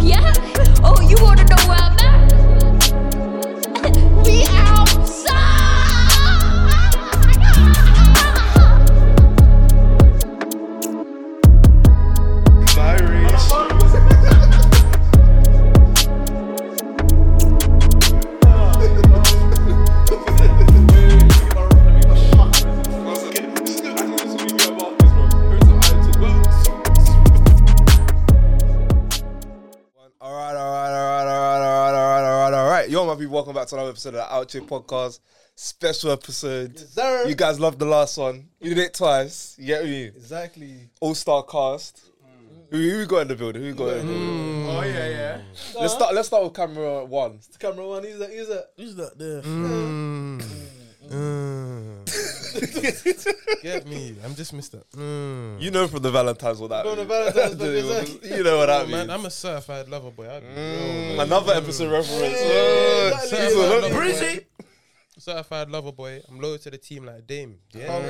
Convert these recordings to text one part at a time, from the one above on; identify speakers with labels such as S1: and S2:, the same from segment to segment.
S1: yeah? Oh, you wanna know where I'm at? We outside!
S2: Virus. All right, all right, all right, all right, all right, all right, all right, all right. Yo, my people, welcome back to another episode of the Outchick Podcast. Special episode.
S3: sir.
S2: You guys loved the last one. We did it twice. You get me?
S3: Exactly.
S2: All star cast. Who, who we got in the building? Who we got in the building?
S4: Oh yeah, yeah.
S2: Let's start. Let's start with camera one.
S3: Camera one, he's a, he's a, he's that there.
S4: Get me. I'm just Mister.
S2: You know from the Valentine's what that.
S3: From the
S2: means.
S3: Valentine's Day, exactly.
S2: you know what that
S4: Oh, man,
S2: means.
S4: I'm a certified lover boy. I'd be real, man.
S2: Mm. Another episode reference.
S3: Hey,
S2: Oh,
S3: exactly.
S2: Jesus, look-
S4: Exactly. certified lover boy. I'm loyal to the team like Dame. Yeah.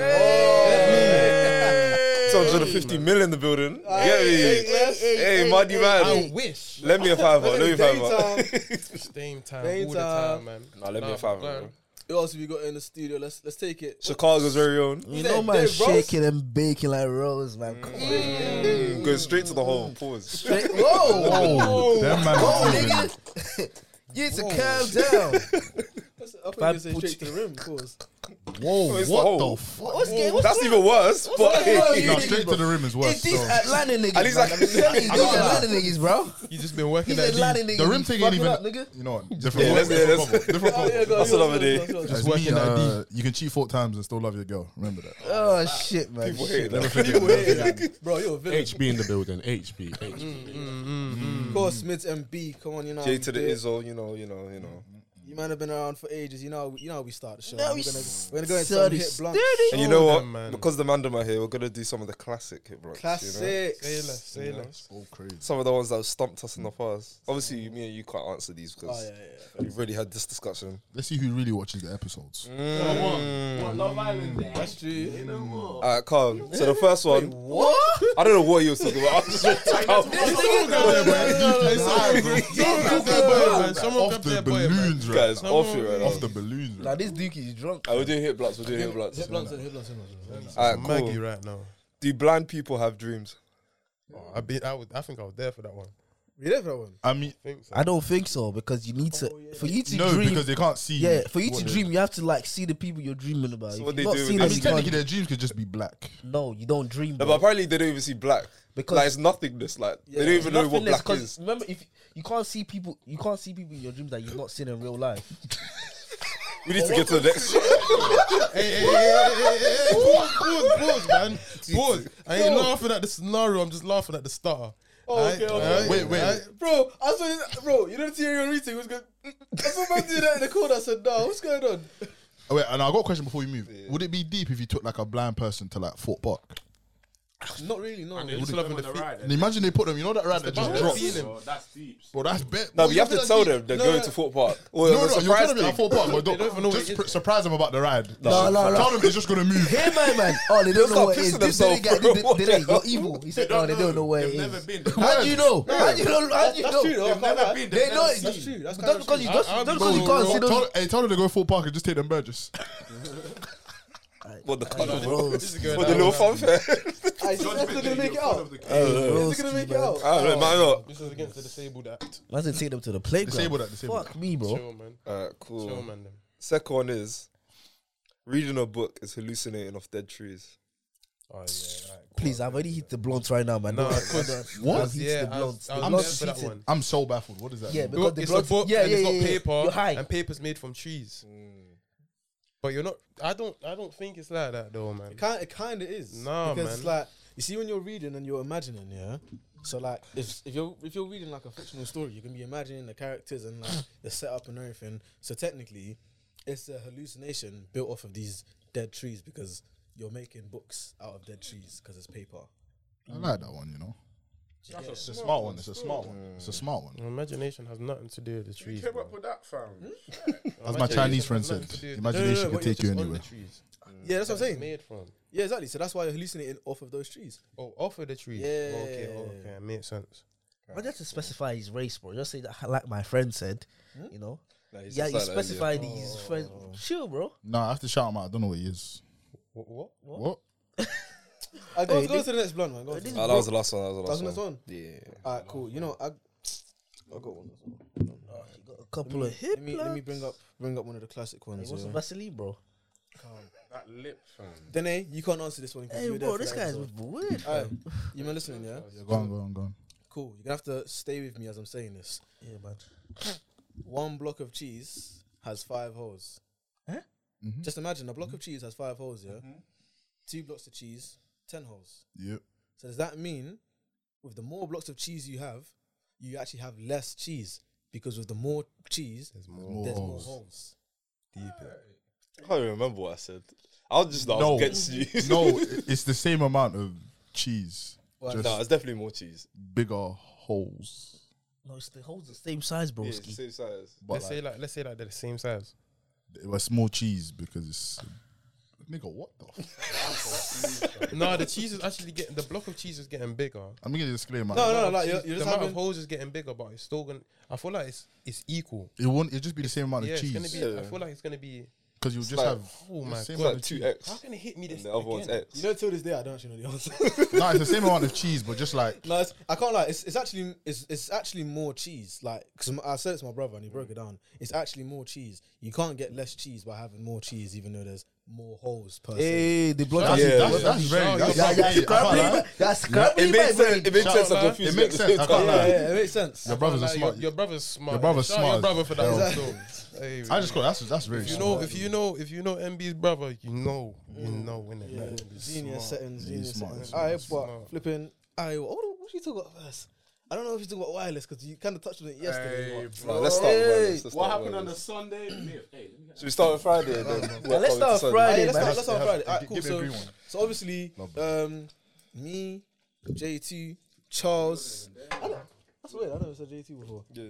S2: It's 150 mil in the building. You get
S3: Hey,
S2: me?
S3: hey, hey,
S2: Hey, muddy man.
S4: I wish.
S2: Let me a fiver. Let me a fiver.
S3: Daytime.
S4: Dame time
S3: Dame
S4: all the
S3: time.
S4: time, man.
S2: Nah, let me
S4: Nah,
S2: a fiver.
S4: but
S2: bro.
S3: What else have we got in the studio? Let's let's take it.
S2: Chicago's very own.
S5: You
S3: Is that
S5: know, man,
S3: Dave Rose?
S5: shaking and baking like Rose, man. Come on.
S2: Go straight to the hole. Pause.
S5: Whoa,
S3: Whoa.
S6: That man
S5: whoa,
S6: is moving.
S5: nigga. You need to calm down.
S3: Let's- I think
S5: Bad
S3: you said straight to the rim, of course.
S5: Whoa,
S2: It's the
S5: what
S2: hole.
S5: the fuck? What's
S3: game-
S5: What's
S2: That's even worse. But
S3: going on?
S6: No, straight to the rim is worse.
S5: it's these
S6: So.
S5: Atlanta niggas,
S2: At least I
S5: man.
S2: can-
S5: I'm telling you,
S2: I
S5: these
S2: can't lie.
S5: Atlanta niggas, bro.
S4: You just been working
S5: These
S4: at
S5: Atlanta
S4: the
S5: niggas.
S6: The rim
S5: be
S6: thing ain't
S5: fucking
S6: even.
S5: up, nigga.
S6: You know what?
S2: Yeah,
S6: Different yeah,
S2: let's- yeah, let's-
S6: different bubble. Different
S3: Oh,
S6: bubble.
S3: yeah, go on,
S2: That's another
S3: go on, go on,
S2: day.
S3: go on, go on.
S6: Just
S4: It's working
S6: me,
S4: at
S6: uh, you can cheat four times and still love your girl. Remember that.
S5: Oh shit, man.
S2: people hate
S5: Shit.
S2: that.
S3: People hate that. Bro, you're a villain. Mm,
S7: HB in the building. HB. HB.
S3: Of course, Mids mm. and B. Come on, you know. how
S2: J
S3: we
S2: to the
S3: do it.
S2: Izzo, you know, you know, you know.
S3: You might have been around for ages. You know, you know how we start the show.
S5: No,
S3: man.
S5: we
S3: we're, gonna, we're gonna go into some
S5: sturdy,
S3: hit blunt.
S2: And you know
S4: Oh,
S2: what?
S4: them, man.
S2: Because the Mandem are here, we're gonna do some of the classic hit blocks. you know?
S3: Classics.
S4: Say less, say less.
S6: All crazy.
S2: Some of the ones that have stumped us in the past. Obviously, me and you can't answer these because
S3: Mm. Oh yeah, yeah.
S2: we've already had this discussion.
S6: Let's see who really watches the episodes.
S3: That's true. You know what?
S2: All right, calm. So the first one,
S5: What?
S2: I don't know what you were talking about. I'm just
S5: This nigga-
S6: Someone
S4: grab that boy, man. Someone grab
S6: Off the
S4: that boy, man.
S6: balloons, right?
S2: guys off it right
S6: Off
S2: now.
S6: the balloons,
S5: Nah,
S6: right?
S5: this Dookie is drunk.
S2: Alright, we're doing hit blocks. We're doing hit blocks.
S3: Hit blunts and hit blunts and hit blunts.
S2: All right,
S4: Maggie
S2: cool.
S4: right now.
S2: Do blind people have dreams?
S4: Oh, I be, I, would, I think I was there for that one.
S3: We did that one.
S6: I mean,
S4: I think
S2: Ah.
S4: so.
S5: I don't think so because you need to for you to
S6: no,
S5: dream.
S6: because they can't see.
S5: yeah, for you
S6: what
S5: to
S6: they-
S5: dream, you have to like see the people you're dreaming about.
S2: So
S5: If
S2: what
S5: you
S2: they
S5: not
S2: do with
S5: seen
S6: I
S2: this
S5: them,
S6: mean,
S5: you can't
S6: technically, their dreams could just be black.
S5: No, you don't dream.
S2: No,
S5: bro.
S2: but apparently they don't even see black.
S5: Because-
S2: like it's nothingness. Like they don't
S5: It's
S2: even know what
S5: nothingness,
S2: black
S5: 'cause
S2: is.
S5: Remember, if you can't see people, you can't see people in your dreams that you've not seen in real life.
S2: We need to get to the next.
S4: Hey, hey, hey, hey, hey, hey, hey, pause, pause, pause, man. Pause. I ain't laughing at the scenario, I'm just laughing at the starter.
S3: Oh, okay, okay.
S4: Wait, wait.
S3: Bro, I saw this, bro, you know the theory on reading was good. I saw man do that in the corner. I said, no, what's going on?
S6: Oh, wait, and I got a question before we move. Would it be deep if you took like a blind person to like Fort Park?
S3: Not really, no.
S4: Just loving the feet.
S6: And imagine they put them. You know that ride that just
S4: bottom
S6: drops.
S4: feeling.
S7: that's deep.
S6: Bro, that's bet.
S2: No,
S6: Bro,
S2: but you have
S6: feel
S2: to
S6: like
S2: tell
S6: deep.
S2: them they're
S3: No,
S2: going
S3: no.
S2: to Fort Park. Or a
S6: No, no, you're
S2: surprise
S6: telling me
S2: thing.
S6: at Fort Park, but don't,
S4: don't even know what
S6: just
S4: it
S6: pr-
S4: is.
S6: surprise them about the ride.
S5: No, no, no.
S6: Tell them it's just gonna move.
S5: Hey, my man. Oh, they don't
S2: They'll
S5: know
S2: start
S5: what it is.
S2: pissing
S5: This little
S2: themselves,
S5: guy,
S2: bro.
S5: they, they, they, you're evil. He said, no, they don't know where it is. How do you know? How do you know? How do you
S3: That's
S5: know?
S3: true, though. I can't lie.
S5: They know it's
S3: That's true. That's
S5: Not
S3: kind of
S5: because
S3: true.
S5: you
S4: I-
S5: just
S4: I'll
S5: not
S4: be
S5: because you
S4: wrong,
S5: can't
S6: Bro,
S5: see
S6: tell,
S5: those.
S6: hey, tell them to go to Fort Park and just take them Burgess.
S2: What the colour?
S5: Rose,
S4: Going
S2: What
S4: out
S2: the little
S4: with that.
S2: funfare?
S3: I said, that's going to make it out.
S5: Rose,
S3: It's going to make it out.
S2: I don't know, might not.
S4: This is against the Disabled Act.
S5: Man said, take them to the playground.
S6: Disable that, disable
S5: Fuck me, bro.
S4: Chill, man.
S2: Alright, cool.
S4: Chill, man. Then.
S2: Second one is reading a book is hallucinating off dead trees.
S4: Oh, yeah. Right.
S5: Please, I've already hit the blunt right now, man.
S4: No,
S5: Don't-
S4: cause-
S5: don't-
S6: What?
S5: I've hit
S4: Yeah,
S5: the
S4: I
S5: blunt.
S4: was, I was
S5: The
S4: there
S5: blunt's
S4: for that
S5: heated.
S4: one.
S6: I'm so baffled. What does that
S5: Yeah,
S6: mean?
S5: because the
S4: it's
S5: blunt.
S4: a book
S5: yeah,
S4: and
S5: yeah,
S4: it's got
S5: yeah, yeah.
S4: paper
S5: You're high.
S4: and paper's made from trees. But you're not. I don't. I don't think it's like that though, man.
S3: It kind, it kind of is.
S4: Nah,
S3: because
S4: man.
S3: like you see when you're reading and you're imagining, yeah. So like if if you're if you're reading like a fictional story, you can be imagining the characters and like the setup and everything. So technically, it's a hallucination built off of these dead trees because you're making books out of dead trees because it's paper.
S6: I like that one. You know, it's a smart one. It's a smart one. It's a smart
S4: Mm.
S6: one.
S4: Imagination has nothing to do with the trees.
S7: Came
S4: bro.
S7: up with that, fam.
S6: As my
S4: Imagination
S6: Chinese
S4: has
S6: friend
S4: nothing
S6: said,
S4: to do with the-
S6: imagination can
S3: what you're
S6: take you
S4: just on
S6: anywhere.
S4: the trees.
S3: Yeah, that's what I'm
S4: It's
S3: saying.
S4: made from.
S3: Yeah, exactly. So that's why you're hallucinating off of those trees.
S4: Oh, off of the trees. Okay,
S3: Yeah.
S4: okay, makes sense.
S5: But just to specify his race, bro. Just say that, like my friend said, you know.
S2: he's
S5: yeah,
S2: just like
S5: you
S2: that, isn't he?
S5: specified his friend. Chill, bro.
S6: No, I have to shout him out. I don't know what he is.
S3: What?
S6: What?
S3: Uh, go
S5: Hey,
S3: go
S5: thi-
S3: to the next blunt, man. Go to the
S5: this-
S3: next
S2: Oh, that was the last one. That was the last,
S3: That was the
S2: one.
S3: next
S2: Yeah.
S3: one. All right, cool. You know, I, I got one. as well.
S5: You got a couple of hip
S3: Let me, let me bring up bring up one of the classic ones.
S5: What's
S3: yeah.
S5: Vaseline, bro?
S7: That lip, fam.
S3: Dene, you can't answer this one. 'cause
S5: Hey,
S3: you were there
S5: bro,
S3: for
S5: this
S3: that
S5: guy's
S3: episode.
S5: weird.
S3: All right, you been listening, yeah?
S6: Go on, go on, go on.
S3: Cool. You're gonna have to stay with me as I'm saying this.
S5: Yeah, man.
S3: One block of cheese has five holes.
S5: Huh?
S6: Mhm.
S3: Just imagine a block of cheese has five holes, yeah? Two blocks of cheese, ten holes.
S6: Yep.
S3: So does that mean with the more blocks of cheese you have, you actually have less cheese? Because with the more cheese,
S6: There's more
S3: there's more
S6: holes.
S3: holes.
S2: I can't even remember what I said. I was just I was
S6: No.
S2: against you.
S6: no, i- it's the same amount of cheese, just
S2: no, it's definitely more cheese.
S6: bigger holes.
S5: No, it's the hole's the same size,
S2: Yeah,
S5: broski.
S2: it's the same size.
S6: But
S4: let's
S6: like,
S4: say like let's say like they're the same size.
S6: it was small cheese because it's nigga. What the? F-
S4: no, the cheese is actually getting the block of cheese is getting bigger.
S6: I'm gonna disclaimer.
S3: No, no,
S4: The
S3: no, like
S4: cheese-
S3: you're, you're
S4: the
S3: just
S4: amount of
S3: having.
S4: holes is getting bigger, but it's still gonna. I feel like it's it's equal.
S6: It won't. It will just be the same amount
S4: Yeah,
S6: of
S4: it's
S6: cheese
S4: gonna
S6: because
S4: be. I
S2: Yeah.
S4: feel like it's gonna be.
S6: you'll just
S2: like-
S6: have.
S4: Oh
S6: the
S4: my
S6: same
S4: god!
S6: amount
S2: Like
S6: of
S2: two
S6: cheese.
S4: How
S2: X.
S4: can it hit me
S2: And
S4: this?
S2: the other one's
S4: again?
S2: X.
S3: You know, till this day, I don't actually know the answer.
S6: No, it's the same amount of cheese, but just like
S3: No, it's, I can't lie. It's, it's actually it's it's actually more cheese. Like, cause I said it to my brother and he broke it down. It's actually more cheese. You can't get less cheese by having more cheese, even though there's more holes per se.
S5: Hey, the blood.
S6: that's
S2: Yeah,
S6: that's,
S2: yeah.
S6: that's very.
S4: Yeah,
S6: That's
S5: Yeah,
S6: not
S5: yeah,
S6: me. I can't lie.
S5: scrappy. Yeah, scrappy.
S2: It makes
S5: man.
S2: sense. It makes
S4: Shout
S2: sense. I'm
S4: out, man.
S2: confused.
S6: It makes
S2: at the
S6: sense,
S2: same
S6: I can't
S2: time.
S6: lie.
S3: Yeah, yeah, it makes sense.
S6: Your brother's a
S4: Like,
S6: smart.
S4: Your, your brother's smart.
S6: Your brother's
S4: Shout out Your
S6: smart.
S4: brother for that.
S6: Yeah.
S4: also. Hey,
S6: I just call that's that's very.
S4: if you
S6: smart.
S4: know if you know if you know MB's brother, you know you know when
S3: Yeah,
S4: it.
S3: genius settings, genius
S6: smart,
S3: settings.
S6: he's
S3: All right,
S6: smart.
S3: but flipping. I what, what you talking about first? I don't know if you talk about wireless because you kind of touched on it yesterday.
S7: Hey,
S3: but-
S2: Right, let's start. with wireless, let's
S7: What
S2: start
S7: happened
S2: with
S7: on the
S2: wireless.
S7: Sunday? Lip. Hey, let me
S2: Should we start with Friday? and Then work
S5: let's
S2: our way
S5: start
S2: to
S5: with
S2: Sunday?
S5: Friday.
S3: Hey, let's
S5: man.
S3: start. Let's start
S6: Have-
S3: Friday. All right,
S6: give
S3: cool.
S6: me a
S3: So,
S6: green one.
S3: so obviously, um, me, J two, Charles. I don't- That's weird. I never said J two before.
S2: Yeah.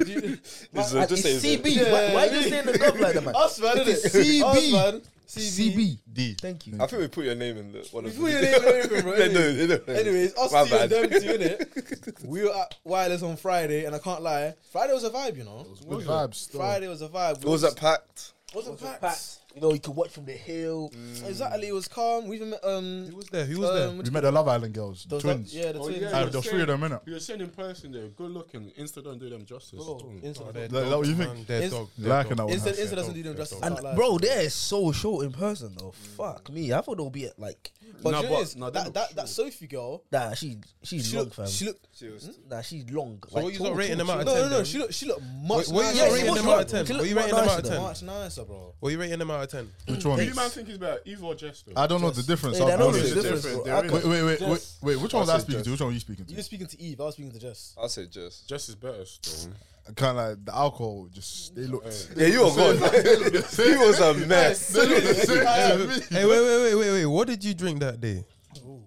S2: It's, uh,
S5: It's
S2: just say it's
S5: CB.
S2: a-
S5: Why, why are you saying the dog like that, man?
S3: Us man,
S5: It is
S3: innit?
S5: CB.
S3: Us man. CB.
S6: CB D.
S5: Thank you.
S2: I think we put your name in the one of
S3: Before
S2: the-
S3: you name anything, bro.
S2: They do,
S3: Anyways,
S2: they do.
S3: anyways us
S2: My
S3: two
S2: bad.
S3: and them two, innit? We were at Wireless on Friday, and I can't lie, Friday was a vibe, you know.
S6: Good vibes. still.
S3: Friday was a vibe.
S2: It was that packed.
S3: Wasn't packed.
S5: You know, you can watch from the hill.
S3: Exactly, it was calm. We even met um.
S4: Who was there? Who was
S3: um
S4: there?
S3: which-
S6: We met the Love Island girls, the
S3: those-
S6: twins.
S3: Yeah, the
S7: Oh,
S3: twins.
S7: yeah.
S6: Uh, There's three of them in it.
S7: You're saying in person, they're good looking. Insta don't do them justice. at all.
S3: Insta,
S4: Oh, they're
S6: Like, like, what you
S4: dogs,
S6: think?
S4: man. They're
S3: Inst-
S4: dog. they're
S6: Liking that
S4: dog.
S6: one.
S3: Insta,
S6: huh?
S3: Insta doesn't do
S4: Yeah,
S3: them justice.
S4: dogs.
S3: I
S5: And
S3: can't lie.
S5: bro, they're so short in person though. Fuck me. I thought they'll be at like
S3: Mm. but
S7: Nah,
S3: you know
S7: but-
S3: is,
S7: nah, they
S3: that
S7: look
S3: that, that Sophie girl,
S5: nah. She she's
S3: she
S5: long,
S3: looked,
S5: fam.
S3: she looked.
S2: She was
S5: nah, she's long.
S4: So what you not rating them out
S3: No,
S4: of
S3: no,
S4: ten?
S3: no.
S4: then?
S3: She looked. She looked much.
S4: what you
S3: nicer.
S5: yeah,
S4: rating
S5: she
S4: them
S5: was
S4: out of ten?
S5: long. She
S4: What you
S5: looked
S4: rating them
S5: nicer
S4: out of
S5: though.
S4: ten?
S3: Much nicer, bro.
S4: What you rating them out of ten?
S6: Which one?
S7: Who do you man think is better, Eve or Jester?
S6: I don't know the difference.
S5: Hey,
S6: I'll
S5: that
S6: be
S5: don't
S6: honest.
S5: make a
S2: Different,
S5: difference, bro.
S2: there
S5: I
S2: is.
S6: Wait,
S5: can't-
S6: wait, wait, wait,
S7: Jess.
S6: wait. Which one was
S2: I'll
S6: I
S2: say
S6: speaking to?
S2: Jess.
S6: Which one were you speaking
S3: You were
S6: to?
S3: speaking to Eve. I was speaking to Jess.
S2: I'll say just.
S7: Jester's better still.
S6: Kind of like the alcohol. Just they looked.
S2: Yeah, you were gone. he was a mess.
S6: They looked the same to me.
S4: Hey, wait, wait, wait, wait, wait. What did you drink that day?
S6: Oh,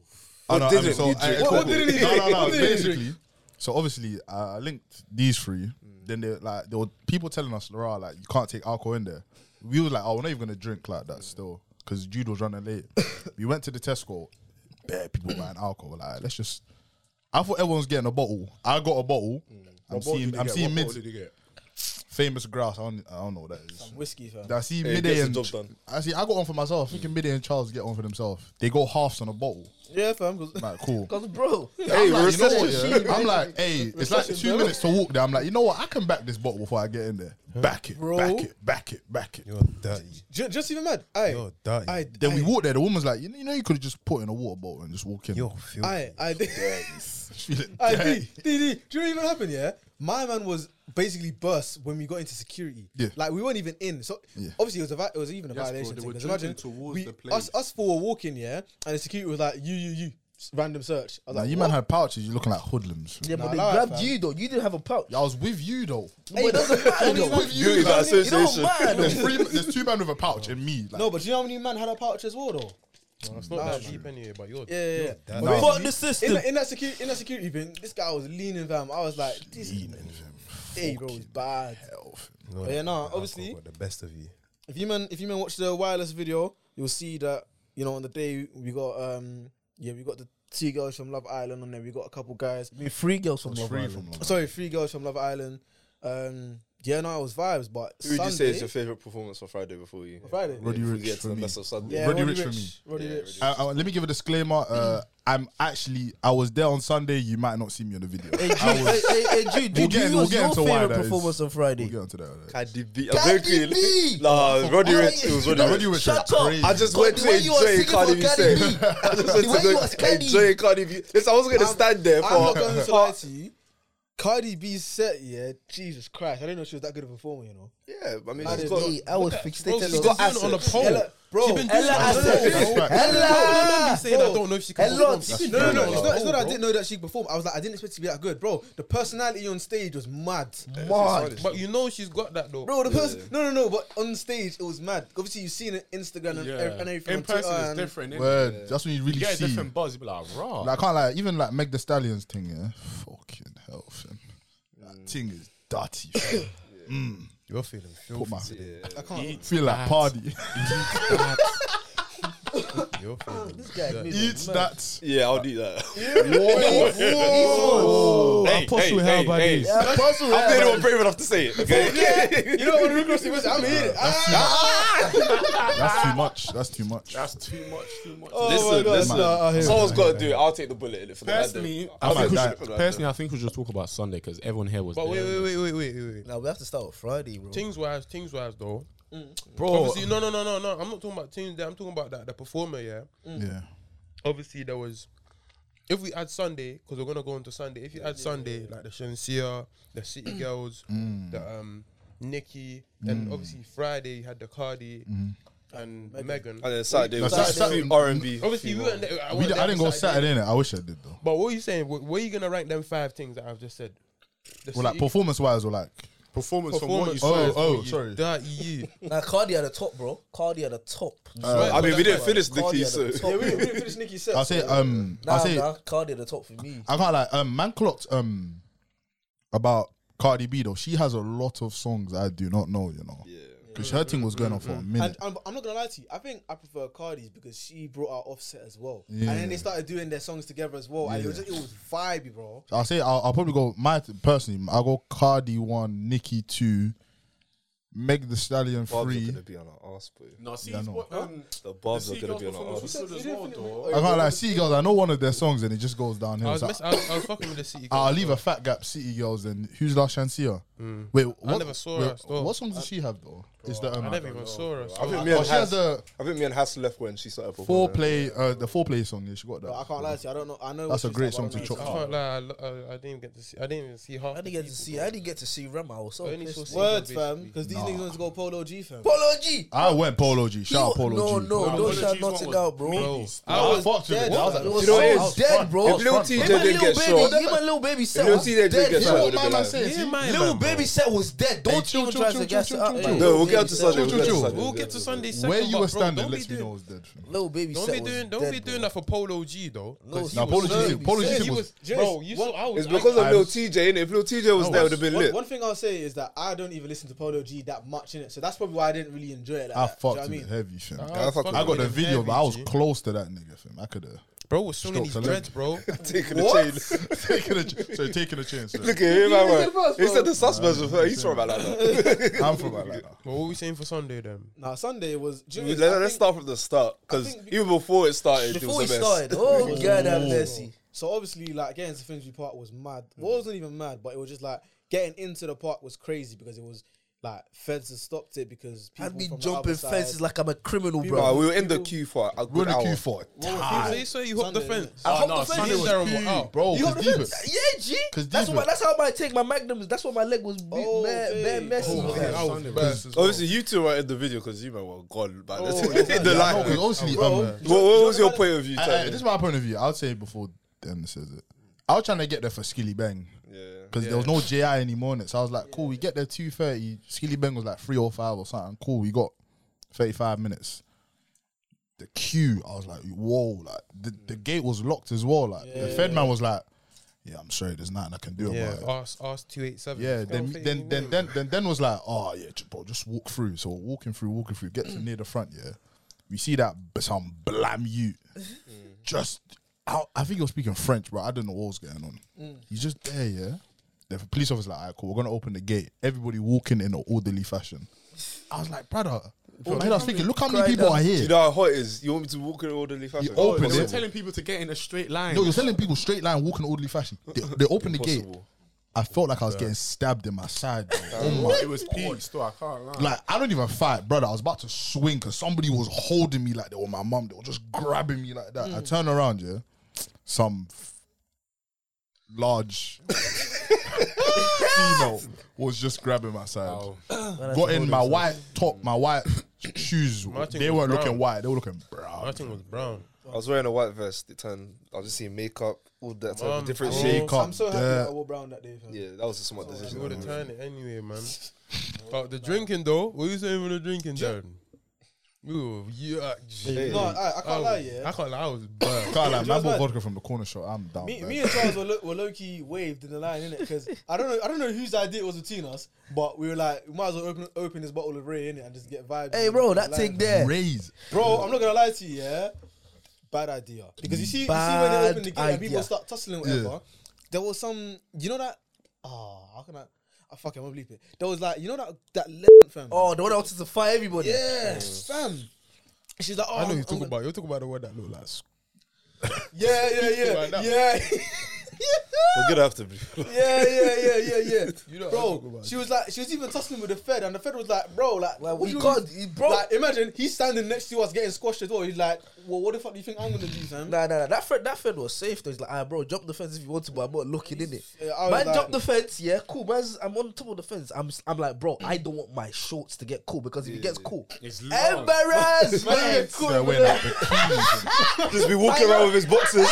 S2: What
S6: no,
S2: didn't
S6: um, so
S2: you
S6: I-
S2: drink?
S6: so-
S2: What
S3: didn't he
S6: No, no,
S3: drink?
S6: no.
S3: What didn't he
S6: Basically, so obviously I I linked these three. Then they like there were people telling us, Laura, like you can't take alcohol in there. We was like, oh, we're not even gonna drink like that still, because Jude was running late. we went to the Tesco. Bare people buying alcohol. We're Like let's just. I thought everyone's getting a bottle. I got a bottle.
S3: Mm.
S6: I'm seeing. I'm seeing mid famous grass. I don't, I don't know what that is.
S3: Whiskey, fam.
S6: I see
S2: Hey,
S6: midday
S2: gets
S6: and
S2: the job done.
S6: I see. I got one for myself. Thinking midday and Charles get one for themselves. They go halves on a bottle.
S3: Yeah, fam. 'cause-
S6: Like cool.
S5: Cause bro,
S2: Hey,
S6: I'm like, you know
S2: recession.
S6: what, yeah? I'm like, hey, it's like two minutes to walk there. I'm like, you know what? I can back this bottle before I get in there. Back it,
S3: Bro.
S6: back it, back it, back it.
S4: You're dirty.
S3: Ju- Just even mad. I.
S4: You're dirty.
S3: I.
S6: Then we walk there. The woman's like, you know, you, know you could have just put in a water bottle and just walk in.
S4: You're filthy.
S3: I. I. did.
S6: Feel it.
S3: I D, D, D. Do you know what happened? Yeah, my man was basically burst when we got into security.
S6: Yeah.
S3: like we weren't even in. So
S6: Yeah.
S3: obviously it was a vi- it was even a
S7: Yes, bro,
S3: violation.
S7: they
S3: thing,
S7: were
S3: 'cause
S7: drinking
S3: imagine
S7: towards
S3: we,
S7: the place.
S3: us us four were walking, yeah, and the security was like you you you s- random search. I was
S6: Nah,
S3: like,
S6: you
S3: what?
S6: man had pouches. You're looking like hoodlums.
S5: yeah,
S3: Nah,
S5: but they
S3: lie,
S5: grabbed
S3: fam.
S5: you though. You didn't have a pouch.
S6: I was with you though.
S5: But it doesn't matter
S6: I was
S5: though.
S6: with
S2: You
S6: you.
S2: is that
S6: man.
S5: It don't
S2: association.
S5: matter
S6: There's,
S5: though.
S6: three, there's two men with a pouch and me. Like,
S3: No, but do you know how many man had a pouch as well though?
S4: Well, it's not that deep anyway, but you're.
S3: Yeah, yeah, yeah.
S4: You're
S3: But basically,
S6: Fuck
S5: the system.
S3: In, that- in that security in that security bin, this guy was leaning fam. I was like, this hey bro, it's bad.
S6: Health.
S4: No,
S3: But yeah, nah,
S4: alcohol
S3: obviously-
S4: got the best of you.
S3: if you man if you man watch the wireless video, you'll see that you know on the day we got um yeah we got the two girls from Love Island on there. We got a couple guys.
S5: I mean, three girls from
S6: It's
S5: Love
S6: free
S5: Island.
S6: from London.
S3: Sorry, three girls from Love Island. Um, yeah, no, it was vibes. But
S2: Who would you say
S3: Sunday-
S2: is your favorite performance for Friday before you?
S3: Friday?
S6: Roddy
S2: if we
S6: Ricch
S2: get to
S6: for
S2: the
S6: me.
S2: best of Sunday.
S3: Yeah,
S6: Roddy
S3: Roddy
S6: Rich for
S3: Rich. Roddy
S2: Yeah,
S3: Rich.
S6: I, I- let me give a disclaimer. Uh, I'm actually I was there on Sunday. You might not see me on the video.
S5: Hey, Jude,
S6: I was-
S5: hey, hey, hey, Jude,
S6: We'll
S5: Jude,
S6: get in-
S5: who
S6: we'll
S5: was
S6: get
S5: your
S6: into why
S5: favorite
S6: that is.
S5: performance on
S6: we'll
S5: Friday?
S6: get onto that. later.
S2: Cardi B. I'm very
S5: Cardi
S2: clear.
S5: B.
S2: Nah, Roddy
S5: Oh,
S2: Rich. It was Roddy
S5: no,
S2: Rich.
S6: Roddy Rich
S5: Shut
S6: was
S5: up.
S6: crazy.
S2: I just
S5: God,
S2: went
S5: the
S2: to
S5: way you are
S2: enjoy
S5: singing
S2: Cardi
S5: for
S2: B.
S5: Cardi
S2: say.
S5: B.
S2: I just went
S5: The way you are
S2: to go
S5: Cardi.
S2: enjoy Cardi B. Listen, I was gonna stand there
S3: I'm
S2: for
S3: not going to lie to you. Cardi B's set, yeah, Jesus Christ. I didn't know she was that good of a performer, you know.
S2: yeah. I mean,
S3: That
S2: she's
S3: is
S2: got
S5: Hey, I was
S4: Bro,
S5: fixated
S4: she's
S5: on
S4: got doing it on a pole.
S3: Ella, bro,
S4: She been doing
S5: Ella
S4: it on a
S5: Asset.
S4: pole, bro.
S6: That's fact.
S5: Ella!
S4: Don't- don't be saying I don't know if she can
S5: Ella!
S4: perform. She been
S3: No, no,
S4: doing
S3: no.
S4: it
S3: It's
S4: on a
S3: not, it's not that I
S4: pole,
S3: didn't know that she could perform. I was like, I didn't expect to be that good, bro. The personality on stage was mad.
S5: Mad.
S4: bro. But you know she's got that though.
S3: Bro, the person, no, no, no, but on stage it was mad. Obviously, you've seen it Instagram and, ev- and everything.
S7: in
S3: on Twitter
S7: person is
S3: and-
S7: different. innit?
S6: Word. That's when you really
S7: You get a
S6: see.
S7: different buzz. You be like, raw.
S6: Like, I can't like even like Meg the Stallion's thing. Yeah, fucking hell, fam. That thing is dirty. fam.
S4: You're feeling
S6: Put
S3: I
S6: my
S3: can't.
S6: feel like party.
S4: You're feeling
S5: This guy made me
S6: Eat that.
S2: yeah. I'll do that.
S6: Oh,
S7: Hey, hey,
S8: Apostle, how about this?
S5: mad. Apostle,
S2: I'm
S5: yeah.
S2: the only one brave enough to say it. Okay.
S3: You know what, Rick Ross, he was- I'm here.
S6: That's too much. That's too much.
S7: That's too much. Too much.
S2: Listen, listen.
S6: man.
S2: Someone's got to do it. I'll take the bullet in it for that.
S7: Personally, I
S6: I might
S7: think we
S6: die.
S7: should, personally, I think we should talk about Sunday because everyone here was.
S4: But wait,
S7: there.
S4: wait, wait, wait, wait, wait, wait.
S5: Now we have to start with Friday, bro.
S4: Things wise, things wise though.
S6: Mm.
S7: bro.
S4: Obviously, no, no, no, no, no. I'm not talking about teams. There, I'm talking about that the performer. Yeah.
S6: Yeah.
S4: Obviously, there was. If we add Sunday, because we're gonna go on to Sunday. If you add Sunday, like the Shensia, the City
S6: Mm.
S4: Girls, the um Nikki, and obviously Friday you had the Cardi
S6: Mm.
S4: and Megan.
S2: And then Saturday was
S6: Saturday.
S2: just few R&B.
S4: Obviously,
S2: few
S4: we weren't there. I,
S6: We
S4: wasn't
S6: di-
S4: there
S6: I didn't go
S4: Saturday.
S6: Saturday in it. I wish I did though.
S4: But what are you saying? Wh- Where are you gonna rank them five things that I've just said? The
S6: Well, like
S4: City
S6: performance wise, or like
S7: performance, from what you
S4: performance.
S7: saw.
S6: Oh,
S4: wise,
S6: oh,
S4: what you
S6: sorry.
S4: dirty you.
S5: Now Cardi at the top, bro. Cardi at the top.
S2: I
S4: Swear to
S2: mean, we
S4: God.
S2: didn't finish
S5: Cardi
S2: Nikki,
S5: at
S2: so
S5: the top.
S3: Yeah, we didn't we didn't finish Nikki's set.
S6: I'll say um
S5: Nah,
S6: I'll say
S5: nah, Cardi at the top for me.
S6: I can't like um man clocked um about Cardi B though. She has a lot of songs I do not know, you know,
S2: yeah.
S6: because her thing was going on for
S4: Mm-hmm.
S6: a
S3: And
S6: minute.
S3: I'm, I'm not gonna lie to you. I think I prefer Cardi's because she brought out Offset as well,
S6: Yeah.
S3: and then they started doing their songs together as well, and it was just, it was vibey, bro.
S6: I'll say I'll, I'll probably go my personally. I'll go Cardi one, Nicki two, Meg the Stallion
S2: Bob's
S6: three.
S2: gonna be on our ass, boy.
S7: No, see,
S6: Yeah, I know.
S7: what, um,
S2: The Bob's are
S7: the
S2: gonna
S7: Seagulls
S2: be on our
S7: performance was
S2: ass.
S7: good as well, though.
S6: I can't like City Girls. I know one of their songs and it just goes
S4: I
S6: downhill.
S4: was,
S6: So
S4: mess- I, was, I was fucking with the City.
S6: I,
S4: Girls.
S6: will leave a fat gap. City Girls and who's La Shansia? Wait, what,
S4: never saw
S6: wait,
S4: her, still.
S6: What songs does she have though? Is the um,
S4: I never even saw her.
S2: I
S4: so-
S2: think me
S6: oh,
S2: and
S6: she has
S2: Hass.
S6: a
S2: I think me and Hass left when she started
S6: four
S2: performing.
S6: play uh the four play song. Yeah, she got that.
S3: But I can't lie to you. I don't know. I know
S6: That's
S3: what
S6: a
S3: she's
S6: great
S3: like, but I don't
S6: song to
S3: know
S6: chop
S3: what
S4: I
S6: up.
S4: can't lie, I, lo- I, I didn't get to see. I didn't even see half.
S5: I
S4: the
S5: didn't get to
S4: people.
S5: see. I didn't get to see Rema. I was so
S4: I only saw
S5: pissed.
S4: City
S3: Words,
S4: Girls,
S3: fam,
S4: basically.
S3: because these niggas want to go Polo G, fam.
S5: Polo G.
S6: I went Polo G. Shout out
S5: Yo,
S6: Polo
S5: no,
S6: G.
S5: no,
S7: Nah,
S5: no,
S7: Polo
S5: shout
S7: G's
S5: not
S7: one
S5: it
S7: was
S5: out, bro.
S4: Bro,
S6: I was fucked with it. I was
S5: It
S6: like,
S5: was
S2: You know
S5: so
S2: what it is?
S5: I was dead, bro.
S2: If Lil T
S5: Him
S2: did
S5: and
S2: get
S5: Lil
S2: shot,
S5: Baby, him and Lil Baby set
S2: Lil
S5: was
S2: T did
S5: dead.
S2: get
S5: Him
S2: shot,
S5: and
S2: it would've been like-
S6: says.
S4: Yeah, my
S5: Lil
S4: man,
S5: Baby set was dead.
S6: Hey,
S5: Don't
S6: chill,
S5: even
S6: chill,
S5: try
S6: chill,
S5: to
S6: chill,
S5: gas it
S6: chill,
S5: up.
S6: chill,
S5: Hey,
S6: chill.
S2: No, we'll
S5: Lil
S2: get
S5: Baby
S2: to
S5: set
S2: Sunday.
S5: was
S2: We'll get
S5: dead.
S2: to
S4: We'll,
S2: Sunday.
S4: we'll get to Sunday second.
S6: Where you
S4: but bro,
S6: were standing,
S4: don't
S6: let's
S4: be
S6: be know
S4: doing,
S6: was dead.
S5: Lil Baby
S4: Don't
S5: set
S4: be
S5: was
S4: doing, don't be
S5: dead,
S4: doing
S5: bro.
S4: that for Polo G though. 'cause
S5: Lil
S4: he
S5: Nah,
S4: was
S6: Polo G-
S4: serving.
S6: Polo G
S4: He
S6: was-
S4: was, bro. You saw, I was.
S2: It's because of
S4: I-
S2: Lil TJ, innit? If Lil TJ was there, it would have been
S3: One,
S2: lit.
S3: one thing I'll say is that I don't even listen to Polo G that much in it, so that's probably why I didn't really enjoy it. Like
S6: I
S3: that. Do you know what
S6: fucked
S3: I
S6: with it
S3: mean?
S6: heavy, fam.
S4: I
S6: I,
S4: was fucking
S6: got
S4: with
S6: the
S4: him
S6: video,
S4: heavy,
S6: but I was
S4: G.
S6: close to that nigga, fam. I could have
S4: Bro was swinging these
S6: Strokes
S4: dreads, bro.
S2: Taking the chain.
S6: taken a ch- sorry, taking a chance. sorry.
S2: Look at him, man.
S3: said first,
S2: He
S3: bro.
S2: said the suspense was first. He's from about that.
S6: I'm from Atlanta.
S4: But what were we saying for Sunday then?
S3: Now Sunday was. do you know
S2: Let's
S3: what it is? I
S2: let's
S3: think-
S2: start from the start,
S3: I
S2: because
S3: think we-
S2: even before it started,
S5: Before he
S2: it was the best.
S5: started, oh God, have mercy.
S3: So obviously, like getting to Finsbury Park was mad. Well, it wasn't even mad, but it was just like getting into the park was crazy because it was like feds had stopped it because people
S5: I'd be
S3: from the
S5: jumping
S3: other side-
S5: fences like I'm a criminal,
S2: Nah,
S5: bro.
S2: we were in the queue for a
S6: We're
S2: good
S6: in the queue
S2: hour.
S6: for
S4: Ah, so you say you hopped the
S3: Sunday,
S4: fence.
S5: I hopped
S7: no,
S5: the
S7: Sunday
S5: fence.
S7: was
S4: Darren were out.
S6: bro.
S5: You
S6: 'cause
S5: got the
S6: deep
S5: fence?
S6: it.
S5: Yeah, G.
S6: 'Cause
S5: That's
S6: deep
S5: why.
S6: it.
S5: That's how my take my magnums. That's why my leg was be,
S3: Oh,
S5: bare,
S3: babe.
S5: bare messy.
S3: Oh,
S5: man.
S4: I was burst
S6: Oh,
S4: as well.
S2: Obviously, you two were in the video because you man were gone by this.
S3: yeah,
S2: in the
S3: yeah,
S6: No, 'cause
S2: line.
S6: obviously,
S3: Bro,
S6: um,
S2: What, what was your
S3: Jonathan-
S2: point of view?
S6: I- I-
S2: Tony?
S6: this is my point of view. I'd say before then says it. I was trying to get there for Skilly Bang
S2: yeah.
S6: because there was no JI anymore in it. So I was like, cool, we get there two thirty. Skilly Bang was like three or five or something. Cool, we got thirty five minutes. The queue, I was like, whoa, like the, the gate was locked as well. Like the Fed man was like, yeah, I'm sorry, there's nothing I can do
S4: Yeah, Oh,
S6: about it.
S4: ask ask two eight seven.
S6: Yeah, then then then then then then was like, oh yeah, j- bro, just walk through. So we're walking through, walking through, get to near the front. Yeah, we see that b- some blam you, just I, I think he was speaking French, bro. I don't know what was going on. He's just there, yeah. The police officer's like, all right, cool, we're gonna open the gate. Everybody walking in an orderly fashion. I was like, brother, I head I was thinking, look how many people are
S2: Do
S6: here.
S2: you know how hot it is? You want me to walk in an orderly fashion?
S6: You open
S7: But they were
S6: it.
S7: telling people to get in a straight line.
S6: No, you're telling people straight line, walk in an orderly fashion. They, they opened the gate.
S2: Impossible.
S6: I felt like I was getting stabbed in my side. bro. oh my
S7: it was peace, though. I can't lie.
S6: Like I don't even fight, brother. I was about to swing because somebody was holding me like they were my mum. They were just grabbing me like that. I
S3: Mm.
S6: turn around, yeah. Some f- large female was just grabbing my side. Got in my white top, my white shoes.
S4: Martin
S6: they
S4: was
S6: weren't looking
S4: brown.
S6: white. They were looking brown.
S4: Martin Oh, was brown.
S2: I was wearing a white vest. It turned. I was just seeing makeup, all that type
S4: Mom,
S2: of different
S4: I mean-
S2: shade.
S6: Shake up.
S3: Oh, I'm so happy
S6: dirt.
S3: that I wore brown that day. Fam.
S2: Yeah, that was a smart
S4: We
S2: decision.
S4: would have turned it anyway, man. But the drinking though, what you saying for the drinking, Jared? We were yuck.
S3: No, I, I can't
S4: Oh,
S3: lie. Yeah,
S4: I can't lie. I was burnt.
S6: Can't lie,
S3: Just
S6: man bought
S3: like-
S6: vodka from the corner shop. I'm down.
S3: Me,
S6: bad.
S3: me and Charles were, lo- were low key waved in the line, innit? Because I don't know, I don't know whose idea it was between us, but we were like, we might as well open open this bottle of Ray in it and just get vibes.
S5: Hey,
S3: in
S5: bro,
S3: the
S5: that
S3: line,
S5: thing
S3: man.
S5: there.
S6: raise.
S3: bro. I'm not gonna lie to you, yeah. Bad idea because you see, you see when they open the
S5: Bad
S3: gate and people
S5: idea.
S3: start tussling, whatever. There was some, you know that. Oh, how can I? Oh, fuck, it, I'm gonna bleep it. There was like, you know that that le- fam.
S5: Oh, the one that wanted to fire everybody.
S3: yes, fam. She's like, oh,
S4: I know
S3: I'm-
S4: you
S3: I'm
S4: talk
S3: gonna-
S4: about. You talk about the word that look like.
S3: Yeah, yeah, yeah,
S4: Right now.
S3: yeah,
S2: We're gonna have to. Be.
S3: yeah, yeah, yeah, yeah, yeah.
S4: You know what I'm talking
S3: bro,
S4: about.
S3: she was like, she was even tussling with the Fed, and the Fed was like, bro, like,
S5: Like,
S3: what
S5: we
S3: do you
S5: can't-
S3: mean?
S5: bro.
S3: Like, imagine he's standing next to us getting squashed as well. He's like, well, what the fuck do you think I'm gonna do, fam?
S5: Nah, nah, nah. That friend, that friend was safe though. He's like, ah, bro, jump the fence if you want to, but I'm not looking in it.
S3: Yeah, I was
S5: Man,
S3: like-
S5: jump the fence. Yeah, cool. Man's, I'm on top of the fence. I'm, s- I'm like, bro, I don't want my shorts to get cool because if it gets cool,
S7: It's long.
S5: embarrassment.
S3: Cool,
S6: They're wearing like, the keys.
S2: Just be walking around with his boxes.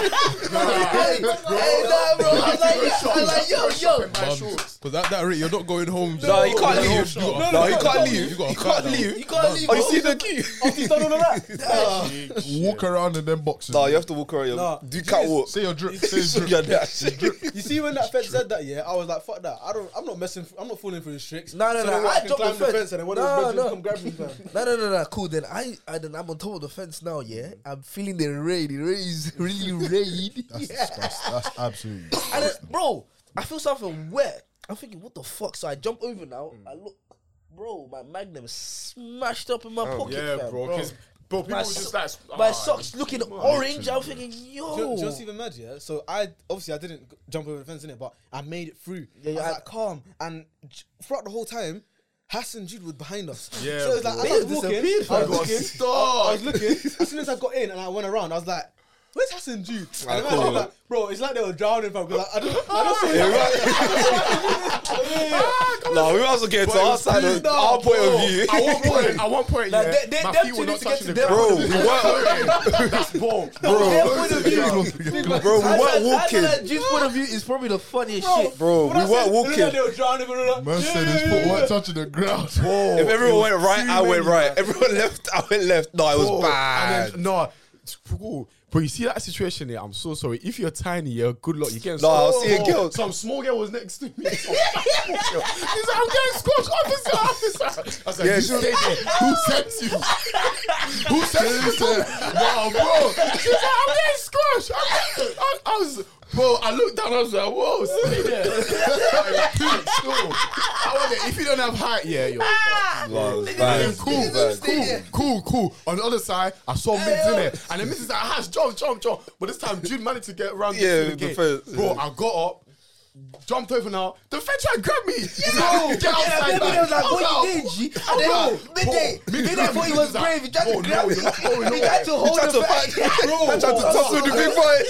S5: hey, hey, nah, bro. I'm like, I'm like, yo, yo.
S4: Because at that rate, you're not going home.
S2: No, he can't
S4: You
S2: leave.
S4: got a-
S2: No, he can't
S4: You
S2: leave.
S4: got a
S2: He
S4: cut
S2: can't
S4: down.
S2: leave.
S5: You can't leave.
S2: Oh,
S5: bro.
S2: you see the key?
S5: After he's done all of that.
S6: Walk around in them boxes.
S2: No, you have to walk around.
S3: Nah,
S2: Your, do
S3: you
S2: catwalk.
S6: Say your drip. Say your drip.
S2: You're that shit.
S3: You see, when that Fed said that, yeah, I was like, "Fuck that! I don't. I'm not messing. I'm not falling for his tricks."
S5: No, no,
S3: so
S5: no,
S3: then what,
S5: I
S3: can
S5: dropped the
S3: climb the
S5: fence.
S3: fence, and then one
S5: No,
S3: of those
S5: no.
S3: no. come grab me, fam.
S5: No, no, no, no. Cool. Then I, I then I'm on top of the fence now. Yeah,
S3: Mm-hmm.
S5: I'm feeling the rain. The rain is really rain.
S6: That's
S5: Yeah.
S6: disgusting. That's absolutely.
S5: And then, bro, I feel something wet. I'm thinking, what the fuck? So I jump over now.
S7: Hmm.
S5: I look, bro, my magnum smashed up in my pocket.
S7: Oh, Yeah,
S5: fam.
S7: bro. Because bro, people
S5: My,
S7: were just like,
S5: so- my
S7: ah,
S5: socks looking orange. I'm thinking,
S3: Do you,
S5: yo.
S3: do you know what's even mad, yeah? So I obviously I didn't g- jump over the fence in it, but I made it through.
S5: Yeah,
S3: Yeah,
S5: yeah,
S3: yeah, I was
S5: I-
S3: like, calm, and j- throughout the whole time, Hassan Jude was behind us.
S7: Yeah,
S3: so it was like
S5: bro.
S3: I was
S5: They
S3: walking,
S5: disappeared,
S3: I
S5: fam.
S3: was looking, I, I was looking. As soon as I got in and I went around, I was like. Where's Hassan Jude? And the man was like, bro, it's like they were drowning, fam. Because I, I just, I just saw him.
S2: No, we might as well get to our side of
S3: No,
S2: our point of view.
S6: uh,
S7: At one point, at one point,
S5: Like,
S7: yeah,
S5: they- they-
S7: my
S5: them
S7: feet
S5: two
S7: were
S5: need
S7: not
S5: to get
S7: touching the
S5: to them.
S2: Bro,
S7: ground.
S2: we weren't,
S7: That's bomb.
S5: Their
S2: bro,
S5: point of view,
S2: bro, we weren't
S5: Hassan- Hassan
S2: walking.
S5: Jude's point of view is probably the funniest shit.
S2: Bro,
S3: When I
S2: we
S3: said-
S2: weren't
S3: it looked like
S2: walking.
S3: They were drowning, but they were like,
S6: Man said his foot weren't touching the ground.
S2: If everyone went right, I went right. Everyone left, I went left. No, it was
S7: Oh, And
S2: bad.
S7: then, no, it's cool. But you see that situation there, I'm so sorry. If you're tiny, you're good luck. You're getting
S2: No, I'll
S7: squashed.
S2: see a girl.
S7: Some small girl was next to me. Some fat girl. She's like, I'm getting squashed, officer, officer. I was like,
S2: Yeah,
S7: you
S2: she was-
S7: stay there. Who sent you? Who sent you? no, bro. She's like, I'm getting squashed. I'm getting, I, I was, bro, I looked down, I was like, whoa, stay there. Like, dude, chill. I was like, if you don't have height, yeah, you're
S5: Ah!
S2: No, it was
S7: yeah,
S2: bad.
S7: cool,
S2: It was bad.
S7: cool, cool, cool. On the other side, I saw Migs in there, and then Migs is like, "Ah, "Hash, jump, jump, jump!" But this time, Jude managed to get around.
S2: Yeah,
S7: Yeah, the
S2: the
S7: gate.
S2: fence,
S7: bro,
S2: yeah.
S7: I got up. Jumped over now. The fence tried to grab me. Yeah, get outside.
S5: Everybody was like,
S7: I was
S5: what
S7: like,
S5: did you did, G?
S7: I'm
S5: And
S7: out.
S5: then midday,
S7: Bro,
S5: midday
S7: midday
S5: thought he was
S7: was like,
S5: brave. He tried to
S7: bro,
S5: grab
S7: no,
S5: me.
S7: no, no.
S5: He tried to hold
S2: tried
S5: the
S2: to
S5: back.
S2: Bro, I tried to tussle with the big boys.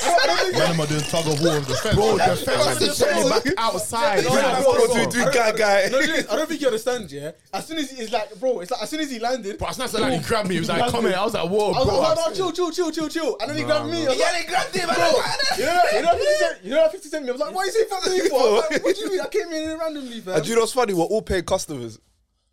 S6: Man, am I doing tug of war with the fence?
S7: Bro, the fence
S5: the
S7: was turning back outside.
S3: No,
S2: I
S3: no, no,
S2: thought
S3: no,
S2: we
S3: no.
S2: do guy guy.
S3: No, you don't- I don't think you understand, yeah. As soon as he, it's like, bro, it's like as soon as he landed,
S7: But it's not so like he grabbed me. He was like, "Come here." I was like, "Whoa,
S3: I was
S7: bro."
S3: like, "Oh, no, no, chill, chill, chill, chill, chill. And then he grabbed me. I was
S5: Yeah,
S3: like,
S5: they grabbed him. and
S3: bro,
S5: I was
S3: you know, that- you know, that 50 cent, you know, that 50 cent me. I was like, why you say fuck me for? I was Like, what do you mean? I came in randomly, fam.
S2: And you know what's funny? We're all paid customers.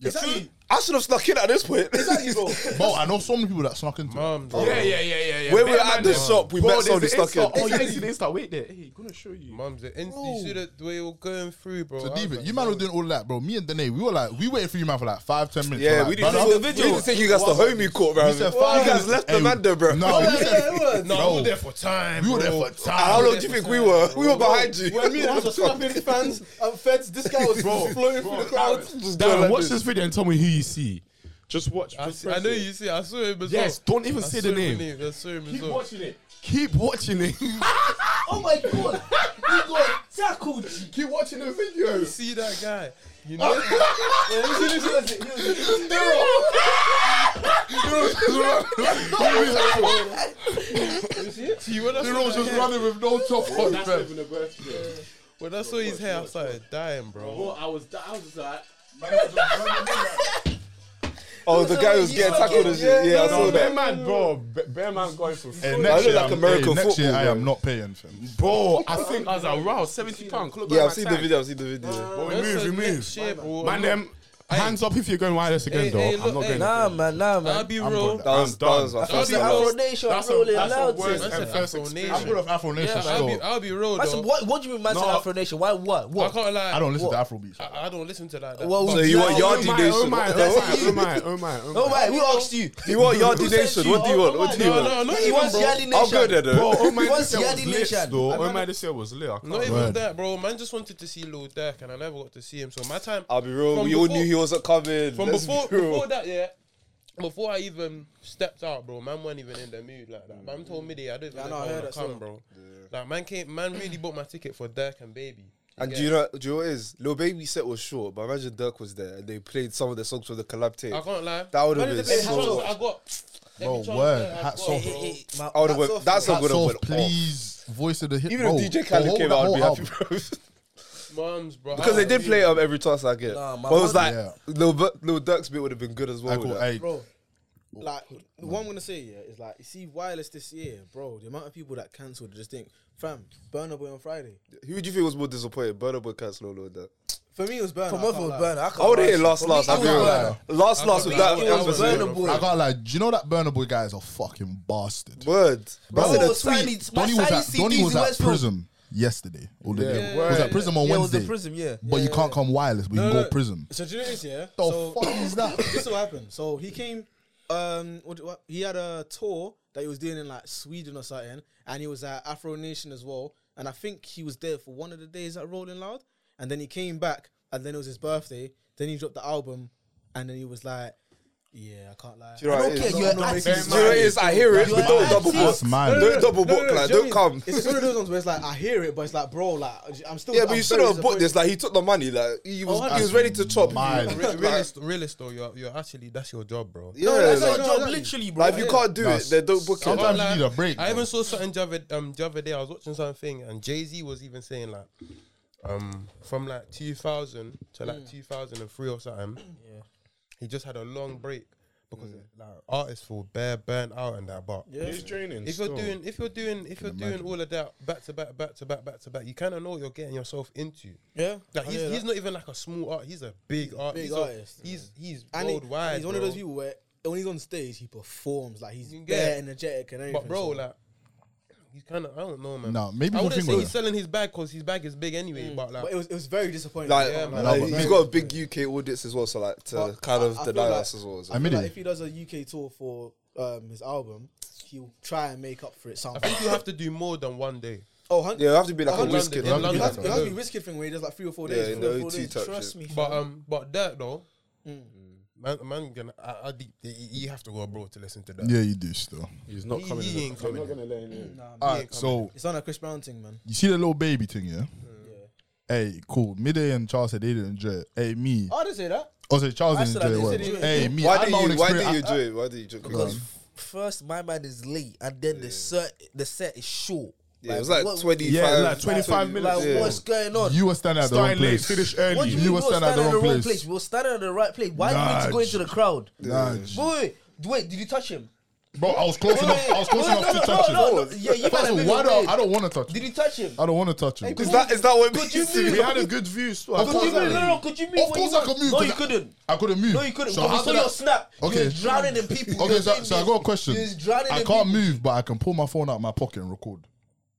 S3: exactly.
S2: I should have snuck in at this point.
S6: Bro, I know so many people that snuck into. it.
S4: Mom,
S7: Yeah, yeah, yeah, yeah, yeah.
S2: when we were
S7: Bear
S2: at
S7: man
S2: the
S7: there.
S2: shop, we
S7: Bro,
S2: met
S7: there's
S2: somebody
S7: an
S2: stuck in.
S7: Insta- Oh, you see the Insta? Wait there. Hey, gonna show you.
S4: Mom's the in- you see the way we're going through, bro.
S6: So
S4: I was
S6: deep it.
S4: like,
S6: You man were doing all that, bro. Me and Dene, we were like, we waited for you man for like five, ten minutes. We're
S2: Yeah,
S6: like,
S2: we didn't
S6: "Brother,
S2: take- we didn't take you guys to homie court, bro.
S6: we
S2: You
S6: said five
S2: guys
S6: minutes."
S2: left
S6: Hey,
S2: the man there, bro.
S6: No, we said
S4: No, we were there for time.
S6: we were
S4: bro.
S6: there for time.
S2: How long do you think we were? We were behind you.
S3: When me and Ash were slapping fans and feds, this guy was floating through the crowd.
S7: Just
S2: go like
S7: watch
S2: this.
S7: this video and tell me who you see. Just watch.
S4: I,
S7: Just
S4: see, I
S7: press
S4: know
S7: it.
S4: you see. I saw him as well.
S7: Yes, don't even
S4: I
S7: say
S4: saw
S7: the
S4: him
S7: name.
S4: I saw him as
S7: Keep
S4: well.
S7: watching it. Keep watching it.
S5: Oh my god, he got tackled.
S7: Keep watching the video.
S4: You see that guy? You know, see, when I saw that hair-
S7: running with no top on,
S8: That's even the worst video.
S4: when I saw his hair, I started dying, bro.
S8: Bro, I was, I was just like,
S2: Oh, the guy was getting tackled and shit. Yeah, I saw
S8: no, bear
S2: that.
S8: man, bro, Be- bear man going for free.
S6: Hey,
S2: I
S6: next
S2: look
S6: year,
S2: like
S6: I'm-
S2: American
S6: hey, next year
S2: football,
S6: I
S2: bro.
S6: am not paying. Fam.
S7: Bro, I think I was like, wow, 70 pounds. Call it back
S2: Yeah, I've
S7: my
S2: seen the
S7: time.
S2: video. I've seen the video.
S7: Bro, we move, we move. Man,
S4: them.
S7: them, hands up if you're going wireless again,
S4: Hey,
S7: though.
S4: hey,
S7: I'm
S4: look,
S7: not
S4: hey.
S7: going.
S5: Nah, man, nah,
S4: I'll
S5: man.
S4: be
S6: I'm
S4: real.
S6: gonna-
S2: That was that
S7: done.
S2: was my
S4: I'll
S2: first.
S4: be
S5: The Afro
S4: real.
S5: Nation
S7: That's a-
S5: rolling
S7: that's a
S5: loud.
S7: word.
S5: to it.
S4: That's an
S7: First
S4: Afro
S7: experience.
S6: I would
S4: Nation.
S6: have Afro Nation
S4: Yeah, I'll be,
S6: still.
S4: I'll be real
S5: I said,
S4: though.
S5: what, what do you mean, man?
S7: No.
S5: said Afro Nation? Why? What?
S4: I
S5: What?
S4: can't lie.
S6: I don't listen to
S5: What?
S6: Afro beats.
S4: I, I don't listen to that. that.
S5: Well,
S2: So you want
S5: Nah,
S7: Oh
S2: Yardie
S7: my, oh
S2: Nation?
S7: my, oh my, oh my, oh my.
S5: Oh my, who asked you?
S2: You want Yardie
S5: Who said
S2: Nation?
S5: you?
S2: What do you
S5: Oh,
S2: want?
S5: oh
S2: What
S5: my
S2: do you
S5: God.
S2: want?
S4: no, not
S5: He
S4: even,
S5: wants
S4: bro.
S5: Yardie Nation.
S2: I'll go there
S7: Bro,
S2: though.
S7: oh my,
S5: He wants
S7: this year was
S5: Yardie
S7: lit,
S5: Nation.
S7: though.
S5: I'm
S7: Oh my,
S5: not-
S7: this year was lit. I
S4: Not
S7: can't.
S4: even
S6: Word.
S4: that, bro. Man just wanted to see Lil Durk, and I never got to see him. So my time.
S2: I'll be real.
S4: From
S2: We all
S4: before-
S2: knew he wasn't coming.
S4: From
S2: Oh, Let's
S4: before,
S2: be real.
S4: before that, yeah. Before I even stepped out, bro, man wasn't even in the mood like that. Man told me they, I don't even
S3: Yeah, I
S4: know
S3: know, I
S4: how
S3: heard
S4: to
S3: that song.
S4: come, bro. Like man came, man really bought my ticket for Dirk and Baby.
S2: And
S4: get
S2: do you know, do you know what it is? Lil Baby set was short, but imagine Dirk was there and they played some of the songs from the collab tape.
S4: I can't lie.
S2: That would have
S4: Every
S2: been
S4: chance
S2: so.
S4: I got.
S6: Bro,
S4: every chance
S6: word.
S4: that I
S6: Hats
S4: got,
S6: off.
S5: Hey,
S4: bro.
S5: hey, hey, my-
S2: I would have
S5: that's
S2: went.
S5: off,
S2: That's a
S6: Hats
S2: good one. Oh.
S6: off, please. Voice of the hit.
S2: Even
S6: bro,
S2: if DJ
S6: the whole-
S2: Khaled came
S6: the
S2: out, I'd
S6: whole
S2: be
S6: album.
S2: happy, bro.
S4: Mums, bro.
S2: Because they
S4: I don't
S2: did
S4: know.
S2: play um, every chance I get.
S5: Nah, my
S2: but it was like,
S6: mother-
S2: Lil, Bu- Lil Durk's bit would have been good as well.
S6: Like,
S2: with
S6: well,
S2: that.
S6: hey,
S3: bro. Like what I'm gonna say, yeah, is like you see wireless this year, bro. The amount of people that cancelled just think, fam, Burner Boy on Friday.
S2: Who do you think was more disappointed, Burna Boy Cancel or Lil Durk?
S3: For me, it was Burner.
S5: For
S3: I
S5: both
S3: can't
S5: of
S3: lie.
S5: Burner, I can't.
S2: I would have hit
S5: lie.
S2: last
S5: For me,
S2: last.
S5: it
S2: I'll be
S5: was
S2: real.
S5: Burner.
S2: Last last
S4: I
S2: with
S4: can't
S2: that
S4: lie.
S5: It was
S2: was
S5: Burna
S2: it.
S5: Boy.
S6: I can't lie. Do you know that Burner Boy guy is a fucking bastard?
S2: Word.
S6: Bro,
S5: Bro,
S6: the
S5: Sally-
S6: tweet.
S5: my
S6: Donnie was
S5: Sally
S6: at, Donnie
S5: CDs
S6: was
S5: in
S6: at
S5: Westfield.
S6: Prism yesterday. Or the day.
S4: yeah,
S6: was
S4: yeah.
S6: at Prism on
S5: Yeah, it was
S6: Wednesday.
S5: the prism, yeah.
S6: But you can't come wireless, but you can
S3: no,
S6: go
S3: no.
S6: Prism.
S3: So do you know this, yeah?
S6: The
S3: so
S6: fuck is that?
S3: this will happen. So he came. Um, what, what, he had a tour that he was doing in like Sweden or something, and he was at Afro Nation as well. And I think he was there for one of the days at Rolling Loud, and then he came back, and then it was his birthday. Then he dropped the album, and then he was like, "Yeah, I can't lie."
S2: Do you know
S5: I
S2: what
S5: don't
S2: it
S5: care,
S2: is?
S5: you're an artist.
S2: Do you know what it is? I hear it, but don't double
S6: artist.
S2: book.
S6: That's mine. No, no,
S2: Don't double book,
S3: no,
S2: like,
S3: do you know
S2: don't
S3: what I mean?
S2: come.
S3: It's just one of those ones where it's like I hear it, but it's like, bro, like I'm still.
S2: Yeah,
S3: I'm
S2: but you should
S3: very
S2: have bought this.
S3: disappointed.
S2: Like he took the money. Like he was,
S3: Oh,
S2: he was ready to chop.
S6: mad.
S2: Like,
S4: Re- Realist, realist though, you're, you're actually that's your job, bro.
S2: yeah,
S5: That's
S2: like,
S5: our
S3: no,
S5: job,
S3: no.
S5: literally, bro.
S2: like, if you can't do it,
S6: That's-
S2: then don't book it.
S6: sometimes- you need a break,
S4: I
S6: bro.
S4: even saw something the other, um, the other day. I was watching something, and Jay Z was even saying like, um, from like 2000 to like
S3: Mm.
S4: 2003 or something. Yeah, he just had a long break because
S3: Mm.
S4: like artists feel bare burnt out and that. But
S8: It's draining.
S4: if you're doing, if you're doing, if you're doing all of that back to back, back to back, back to back, you kind of know what you're getting yourself into.
S3: Oh, yeah,
S4: Like
S3: I
S4: he's,
S3: hear
S4: he's
S3: that.
S4: not even like a small art. He's a big artist.
S3: big
S4: he's a-
S3: artist,
S4: he's he's
S3: And he-
S4: worldwide.
S3: he's one of those
S4: bro.
S3: people where when he's on stage, he performs like he's
S4: You can get
S3: bare
S4: it.
S3: energetic and everything.
S4: But bro,
S3: so-
S4: like he's kind of I don't know, man.
S6: No, maybe
S4: I
S6: the
S4: wouldn't
S6: thing
S4: say
S6: was-
S4: he's selling his bag because his bag is big anyway. But like,
S3: But it was it was very disappointing.
S2: Like,
S4: Yeah, man.
S2: like,
S6: No, but
S2: he's
S6: no.
S2: got a big UK audience as well, so like to
S3: But
S2: kind
S3: I-
S2: of
S3: I feel
S2: deny
S3: like-
S2: us as well. so-
S6: I mean
S3: like if
S6: it.
S3: he does a UK tour for um, his album, he'll try and make up for it
S4: I
S3: somehow.
S4: think you have to do more than one day.
S3: oh, hun-
S2: yeah, it have to be like a
S4: London,
S2: whiskey.
S4: in
S2: like,
S4: London,
S3: it has,
S4: bro.
S3: it has to be risky thing where he does like three or four
S2: Yeah,
S3: days.
S2: in
S3: three
S2: the
S3: or four
S2: OT
S3: days.
S2: type
S3: Trust
S2: shit.
S3: me,
S4: But
S3: fam.
S4: um, but Dirk though,
S3: Mm.
S4: man, man, gonna I, I, think that you you have to go abroad to listen to that.
S6: Yeah, you do still.
S7: He's not
S4: He-
S7: coming.
S4: he
S7: in the-
S4: ain't
S8: I'm
S4: coming.
S8: not gonna let him in.
S3: Nah, man.
S6: All right, so
S3: it's on a Chris Brown thing, man.
S6: you see the little baby thing, yeah?
S3: Yeah.
S6: Hey, cool. Midday and Charles said they didn't enjoy it. Hey, me.
S3: Oh, I didn't say that.
S6: Oh, so Charles
S3: I
S6: didn't
S3: said I
S6: enjoy it.
S3: didn't
S6: well.
S3: say they
S6: Hey, me.
S2: Why
S6: I had
S2: did
S6: my own
S2: you? Why
S6: experience.
S2: did you
S6: I-
S2: do it? Why did you do it?
S6: Because-
S2: Because
S5: First, my man is late, and then the set, the set is short.
S2: yeah, it was like twenty-five.
S7: Yeah, like 25 minutes.
S5: Like, what's going on?
S6: You were standing at the wrong
S7: Starting late,
S6: place.
S7: finish
S5: what
S7: early.
S5: do you
S6: you
S5: mean
S6: were
S5: we
S6: standing at the wrong place.
S5: We were standing at the right place. Why do you need to go
S6: Nah,
S5: into the crowd?
S6: Nah,
S5: Wait, wait, wait, did you touch him?
S6: Bro, I was close enough. I was close enough to touch
S5: no,
S6: him.
S5: no, yeah, you
S6: First
S5: gotta
S6: of all,
S5: make
S6: why
S5: a
S6: do I,
S5: way.
S6: I don't want to touch
S5: Did
S6: him.
S5: you touch him?
S6: I don't want to touch him.
S2: Is that is that what
S5: Could you
S2: makes you
S5: do-
S6: We had a good view. so I
S5: Could
S6: can't
S5: you
S6: say-
S5: move? No, no, no, could you move?
S6: Of
S5: when
S6: course
S5: you
S6: I could move,
S5: No,
S6: cause
S5: you
S6: I-
S5: couldn't.
S6: I couldn't move.
S5: No, you couldn't.
S6: So
S5: So
S6: how
S5: we saw
S6: could I-
S5: your snap.
S6: Okay.
S5: You was drowning in people. You
S6: Okay,
S5: was
S6: so,
S5: doing
S6: so I
S5: this.
S6: got a question.
S5: You was drowning
S6: I
S5: in
S6: can't
S5: people.
S6: move, but I can pull my phone out of my pocket and record.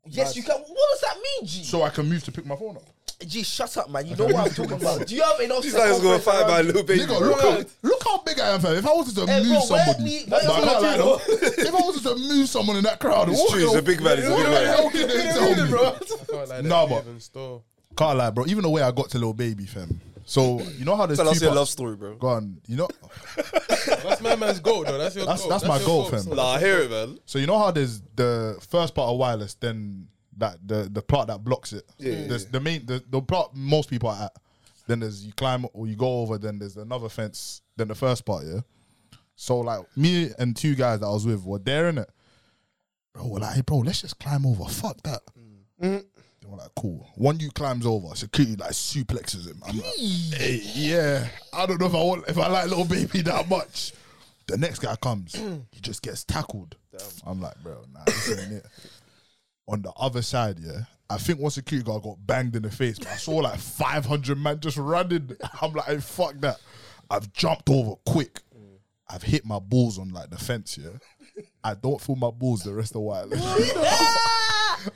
S5: Yes, you can. What does that mean, G?
S6: So I can move to pick my phone up.
S5: G, shut up, man. You know what I'm talking about. Do you have enough?
S2: These guys gonna
S5: circumference
S2: fight by
S5: around
S2: a little baby.
S6: Nigga, look how, look how big I am, fam. If I wanted to
S5: Hey,
S6: move
S5: bro, where
S6: somebody,
S5: me-
S6: but I
S5: where
S6: can't
S5: me
S6: lie though. if I wanted to move someone in that crowd,
S2: It's
S6: what
S2: true, he's
S6: the-
S2: a big man, he's a
S6: what
S2: big
S6: the
S2: man.
S6: hell did they tell me?
S4: I can't like
S6: Nah,
S4: that.
S6: but-
S4: even store.
S6: Can't lie, bro. Even the way I got to little baby, fam. So you know how there's
S2: Tell
S6: two
S2: us your
S6: parts-
S2: love story, bro.
S6: Go on. You know,
S4: That's my man's goal, though. That's your
S6: That's-
S4: goal.
S6: that's my
S4: your
S6: goal,
S4: goal,
S6: fam.
S4: so-
S2: Nah, I hear it, man.
S6: so you know how there's the first part of wireless, then that the the part that blocks it.
S2: Yeah,
S6: There's the main the, the part most people are at. Then there's you climb or you go over. Then there's another fence. Then the first part, yeah. So like me and two guys that I was with were there in it. Bro, we're like, hey, bro, let's just climb over. Fuck that. They were like, cool. One dude climbs over, security like suplexes him. I'm like, hey, yeah. I don't know if I want if I like little baby that much. The next guy comes, he just gets tackled. I'm like, bro, nah, this ain't it. On the other side, yeah. I think one security guard got banged in the face, but I saw like 500 man just running. I'm like, hey, fuck that. I've jumped over quick. I've hit my balls on like the fence, yeah. I don't feel my balls the rest of the while.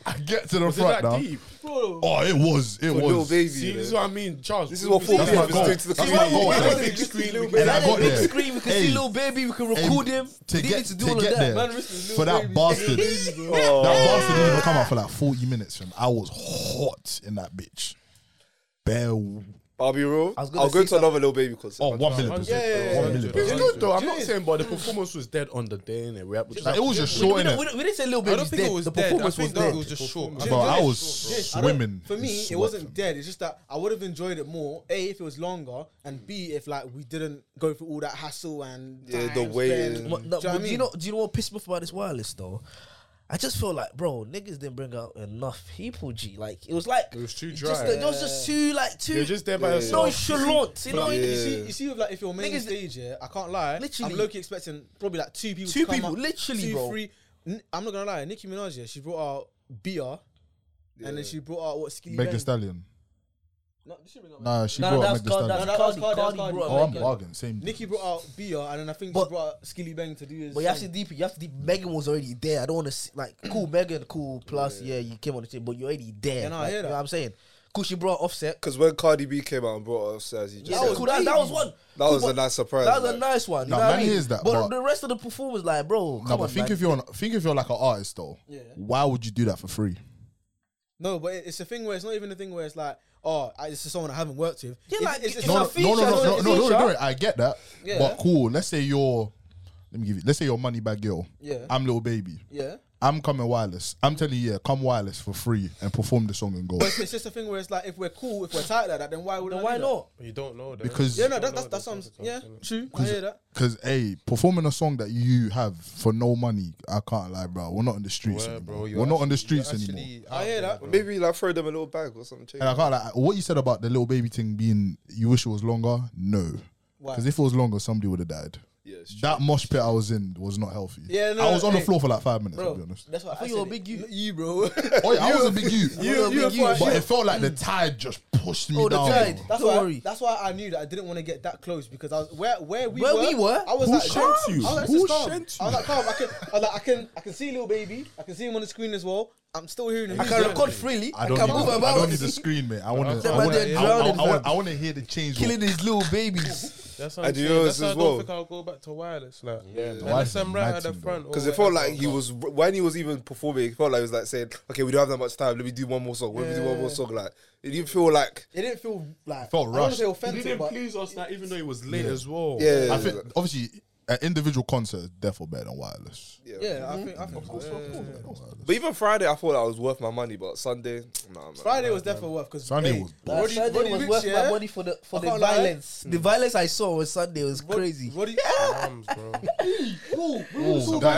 S6: I get to the front now. Oh, it was. It was.
S2: Little baby.
S8: See, this is
S2: yeah.
S8: what I mean, Charles.
S2: This is what
S8: we-
S2: four
S8: we-
S6: That's
S2: PM
S6: my
S2: is
S6: goal.
S2: doing to the
S6: That's
S2: community.
S6: my goal,
S2: Why
S6: fam.
S2: is it big screen, little baby?
S6: And I
S5: Had a
S6: got
S5: big
S6: there.
S5: screen. We could
S6: Hey.
S5: see little baby. We could
S6: Hey,
S5: record him.
S6: to
S5: They
S6: get
S5: need to do
S6: to
S5: all of
S6: get
S5: that.
S6: there
S5: Man,
S6: for that bastard. that bastard didn't even come out for like forty minutes, and I was hot in that bitch. Bare oh
S2: I'll be real.
S5: was gonna
S2: I'll go
S5: say
S2: to another little baby concert.
S6: one million percent, one million
S8: It's
S6: percent.
S8: good though. I'm not saying, but the performance was dead on the day, innit? We had, which is
S6: Like, it was just short,
S5: we,
S6: innit?
S5: don't- we don't- we didn't say little
S4: I
S5: baby.
S4: don't think it was
S5: The
S4: dead.
S5: performance
S4: I
S5: was
S4: think that
S5: dead.
S4: it was just short.
S6: Bro, I was swimming.
S3: For me,
S6: in
S3: it
S6: sweat,
S3: wasn't
S6: fam.
S3: dead. It's just that I would have enjoyed it more. A, if it was longer, and B, if like we didn't go through all that hassle and
S2: Yeah, the
S3: dimes,
S2: waiting.
S3: bends.
S2: Mm.
S5: What-
S3: Do
S5: no,
S3: you know what I
S5: but do
S3: mean?
S5: you know? Do you know what pissed me off about this wireless though? I just feel like, bro, niggas didn't bring out enough people. G, like it was like it
S8: was too
S5: Just,
S8: dry.
S5: it was just too like
S8: they
S5: too
S8: were just there by yourself.
S5: nonchalant. You know,
S3: Like, you
S5: it's
S3: see, you see, with, like if you're main
S5: Niggas-
S3: stage, yeah, I can't lie.
S5: Literally.
S3: I'm low expecting probably like two people. to
S5: Two
S3: come
S5: people,
S3: up,
S5: literally,
S3: two,
S5: bro.
S3: Three. N- I'm not gonna lie. Nicki Minaj, yeah, she brought out Bia, and then she brought out what Skilly
S6: Meg
S3: Ben.
S6: Thee Stallion.
S3: No, did she bring out Meg?
S6: Nah, she
S5: No, no,
S6: brought
S5: that
S6: up
S5: was
S6: Meg Thee
S5: Cardi-
S6: Stallion.
S5: that
S3: Cardi,
S5: was Cardi,
S3: Cardi
S5: Cardi
S3: brought
S5: brought
S6: Oh, I'm
S5: Meg.
S6: bargaining. Same.
S3: Nicki brought out Bia, and then I think
S5: But-
S3: she brought out Skilly Bang to do his.
S5: But you have to
S3: song.
S5: deep. it, You have to deep. Megan was already there. I don't want to like cool Megan, cool. Plus, yeah, you came on the team, but you're already there.
S3: Yeah, no, I
S5: like,
S3: hear
S5: you know
S3: that.
S5: what I'm saying? Cool, she brought Offset.
S2: Because when Cardi B came out and brought us, as you just
S5: That
S2: said,
S5: was cool. That, that was one.
S2: that
S5: cool,
S2: was a
S5: but-
S2: nice surprise.
S5: That was a
S2: like.
S5: nice one. You
S6: Nah,
S5: know what I
S6: man
S5: mean?
S6: hears that,
S5: But,
S6: but-
S5: the rest of the performance, like, bro, come
S6: No,
S5: on,
S6: but think
S5: man.
S6: if you're an, think if you're like an artist though. Why would you do that for free?
S3: No, but it- it's a thing where it's not even a thing where it's like, oh, I- it's just someone I haven't worked with.
S5: Yeah,
S3: It's-
S5: like,
S3: it's,
S5: it's
S3: it's
S6: no,
S5: a
S6: no,
S5: feature,
S6: no, no,
S5: it's a
S6: no, no, no,
S5: feature.
S6: no, no, I get that.
S3: Yeah.
S6: But cool. Let's say you're. Let me give you. Let's say you're Money Bag Girl.
S3: Yeah.
S6: I'm little baby.
S3: yeah.
S6: I'm coming wireless. I'm telling you, yeah, come wireless for free and perform the song and go.
S3: But it's, it's just a thing where it's like, if we're cool, if we're tight like that, then why wouldn't?
S5: Then
S3: I
S5: why
S3: do that?
S5: not?
S4: But you don't know that.
S6: Because
S3: Yeah, no, that, that's that's what I'm. Yeah, true. I hear that.
S6: Because hey, performing a song that you have for no money, I can't lie, bro. We're not on the streets
S4: Where,
S6: anymore.
S4: bro,
S6: We're
S4: you're
S6: not on the
S4: actually-
S6: streets
S4: you're
S6: anymore.
S4: actually
S3: I
S4: out
S3: hear
S4: there,
S3: that.
S4: bro.
S2: Maybe like throw them a little bag or something.
S6: And I can't lie. What you said about the little baby thing being, you wish it was longer. No,
S3: Why?
S6: because if it was longer, somebody would have died.
S2: Yeah, it's true.
S6: That mosh pit I was in was not healthy.
S3: Yeah, no,
S6: I was on the
S3: hey,
S6: floor for like five minutes. I'll be
S3: bro,
S6: honest.
S3: That's what I
S5: thought you were a big you.
S3: Not You, bro.
S6: Oh yeah, I was a big you.
S3: you- you-
S6: big
S3: you-
S6: But it felt like the tide just pushed me
S5: Oh, the
S6: down.
S5: tide.
S6: bro.
S3: That's
S5: Don't
S3: why.
S5: worry.
S3: That's why I knew that I didn't want to get that close because I was where where we
S5: Where
S3: were.
S5: we were?
S3: I was
S6: Who
S3: like,
S6: sent
S3: calm.
S6: you?
S3: I was like,
S6: Who
S3: this is calm.
S6: sent
S3: I was like, calm. I can. I was like, I can. I can see little baby. I can see him on the screen as well. I'm still hearing him.
S5: I can record freely.
S6: I
S5: I
S6: don't,
S5: can
S6: need,
S5: move
S6: the- I don't
S5: about.
S6: need the screen, mate. I want to.
S5: Them
S6: I
S5: man,
S6: want
S5: they're
S6: to.
S5: drowning, fam.
S6: I want to hear the change.
S5: Killing these little babies.
S4: That's what
S2: I
S4: I'm
S2: do
S4: saying.
S2: yours
S4: That's why I
S2: as
S4: don't
S2: well.
S4: think I'll go back to wireless. Like, yeah,
S6: wireless
S4: unless
S6: is
S4: I'm right at
S6: mad
S4: the
S6: thing,
S4: front.
S2: Because
S4: or
S2: it felt
S4: whatever,
S2: like he
S4: but-
S2: was when he was even performing. It felt like he was like saying, "Okay, we don't have that much time. Let me do one more song. Let me do one more song." Like it didn't feel like
S3: It didn't feel like. I
S6: felt
S3: don't wanna
S6: rushed.
S3: say
S8: He
S3: offensive,
S8: didn't
S3: but
S8: please us that even though he was late as well.
S2: yeah.
S6: I think obviously an individual concert is definitely better than wireless.
S2: yeah.
S3: yeah, I think. I think. yeah, yeah, yeah.
S2: But even Friday, I thought I was worth my money. But Sunday, nah, man.
S3: Friday was definitely worth because
S6: Sunday was
S5: Like,
S3: Roddy,
S5: Sunday
S3: Roddy
S5: was
S3: Ricch,
S5: worth
S3: yeah?
S5: my money for the for
S3: I
S5: the
S3: can't lie.
S5: violence. The violence I saw on Sunday was crazy.
S3: Roddy,
S4: Arms, bro.
S6: Oh, that was-
S5: Why am I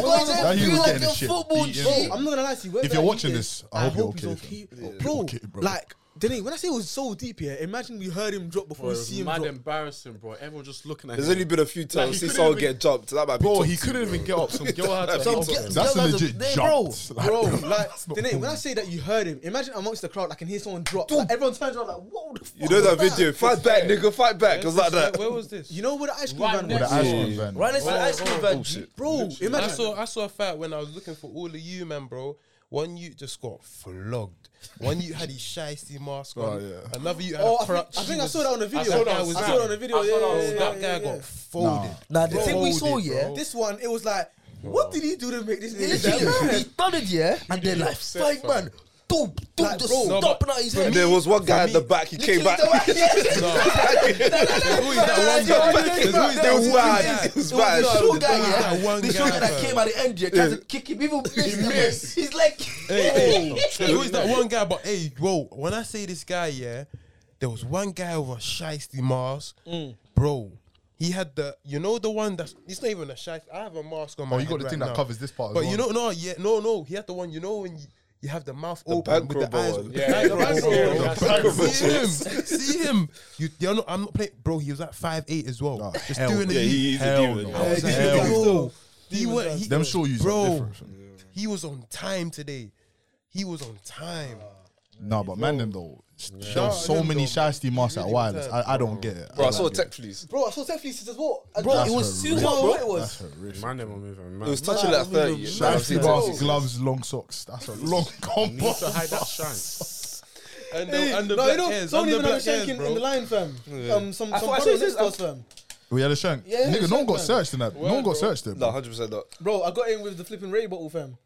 S5: going
S6: Now
S5: to
S6: he
S5: feel
S6: was
S5: like
S6: getting
S5: a
S6: shit
S5: football
S6: beaten.
S5: G?
S3: I'm not gonna lie to you.
S6: If you're watching this, I hope you're okay,
S3: Bro,
S6: okay, bro.
S3: like Didn't he? When I say it was so deep here, imagine we heard him drop before
S8: Bro, it
S3: we see
S8: was
S3: him
S8: mad
S3: drop.
S8: embarrassing, bro. Everyone just looking at
S2: There's
S8: him.
S2: only been a few times
S8: he
S2: see
S8: couldn't
S2: someone
S8: even-
S2: get jumped. That might be
S8: bro,
S2: top
S8: he couldn't even get up. Some girl had to
S5: Some
S8: help
S5: ge-
S8: him.
S6: That's a
S5: girls are-
S6: legit
S5: they-
S6: jump. Like,
S3: Bro, like,
S6: that's not
S3: didn't it?
S6: cool.
S3: When I say that you heard him, imagine amongst the crowd, I can hear someone drop. Like, everyone turns around like, "Whoa!" The fuck
S2: You know that
S3: was
S2: video? Fight back, nigga, fight back. It was like that.
S4: Where was this?
S3: You know where the ice cream
S8: Right
S3: van
S8: next
S6: The
S3: was?
S8: to
S6: ice
S8: Yeah.
S6: cream van.
S5: Right next to the ice cream van.
S3: Bro,
S4: I
S3: imagine.
S4: saw I saw a fight when I was looking for all of you, man, bro. One you just got flogged. One you had his shiesty mask on.
S6: yeah.
S4: Another you had
S3: Oh,
S4: a
S3: I think,
S4: crutch.
S3: I think I
S4: He
S3: saw that on the video. I
S4: saw that was
S3: I
S4: that.
S3: saw it on the video. Yeah, yeah,
S4: was-
S3: yeah,
S4: that
S3: yeah,
S4: guy
S3: yeah.
S4: got folded.
S5: Nah, the thing we saw,
S4: Folded,
S5: yeah,
S4: bro.
S3: This one, it was like, what did he do to make this
S5: He
S3: nigga die?
S5: literally he done it, yeah, and then like five man, dope, dope,
S3: Like,
S5: just
S3: bro, no,
S5: stomping out his head.
S2: And there was one guy
S4: for
S2: at the
S4: me-
S2: back. He came back.
S4: There's always that one guy. There's always
S2: It
S4: that
S2: was
S4: one
S2: bad.
S4: guy.
S2: It was
S5: It was the
S2: bad.
S5: short guy,
S4: that
S5: yeah.
S4: one
S5: the short
S4: guy,
S5: guy that
S4: bro.
S5: came at the end, yeah, tried to kick him, even missed.
S4: missed.
S5: He's like,
S4: There's always that one guy, but hey, bro, when I say this guy, yeah, there was one guy with a shiesty mask,
S2: Mm.
S4: bro. He had the, you know, the one that's. It's not even a shiesty. I have a mask on my.
S6: Oh, you
S4: head
S6: got the
S4: right
S6: thing that
S4: now.
S6: covers this part as
S4: But you know,
S6: well.
S4: no, yeah, no, no. He had the one, you know, when you, you have the mouth open
S2: bankroll
S4: with the eyes.
S2: one.
S4: Yeah, the bankroll
S8: bankroll
S4: one.
S8: one.
S4: See him, see him. You, you're not. I'm not playing, bro. He was at five eight as well. Just doing
S2: Yeah,
S4: it.
S2: he's a demon.
S4: I was like,
S6: Hell
S4: bro,
S6: no.
S4: he wa- he-
S6: Them show you
S4: bro.
S6: different. fam.
S4: He was on time today. He was on time.
S6: Nah, but man, them though.
S4: Nah,
S6: Show so
S4: them
S6: many
S4: though, man.
S6: shiesty masks at
S4: Really
S6: wireless.
S4: returned,
S6: I, I don't get it.
S2: Bro, I saw tech police.
S3: Bro, I saw Seth Lee as well. And
S5: bro,
S3: that-
S5: it was too hot, bro. It was.
S8: Man, them were moving.
S2: It
S8: Man,
S2: was touching it at 30. yeah. I've seen
S6: Shiesty
S2: tech
S6: masks,
S2: police.
S6: gloves, long socks. That's a long combo.
S8: needs to hide that shine.
S4: And
S3: Hey,
S4: the, and the
S3: no,
S4: black
S3: you know,
S4: hairs,
S3: someone
S4: and the
S3: even had a
S4: black
S3: shank
S4: hairs,
S3: in,
S4: bro.
S3: in the line, fam. Um, some
S5: I
S3: some
S5: thought I
S3: brother
S5: said
S3: next
S5: this-
S3: to us, fam.
S6: We had a shank.
S3: Yeah,
S6: Nigga, no one
S3: shank,
S6: got
S3: man.
S6: searched in that. No one got
S4: bro.
S6: searched there.
S2: No,
S6: bro.
S2: 100% not.
S3: Bro, I got in with the flipping Ray bottle, fam.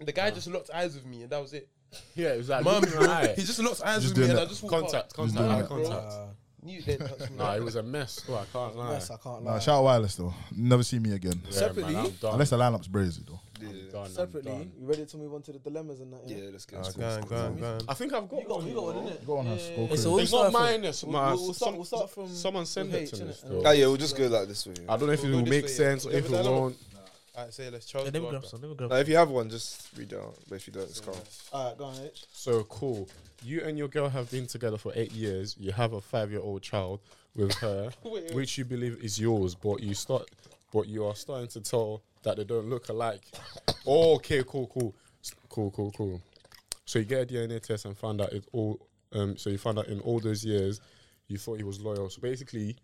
S4: The guy just locked eyes with me, and that was it.
S8: Yeah, it was like
S4: Mum,
S8: looking in the eye.
S4: he just locked eyes
S6: Just
S4: with me,
S6: doing
S4: and I
S6: that.
S4: just walked past.
S8: Contact, contact,
S6: doing
S8: eye
S6: that.
S8: contact.
S4: Knew you didn't touch me.
S8: Nah, it was a mess. Oh, I can't lie.
S3: Yes, I can't
S6: Nah,
S3: lie.
S6: shout out wireless though. Never see me again.
S8: Yeah,
S3: Separately-
S8: man, I'm done.
S6: Unless the lineup's brazy though.
S8: I'm done, I'm
S3: Separately,
S8: done.
S3: you ready to move on to the dilemmas and that?
S2: Yeah, let's
S6: Nah,
S2: get
S6: go
S2: it.
S6: on,
S4: Go on, go on.
S8: I think I've got.
S3: You got, you got one, innit?
S6: Go on, have
S3: Yeah,
S6: go
S3: yeah,
S5: It's
S6: crazy.
S8: It's
S5: always
S8: not
S5: not mine.
S8: mine. It's
S3: We'll-
S8: my.
S3: we'll- we'll start-
S8: some-
S3: we'll start from-
S8: Someone send
S3: from
S8: it to
S3: H,
S8: me.
S3: innit?
S8: still.
S2: Ah, yeah, we'll just go like this way.
S8: I don't know if it
S4: We'll
S8: will
S4: go
S8: make
S4: this way, yeah.
S8: sense or
S4: Yeah,
S8: if it
S4: but I don't-
S8: won't.
S4: Alright, say let's Charles.
S5: Let me
S4: go
S5: grab
S4: up.
S5: some. Let me grab.
S2: Now, if you have one, just read it out. But if you don't, it's calm.
S3: All right, go on, H.
S8: So cool. You and your girl have been together for eight years. You have a five-year-old child with her, which you believe is yours, but you start, but you are starting to tell that they don't look alike. oh, okay, cool, cool, S- cool, cool, cool. So you get a DNA test and find out it all. Um, so you found out in all those years, you thought he was loyal. So basically,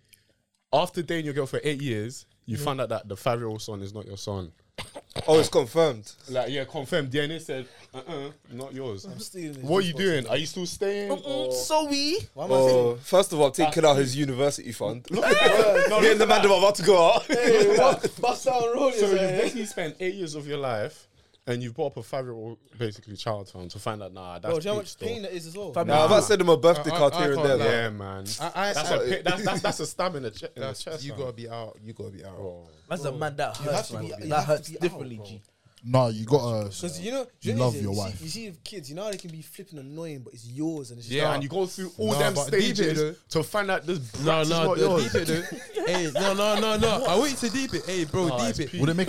S8: after dating your girl for eight years, you found out that the five-year-old son is not your son.
S2: Oh, it's confirmed.
S8: Like, yeah, confirmed. DNA said, uh-uh, not yours.
S3: I'm stealing this.
S8: What are you doing? Are you still staying?
S3: Oh.
S8: or-
S5: Sorry.
S3: Why am I saying
S2: Oh, first of all, I'm taking out his university fund. Me and the man are about to go out.
S3: Bust down roll
S8: So you
S3: is
S8: basically spent eight years of your life and you bought up a five year old basically child from to find out nah that's
S3: Bro, do you know how
S8: bitch
S3: much
S8: though.
S3: pain that is as well?
S2: Nah, I've about to send him a birthday
S4: I- I-
S2: card
S4: I
S2: here and
S4: can't
S2: there.
S4: lie.
S2: though.
S8: Yeah man.
S4: I, I,
S8: That's
S4: I-
S8: a pi- that's, that's that's a stab in the, che- in the
S4: that's-
S8: chest.
S4: you
S8: man.
S4: gotta be out. You gotta be out.
S8: Bro.
S5: That's a man that
S3: have
S5: hurts,
S3: to be-
S5: man.
S3: you
S5: That
S3: have to
S5: hurts
S3: be out,
S5: differently,
S3: bro.
S5: G.
S6: Nah, you gotta.
S3: Because you know,
S6: You
S3: you know what
S6: love
S3: it is,
S6: your
S3: you
S6: wife.
S3: See, you see with kids, you know how they can be flipping annoying, but it's yours and it's just
S8: Yeah,
S3: like-
S8: and you go through all
S4: Nah,
S8: them
S4: but DJ though-
S8: stages to find out this
S4: No,
S8: brat's
S4: no,
S8: not
S4: the
S8: yours.
S4: deep it, dude. hey, no, no, no, no. I want you to deep it. Hey, bro, deep it.
S6: Would it make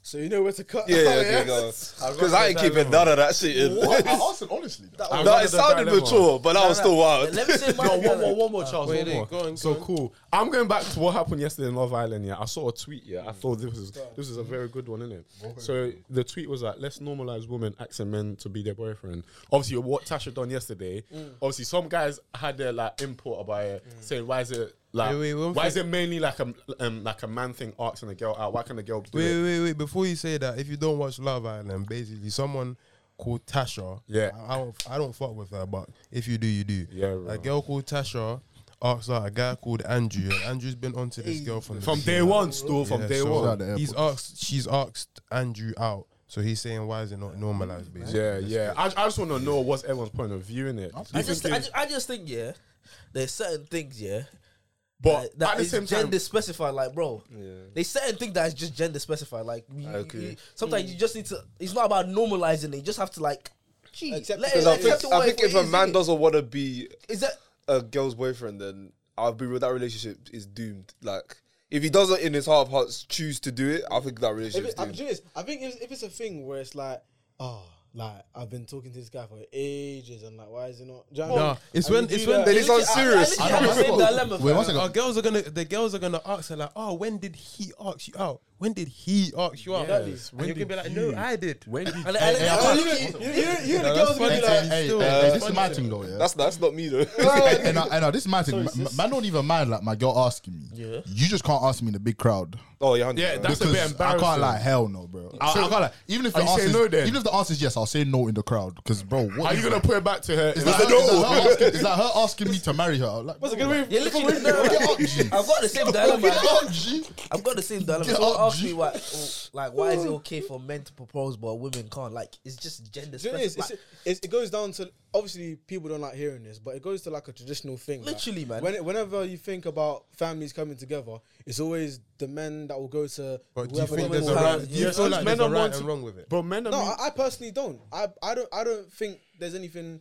S3: so you know where to cut.
S2: Yeah, yeah,
S3: out,
S2: okay, go. Because I ain't keeping none of that shit in.
S6: What? I asked it honestly. though.
S2: No, it sounded
S8: dilemma.
S2: mature, but I was still wild.
S5: Let me say mine.
S8: No, one
S5: yeah.
S8: more, one more, Charles.
S4: wait,
S8: one more.
S4: wait, go on,
S8: so
S4: go on.
S8: cool. I'm going back to what happened yesterday in Love Island. Yeah, I saw a tweet. Yeah,
S4: Mm.
S8: I thought this was this is a very good one, isn't it? So the tweet was like, "Let's normalize women asking men to be their boyfriend." Obviously, what Tasha done yesterday.
S4: Mm.
S8: Obviously, some guys had their like input about it, saying, "Why is it like?
S4: Wait, wait, one
S8: why is it mainly like a um, like a man thing asking a girl out? Why can a girl do
S4: Wait,
S8: it?"
S4: wait, wait. Before you say that, if you don't watch Love Island, basically someone called Tasha.
S8: Yeah.
S4: I, I don't. I don't fuck with her, but if you do, you do.
S8: Yeah, bro.
S4: A girl called Tasha asked out a guy called Andrew, and Andrew's been onto this girl from the
S8: From day
S4: beginning.
S8: one, still from
S4: Yeah,
S8: day
S4: so
S8: one.
S6: At the
S4: He's asked. She's asked Andrew out. So he's saying, why is it not normalized, basically?
S8: Yeah, yeah. I, I just want to know what's everyone's point of view in it.
S5: I just, I just, I just think, yeah, there's certain things, yeah,
S8: But
S5: that
S8: at the
S5: is
S8: same time,
S5: gender specified. Like, bro, there's certain things that is just gender specified. Like, you, you-
S2: agree. Mm.
S5: you- sometimes you just need to. It's not about normalizing it. You just have to like, gee,
S3: Accept
S5: let
S3: it.
S5: it.
S2: Because I
S5: Let it
S2: think,
S5: for
S2: I
S5: what
S2: think
S5: it
S2: if a
S5: is,
S2: man
S5: innit?
S2: doesn't want to be
S5: is that
S2: a girl's boyfriend, then I'll be real. That relationship is doomed. Like, if he doesn't in his heart of hearts choose to do it, I think that
S3: If
S2: relationship is
S3: it, I'm
S2: doomed.
S3: serious. I think if, if it's a thing where it's like, oh, like I've been talking to this guy for ages, and like, why is it not? Do you know what I
S4: Nah,
S3: mean?
S4: it's
S3: And
S4: when
S3: you
S4: it's
S3: do
S4: when
S3: that-
S2: Then it's
S5: literally-
S2: unserious.
S5: I, I literally had the same dilemma.
S6: Wait, one
S5: fam.
S6: second.
S4: Our girls are gonna the girls are gonna ask her like, oh, when did he ask you out? When did he ask you out?
S8: Yes,
S4: And
S8: when
S4: you're gonna be
S8: did
S4: like,
S8: you?
S4: no, I did.
S8: When did
S5: And- and-
S6: Hey,
S5: and-
S6: hey,
S5: and-
S6: I-
S5: and-
S3: oh, You, you, you and
S2: No,
S3: the
S2: that's
S3: girls gonna be
S6: Hey,
S3: like,
S6: hey,
S4: still-
S6: hey, hey, this is
S4: Funny
S6: my
S4: though.
S6: thing though, yeah.
S2: That's that's not me though.
S6: and I, and I, this is my thing. M- Man don't even mind like my girl asking me.
S5: Yeah.
S6: You just can't ask me in a big crowd.
S2: oh yeah, 100%.
S8: Yeah, that's a bit
S6: Because I can't
S8: embarrassing.
S6: like hell no, bro. I, I
S7: So-
S6: can't like even if the
S7: Are you saying
S6: answer is,
S7: no then?
S6: even if the answer is yes, I'll say no in the crowd because bro,
S7: Are
S6: what is
S7: you gonna
S6: that?
S7: put it back to her?
S6: It's
S7: Is
S6: like,
S7: that
S6: her- it's like her asking, it's like her asking me to marry her. I'm Like,
S3: "What's a
S6: bro,
S3: good way?"
S5: Yeah, literally, no, I've got the same dilemma.
S6: Get up, G.
S5: I've got the same dilemma.
S6: Get
S5: Someone
S6: up,
S5: asked
S6: G.
S5: me why, oh, like, why is it okay for men to propose but women can't? Like, it's just gender
S3: Do you know what it is?
S5: specific.
S3: It's, it's, it goes down to obviously people don't like hearing this, but it goes to like a traditional thing. like,
S5: Literally, man.
S3: When, whenever you think about families coming together, it's always the men that will go to.
S4: But do you
S3: whoever
S4: think
S3: they
S4: there's a
S3: call.
S5: Yeah,
S4: right? Do you
S5: yeah.
S4: feel like
S7: Men
S4: there's a
S7: are
S4: right
S7: wanting-
S4: and wrong with it?
S8: But men, are
S3: No,
S8: mean-
S3: I, I personally don't. I, I don't. I don't think there's anything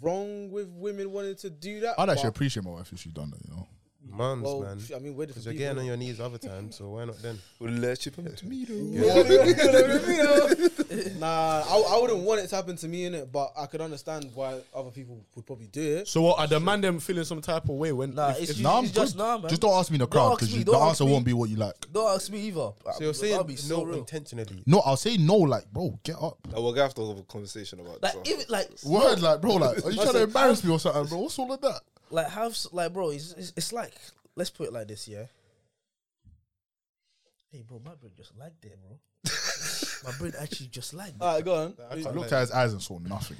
S3: wrong with women wanting to do
S8: Oh,
S3: that.
S6: I'd actually
S3: but-
S6: appreciate my wife if she done that. You know,
S4: Mums,
S3: well,
S4: man.
S3: I mean, we're different
S4: Because you're
S3: people.
S4: getting on your knees other time, so why not then?
S2: Relationship to me though.
S3: Nah, Uh, I, I wouldn't want it to happen to me in it, but I could understand why other people would probably do it.
S8: so what? Are the man them feeling some type of way when?
S5: Nah,
S8: if-
S5: it's
S8: if-
S5: you-
S6: nah, I'm
S5: just
S6: good.
S5: nah, man.
S6: Just don't ask me in the
S5: Don't
S6: crowd
S5: ask
S6: because
S5: me,
S6: the
S5: don't ask
S6: answer
S5: me.
S6: won't be what you like.
S5: Don't ask me either.
S4: So you're saying
S5: I'll be so
S4: no
S5: real.
S4: intentionally.
S6: No, I'll say no. Like, bro, get up.
S2: We're gonna have to have a conversation about
S5: Like,
S2: this.
S5: even like,
S6: Word, like, bro, like, are you trying to embarrass me or something, bro? What's all of that?
S5: like, have s- like, bro. It's, it's it's like, let's put it like this, yeah. Hey, bro, my brain just lagged there, bro. my brain actually just lagged. there.
S3: All right, go on.
S6: I looked at his eyes and saw nothing.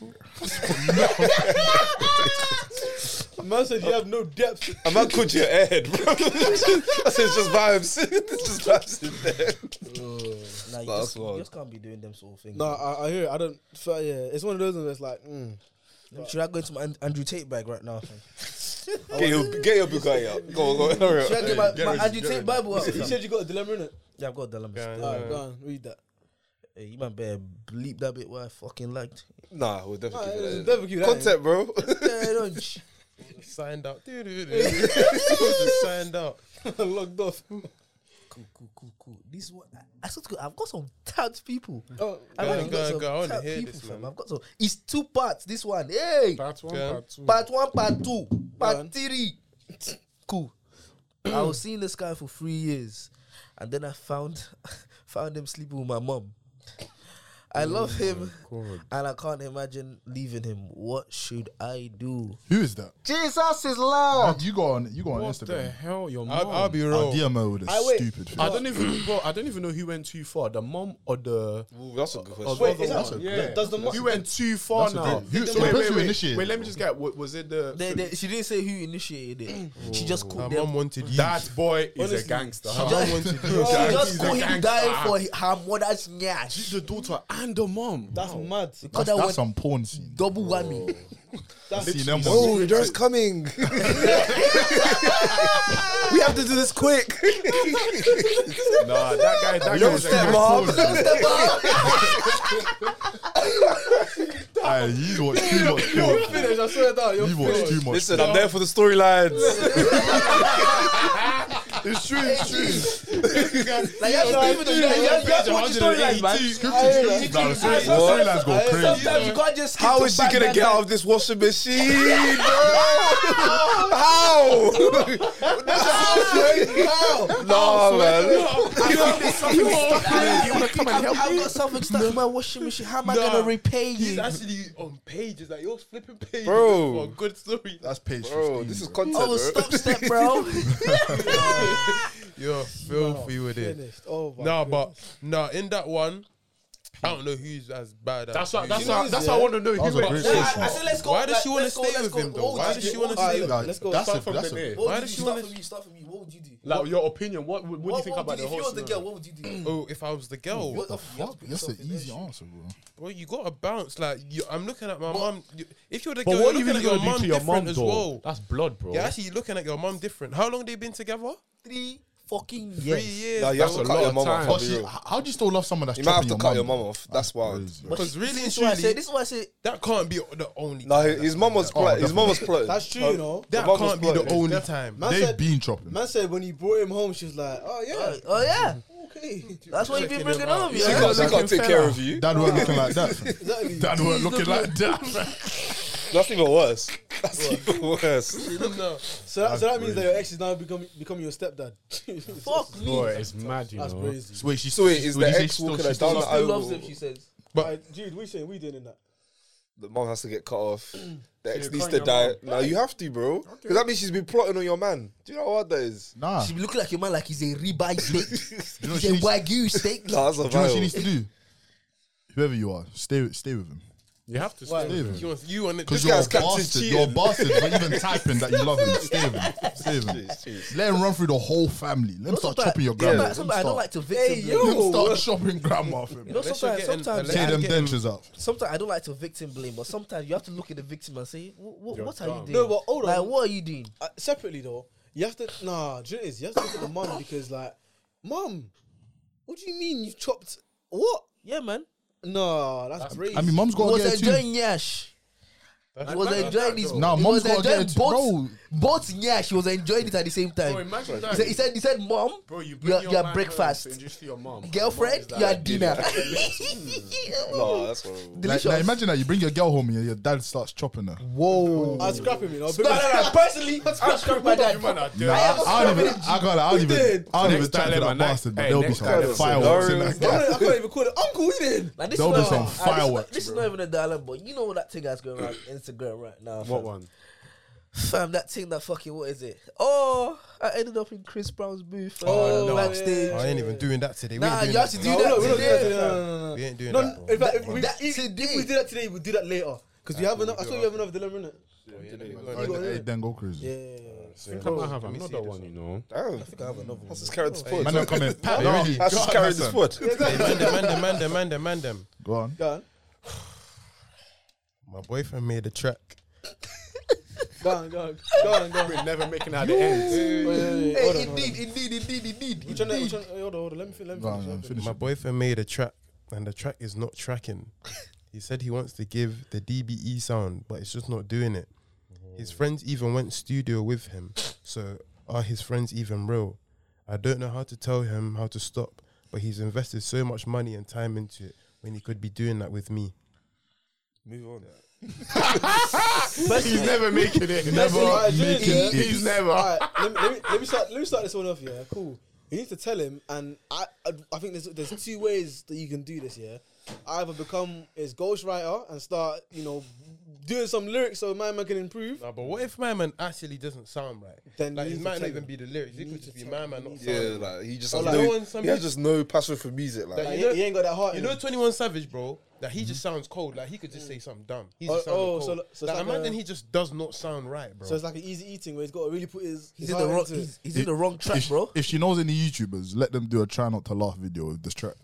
S3: Man said you have no depth.
S2: I'm not good your head, bro. I said it's just vibes. it's just vibes in there.
S5: Nah, you
S2: That's
S5: just, you
S2: wild.
S5: just can't be doing them sort of things.
S3: No,
S5: Nah,
S3: I, I hear. It. I don't. So, yeah, it's one of those ones that's like, mm.
S5: should I go into my An- Andrew Tate bag right now? fam?
S2: Get your get your Bugatti out. Go on, go on.
S5: Should I get my, my Andrew Tate Bible out?
S3: you
S5: fam?
S3: said you got a dilemma in it.
S5: Yeah, I've got a dilemma.
S4: Yeah,
S3: All right, go on, read that.
S5: Hey, you man better bleep that bit where I fucking liked.
S2: Nah, we'll definitely
S3: Nah,
S2: keep it.
S3: definitely keep that in.
S2: Content, bro.
S5: yeah, don't. sh-
S4: Signed out. Signed out.
S3: Logged off.
S5: Cool, cool, cool, cool. This is what I, I swear to God, I've got some tapped people.
S3: Oh,
S5: I've
S4: Go on,
S5: actually
S4: go on,
S5: some
S4: go on, I wanna
S5: tapped
S4: hear this,
S5: fam.
S4: man.
S5: I've got some. It's two parts. This one, hey,
S8: Part one,
S4: Yeah.
S8: part two.
S5: part one, part two,
S3: on.
S5: part three. Cool. I was seeing this guy for three years, and then I found found him sleeping with my mom. I love
S4: Oh
S5: him, and I can't imagine leaving him. What should I do?
S6: Who is that?
S5: Jesus is love.
S6: you go on. You go on
S8: what the
S6: Instagram.
S8: hell, your mom?
S4: I'll, I'll be
S6: I'll
S4: real.
S6: DM her with a
S3: I wait.
S6: stupid.
S8: I
S6: Face.
S8: don't even, bro. I don't even know who went too far, the mom or the.
S2: Ooh, that's a good
S8: or
S2: question.
S8: the
S3: Wait, is
S8: other
S3: that-
S8: one.
S3: yeah. Does the mom-
S8: You went too far
S6: That's what
S8: now.
S6: they- you-
S8: So
S6: so the
S8: wait,
S6: person
S8: wait,
S6: who
S8: wait.
S6: initiated
S8: Wait,
S6: it,
S8: let me
S6: bro.
S8: just get. wa- Was it the?
S5: They, they, she didn't say who initiated it. she just
S4: Her
S5: called them.
S4: mum wanted you.
S8: that boy is
S3: Honestly,
S8: a gangster.
S5: She
S8: Her
S5: just-
S8: mom wanted
S5: she
S8: you.
S3: Oh,
S5: just
S8: She's a
S5: called him
S8: gangster.
S5: dying for hi- her mother's nyash.
S8: the daughter and the mom.
S3: that's mad.
S5: Because
S6: That's,
S5: that
S6: that's
S5: was
S6: some porn scene.
S5: double whammy.
S3: That's
S6: See them ones.
S2: Oh, the drive's coming. we have to do this quick.
S8: Nah, that guy. That guy
S2: Yo,
S8: is a gangster.
S2: stepmom.
S6: Aye, you watch too much. porn.
S3: Finish, I swear down. You're
S6: You watch too much.
S2: Listen, I'm there for the storylines.
S6: It's true. It's true.
S5: Like, you have to even you have you have to watch the storyline, man.
S6: Scripted. Nah, the story- the storylines go crazy.
S5: Sometimes you can't just skip
S2: How
S5: to
S2: is she
S5: back,
S2: gonna
S5: back,
S2: get
S5: back.
S2: out of this washing machine, bro? How? How? Nah, man.
S5: You wanna come and help me? I've got something stuck in my washing machine. How am I gonna repay
S4: He's
S5: you?
S4: actually on pages. Like you're flipping pages.
S2: Bro.
S4: For a good story.
S6: That's page
S2: Bro,
S6: 15.
S2: this is
S6: bro.
S2: content,
S5: Oh,
S2: bro.
S5: stop step, bro.
S4: You're filthy with it.
S3: Finished. Oh my.
S4: No, but no, in that one, I don't know who's as bad.
S8: That's
S4: as
S8: what.
S4: you.
S8: That's
S4: You know,
S8: what. That's what I want to know.
S6: That was
S8: Who
S6: a
S8: went
S6: great
S8: too
S6: question.
S8: far?
S5: said, let's
S4: Why does she wanna
S5: let's go,
S4: stay
S5: let's
S4: with
S5: go.
S4: him, though?
S5: What would
S4: Why
S5: you
S4: does
S5: do?
S4: she wanna
S5: What would
S3: stay
S5: you
S3: with
S5: do?
S3: him?
S6: Like,
S3: let's go.
S6: That's
S4: Start
S6: a-
S4: from
S6: that's
S4: the
S6: a-
S4: name. Why
S5: What would
S4: does she
S5: you do? Start
S4: wanna-
S5: from you. Start from you. What would you do?
S8: Like your opinion. What? What do you
S5: What
S8: think
S5: would you
S8: about
S5: do?
S8: the
S5: If
S8: whole
S5: you was the girl,
S8: scenario?
S5: what would you do?
S4: Oh, if I was the girl,
S5: What the
S6: Fuck,
S5: fuck?
S6: that's an easy answer, bro.
S4: Well, you gotta bounce. Like you, I'm looking at my mum. You, if you're the
S8: But
S4: girl,
S8: what are
S4: you're
S8: you
S4: looking at
S8: really
S4: your
S8: gonna
S4: mum
S8: do to your
S4: different
S8: mom
S4: as
S8: though?
S4: well.
S8: That's blood, bro.
S4: You're actually looking at your mum different. How long they been together?
S5: Three fucking
S4: Three
S5: years.
S4: years.
S2: Nah, you have
S8: That's
S2: to
S8: a
S2: cut
S8: lot
S2: your
S8: of
S2: mum
S8: time.
S2: off. I'll
S6: But
S2: be
S6: Oh, she,
S2: real.
S6: h- how do you still love someone that's
S2: You might have
S6: chopping
S2: to
S6: your
S2: cut
S6: mum?
S2: your mum off. That's wild.
S6: Crazy.
S5: But
S4: Because
S5: she-
S4: really and
S5: this is why I
S4: truly-
S5: said. This is why I said.
S4: That can't be the only.
S2: Nah,
S4: time
S2: his
S4: that-
S2: mum was plotting. His mum was plotting.
S3: That's true, you know.
S4: That
S2: Mum was
S4: can't be the
S2: plotting.
S4: only time.
S3: Man
S6: They've
S3: said,
S6: been chopping.
S3: man said when he brought him home, she was like, oh yeah.
S5: Oh yeah.
S3: Exactly.
S5: That's what you've been bringing up.
S2: She can't, she
S5: Yeah.
S2: can't take care of you.
S6: Dad weren't looking like that.
S3: Exactly.
S6: Dad weren't looking like that.
S2: That's even worse. That's even worse.
S4: no.
S3: So, that, so that means that your ex is now becoming becoming your stepdad.
S5: Fuck me.
S8: Boy, it's mad, you
S3: That's
S8: know.
S3: crazy.
S6: Wait, she's
S2: So wait, is the ex walking her down
S5: She
S2: the
S5: still loves
S2: aisle?
S5: him. She says.
S3: But dude, we saying we doing in that.
S2: The mom has to get cut off. The ex
S8: you're
S2: needs to
S8: cutting
S2: die.
S8: your
S2: Now you have to, bro. Because that means she's been plotting on your man. Do you know what that is?
S6: Nah.
S5: She
S6: Do
S5: be looking like your man, like he's a ribeye steak.
S6: you know
S5: he's
S6: what she
S5: a
S6: needs- do
S5: wagyu steak.
S2: Nah, that's a
S6: you know what she
S2: viral.
S6: needs to do? Whoever you are, stay with- stay with him.
S8: You have to
S3: Why?
S8: stay with him.
S4: She wants you on it.
S6: Because
S2: This
S6: you're a
S2: guy's captain's
S6: bastard.
S2: cheating.
S6: You're a bastard for even typing that you love him. Stay with him. Stay with him. Let him run through the whole family. Let him start chopping your grandma.
S5: Sometimes,
S6: Let him
S5: sometimes I don't
S6: start-
S5: like to victim.
S3: Hey,
S5: blame.
S3: yo.
S6: let him start chopping grandma for
S5: You
S6: him.
S5: know,
S4: Unless you're
S5: sometimes,
S4: getting-
S5: sometimes,
S4: unless-
S6: Tear
S5: I-
S6: them
S4: Let's get him-
S6: dentures up.
S5: sometimes I don't like to victim blame, but sometimes you have to look at the victim and say, "What,
S8: You're
S5: what are you
S8: dumb.
S5: doing?
S3: No, but hold on.
S5: Like, what are you doing?"
S3: Uh, separately though, you have to nah. Do you know what it is? You have to look at the mum because like, mum, what do you mean you chopped what?
S5: Yeah, man.
S3: Nah, that's, crazy.
S6: I mean, mum's
S5: He
S6: got to
S5: was
S6: get it too.
S5: enjoying Yash. He was enjoying this.
S6: Nah,
S5: he
S6: mum's
S5: was
S6: gotta get
S5: enjoying
S6: it too.
S5: both. Both Yash, he was enjoying it at the same
S8: Bro,
S5: time.
S8: imagine
S5: He
S8: that.
S5: said, he said, he said, "Mom,
S8: Bro, you bring
S5: your,
S8: your,
S5: your
S8: man
S5: breakfast,
S8: home to introduce to your mom.
S5: girlfriend,
S8: Mom is
S5: your
S8: like,
S5: dinner."
S2: No, that's horrible.
S6: Like,
S5: Delicious.
S6: now imagine that you bring your girl home and your dad starts chopping her.
S5: Whoa.
S3: I was scrapping me. No,
S5: No, no, no. Personally, I'm scrapping my
S8: You
S5: dad.
S8: man are
S6: Nah,
S8: dirty.
S5: have a
S6: I don't even. I can't. I don't even. I don't
S8: Next
S6: even try
S8: time,
S6: to that
S8: man, like-
S6: bastard. But
S8: hey,
S6: there'll be
S8: next
S6: some
S8: time,
S2: there's
S6: fireworks in
S2: scenarios.
S6: that.
S3: No, no, I can't even call it uncle, is it?
S5: Now, this
S6: There'll
S5: is not-
S6: be some
S5: uh, this is-
S6: fireworks,
S5: This is not even a dialogue, but you know what that thing that's going around Instagram right now.
S8: What
S5: fam?
S8: one?
S5: Fam, that thing that fucking what is it? Oh, I ended up in Chris Brown's booth.
S3: Oh,
S5: Oh,
S3: no.
S5: backstage.
S4: I ain't even doing that today. We
S5: Nah,
S4: ain't
S5: you
S4: doing
S5: have to
S4: that.
S5: do
S3: No,
S5: that
S3: no, we're not doing that
S5: today.
S3: today. No, no, no,
S4: We
S3: no.
S4: ain't doing
S3: No,
S4: that.
S3: no, in fact, if we,
S5: That
S3: if,
S5: today.
S3: if we do that today, we do that later. Because you have another. I saw you have another dilemma, innit?
S6: Alright, hey, Then go crazy.
S3: Yeah, yeah, yeah.
S8: Think I might have
S4: me see
S8: another
S4: this
S8: one, you know.
S2: Damn.
S3: I have another one.
S2: That's just carrying the sport.
S6: Man, I'm coming. Pat,
S4: No,
S6: really?
S2: That's just carrying the
S6: Listen,
S2: sport.
S4: Hey, man them, man them, man them, man them, man them.
S6: Go on.
S3: Go on,
S4: My boyfriend made a track.
S3: go on, go on, go on, go on.
S8: We're never making out the end.
S3: Wait, wait, wait,
S5: Hey,
S3: hold on, hold on.
S5: indeed, indeed, indeed, indeed,
S3: We're
S5: indeed.
S3: trying to, we're trying to, hold on, hold on. Let me, fin- let me
S6: Go on, go on,
S3: finish.
S6: finish.
S4: My boyfriend made a track, and the track is not tracking. he said he wants to give the DBE sound, but it's just not doing it.
S3: Oh.
S4: His friends even went studio with him, so are his friends even real? I don't know how to tell him how to stop, but he's invested so much money and time into it when he could be doing that with me.
S2: Move on.
S8: He's never making
S3: Alright, do
S8: it.
S3: you know
S6: making
S3: what it is?
S6: it.
S8: He's never.
S3: Alright, let me, let, me, let me start. Let me start this one off. Yeah, cool. You need to tell him, and I, I, I think there's there's two ways that you can do this. Yeah, either become his ghostwriter and start, you know, doing some lyrics so my man can improve.
S4: Nah, but what if my man actually doesn't sound right?
S3: Then
S4: like
S3: you
S4: it
S3: need to
S4: might
S3: tell
S4: not even
S3: him.
S4: be the lyrics. It
S3: You
S4: could
S3: need
S4: just
S3: to
S4: be
S3: tell
S4: my
S3: him.
S4: man not
S2: Yeah,
S4: sounding.
S2: like he just
S4: Oh,
S2: has
S4: like, no one-
S2: no,
S4: some
S2: he has
S4: people-
S2: just no passion for music. Like
S4: Like,
S3: Like,
S4: you know-
S3: he ain't got that heart.
S4: You
S3: in
S4: know,
S3: him.
S4: Twenty One Savage, bro. That he just sounds cold. Like he could just say something dumb. He just
S3: Mm-hmm. Oh,
S4: sounds
S3: oh, so
S4: cold.
S3: li- so it's
S4: like,
S3: like
S4: imagine
S3: a-
S4: he just does not sound right, bro.
S3: so it's like an easy eating where he's got to really put his.
S5: He's
S3: his
S5: in
S3: heart
S5: the wrong.
S3: into it.
S5: He's, he's in the wrong track,
S6: If,
S5: bro.
S6: if she knows any YouTubers, let them do a try not to laugh video with this track.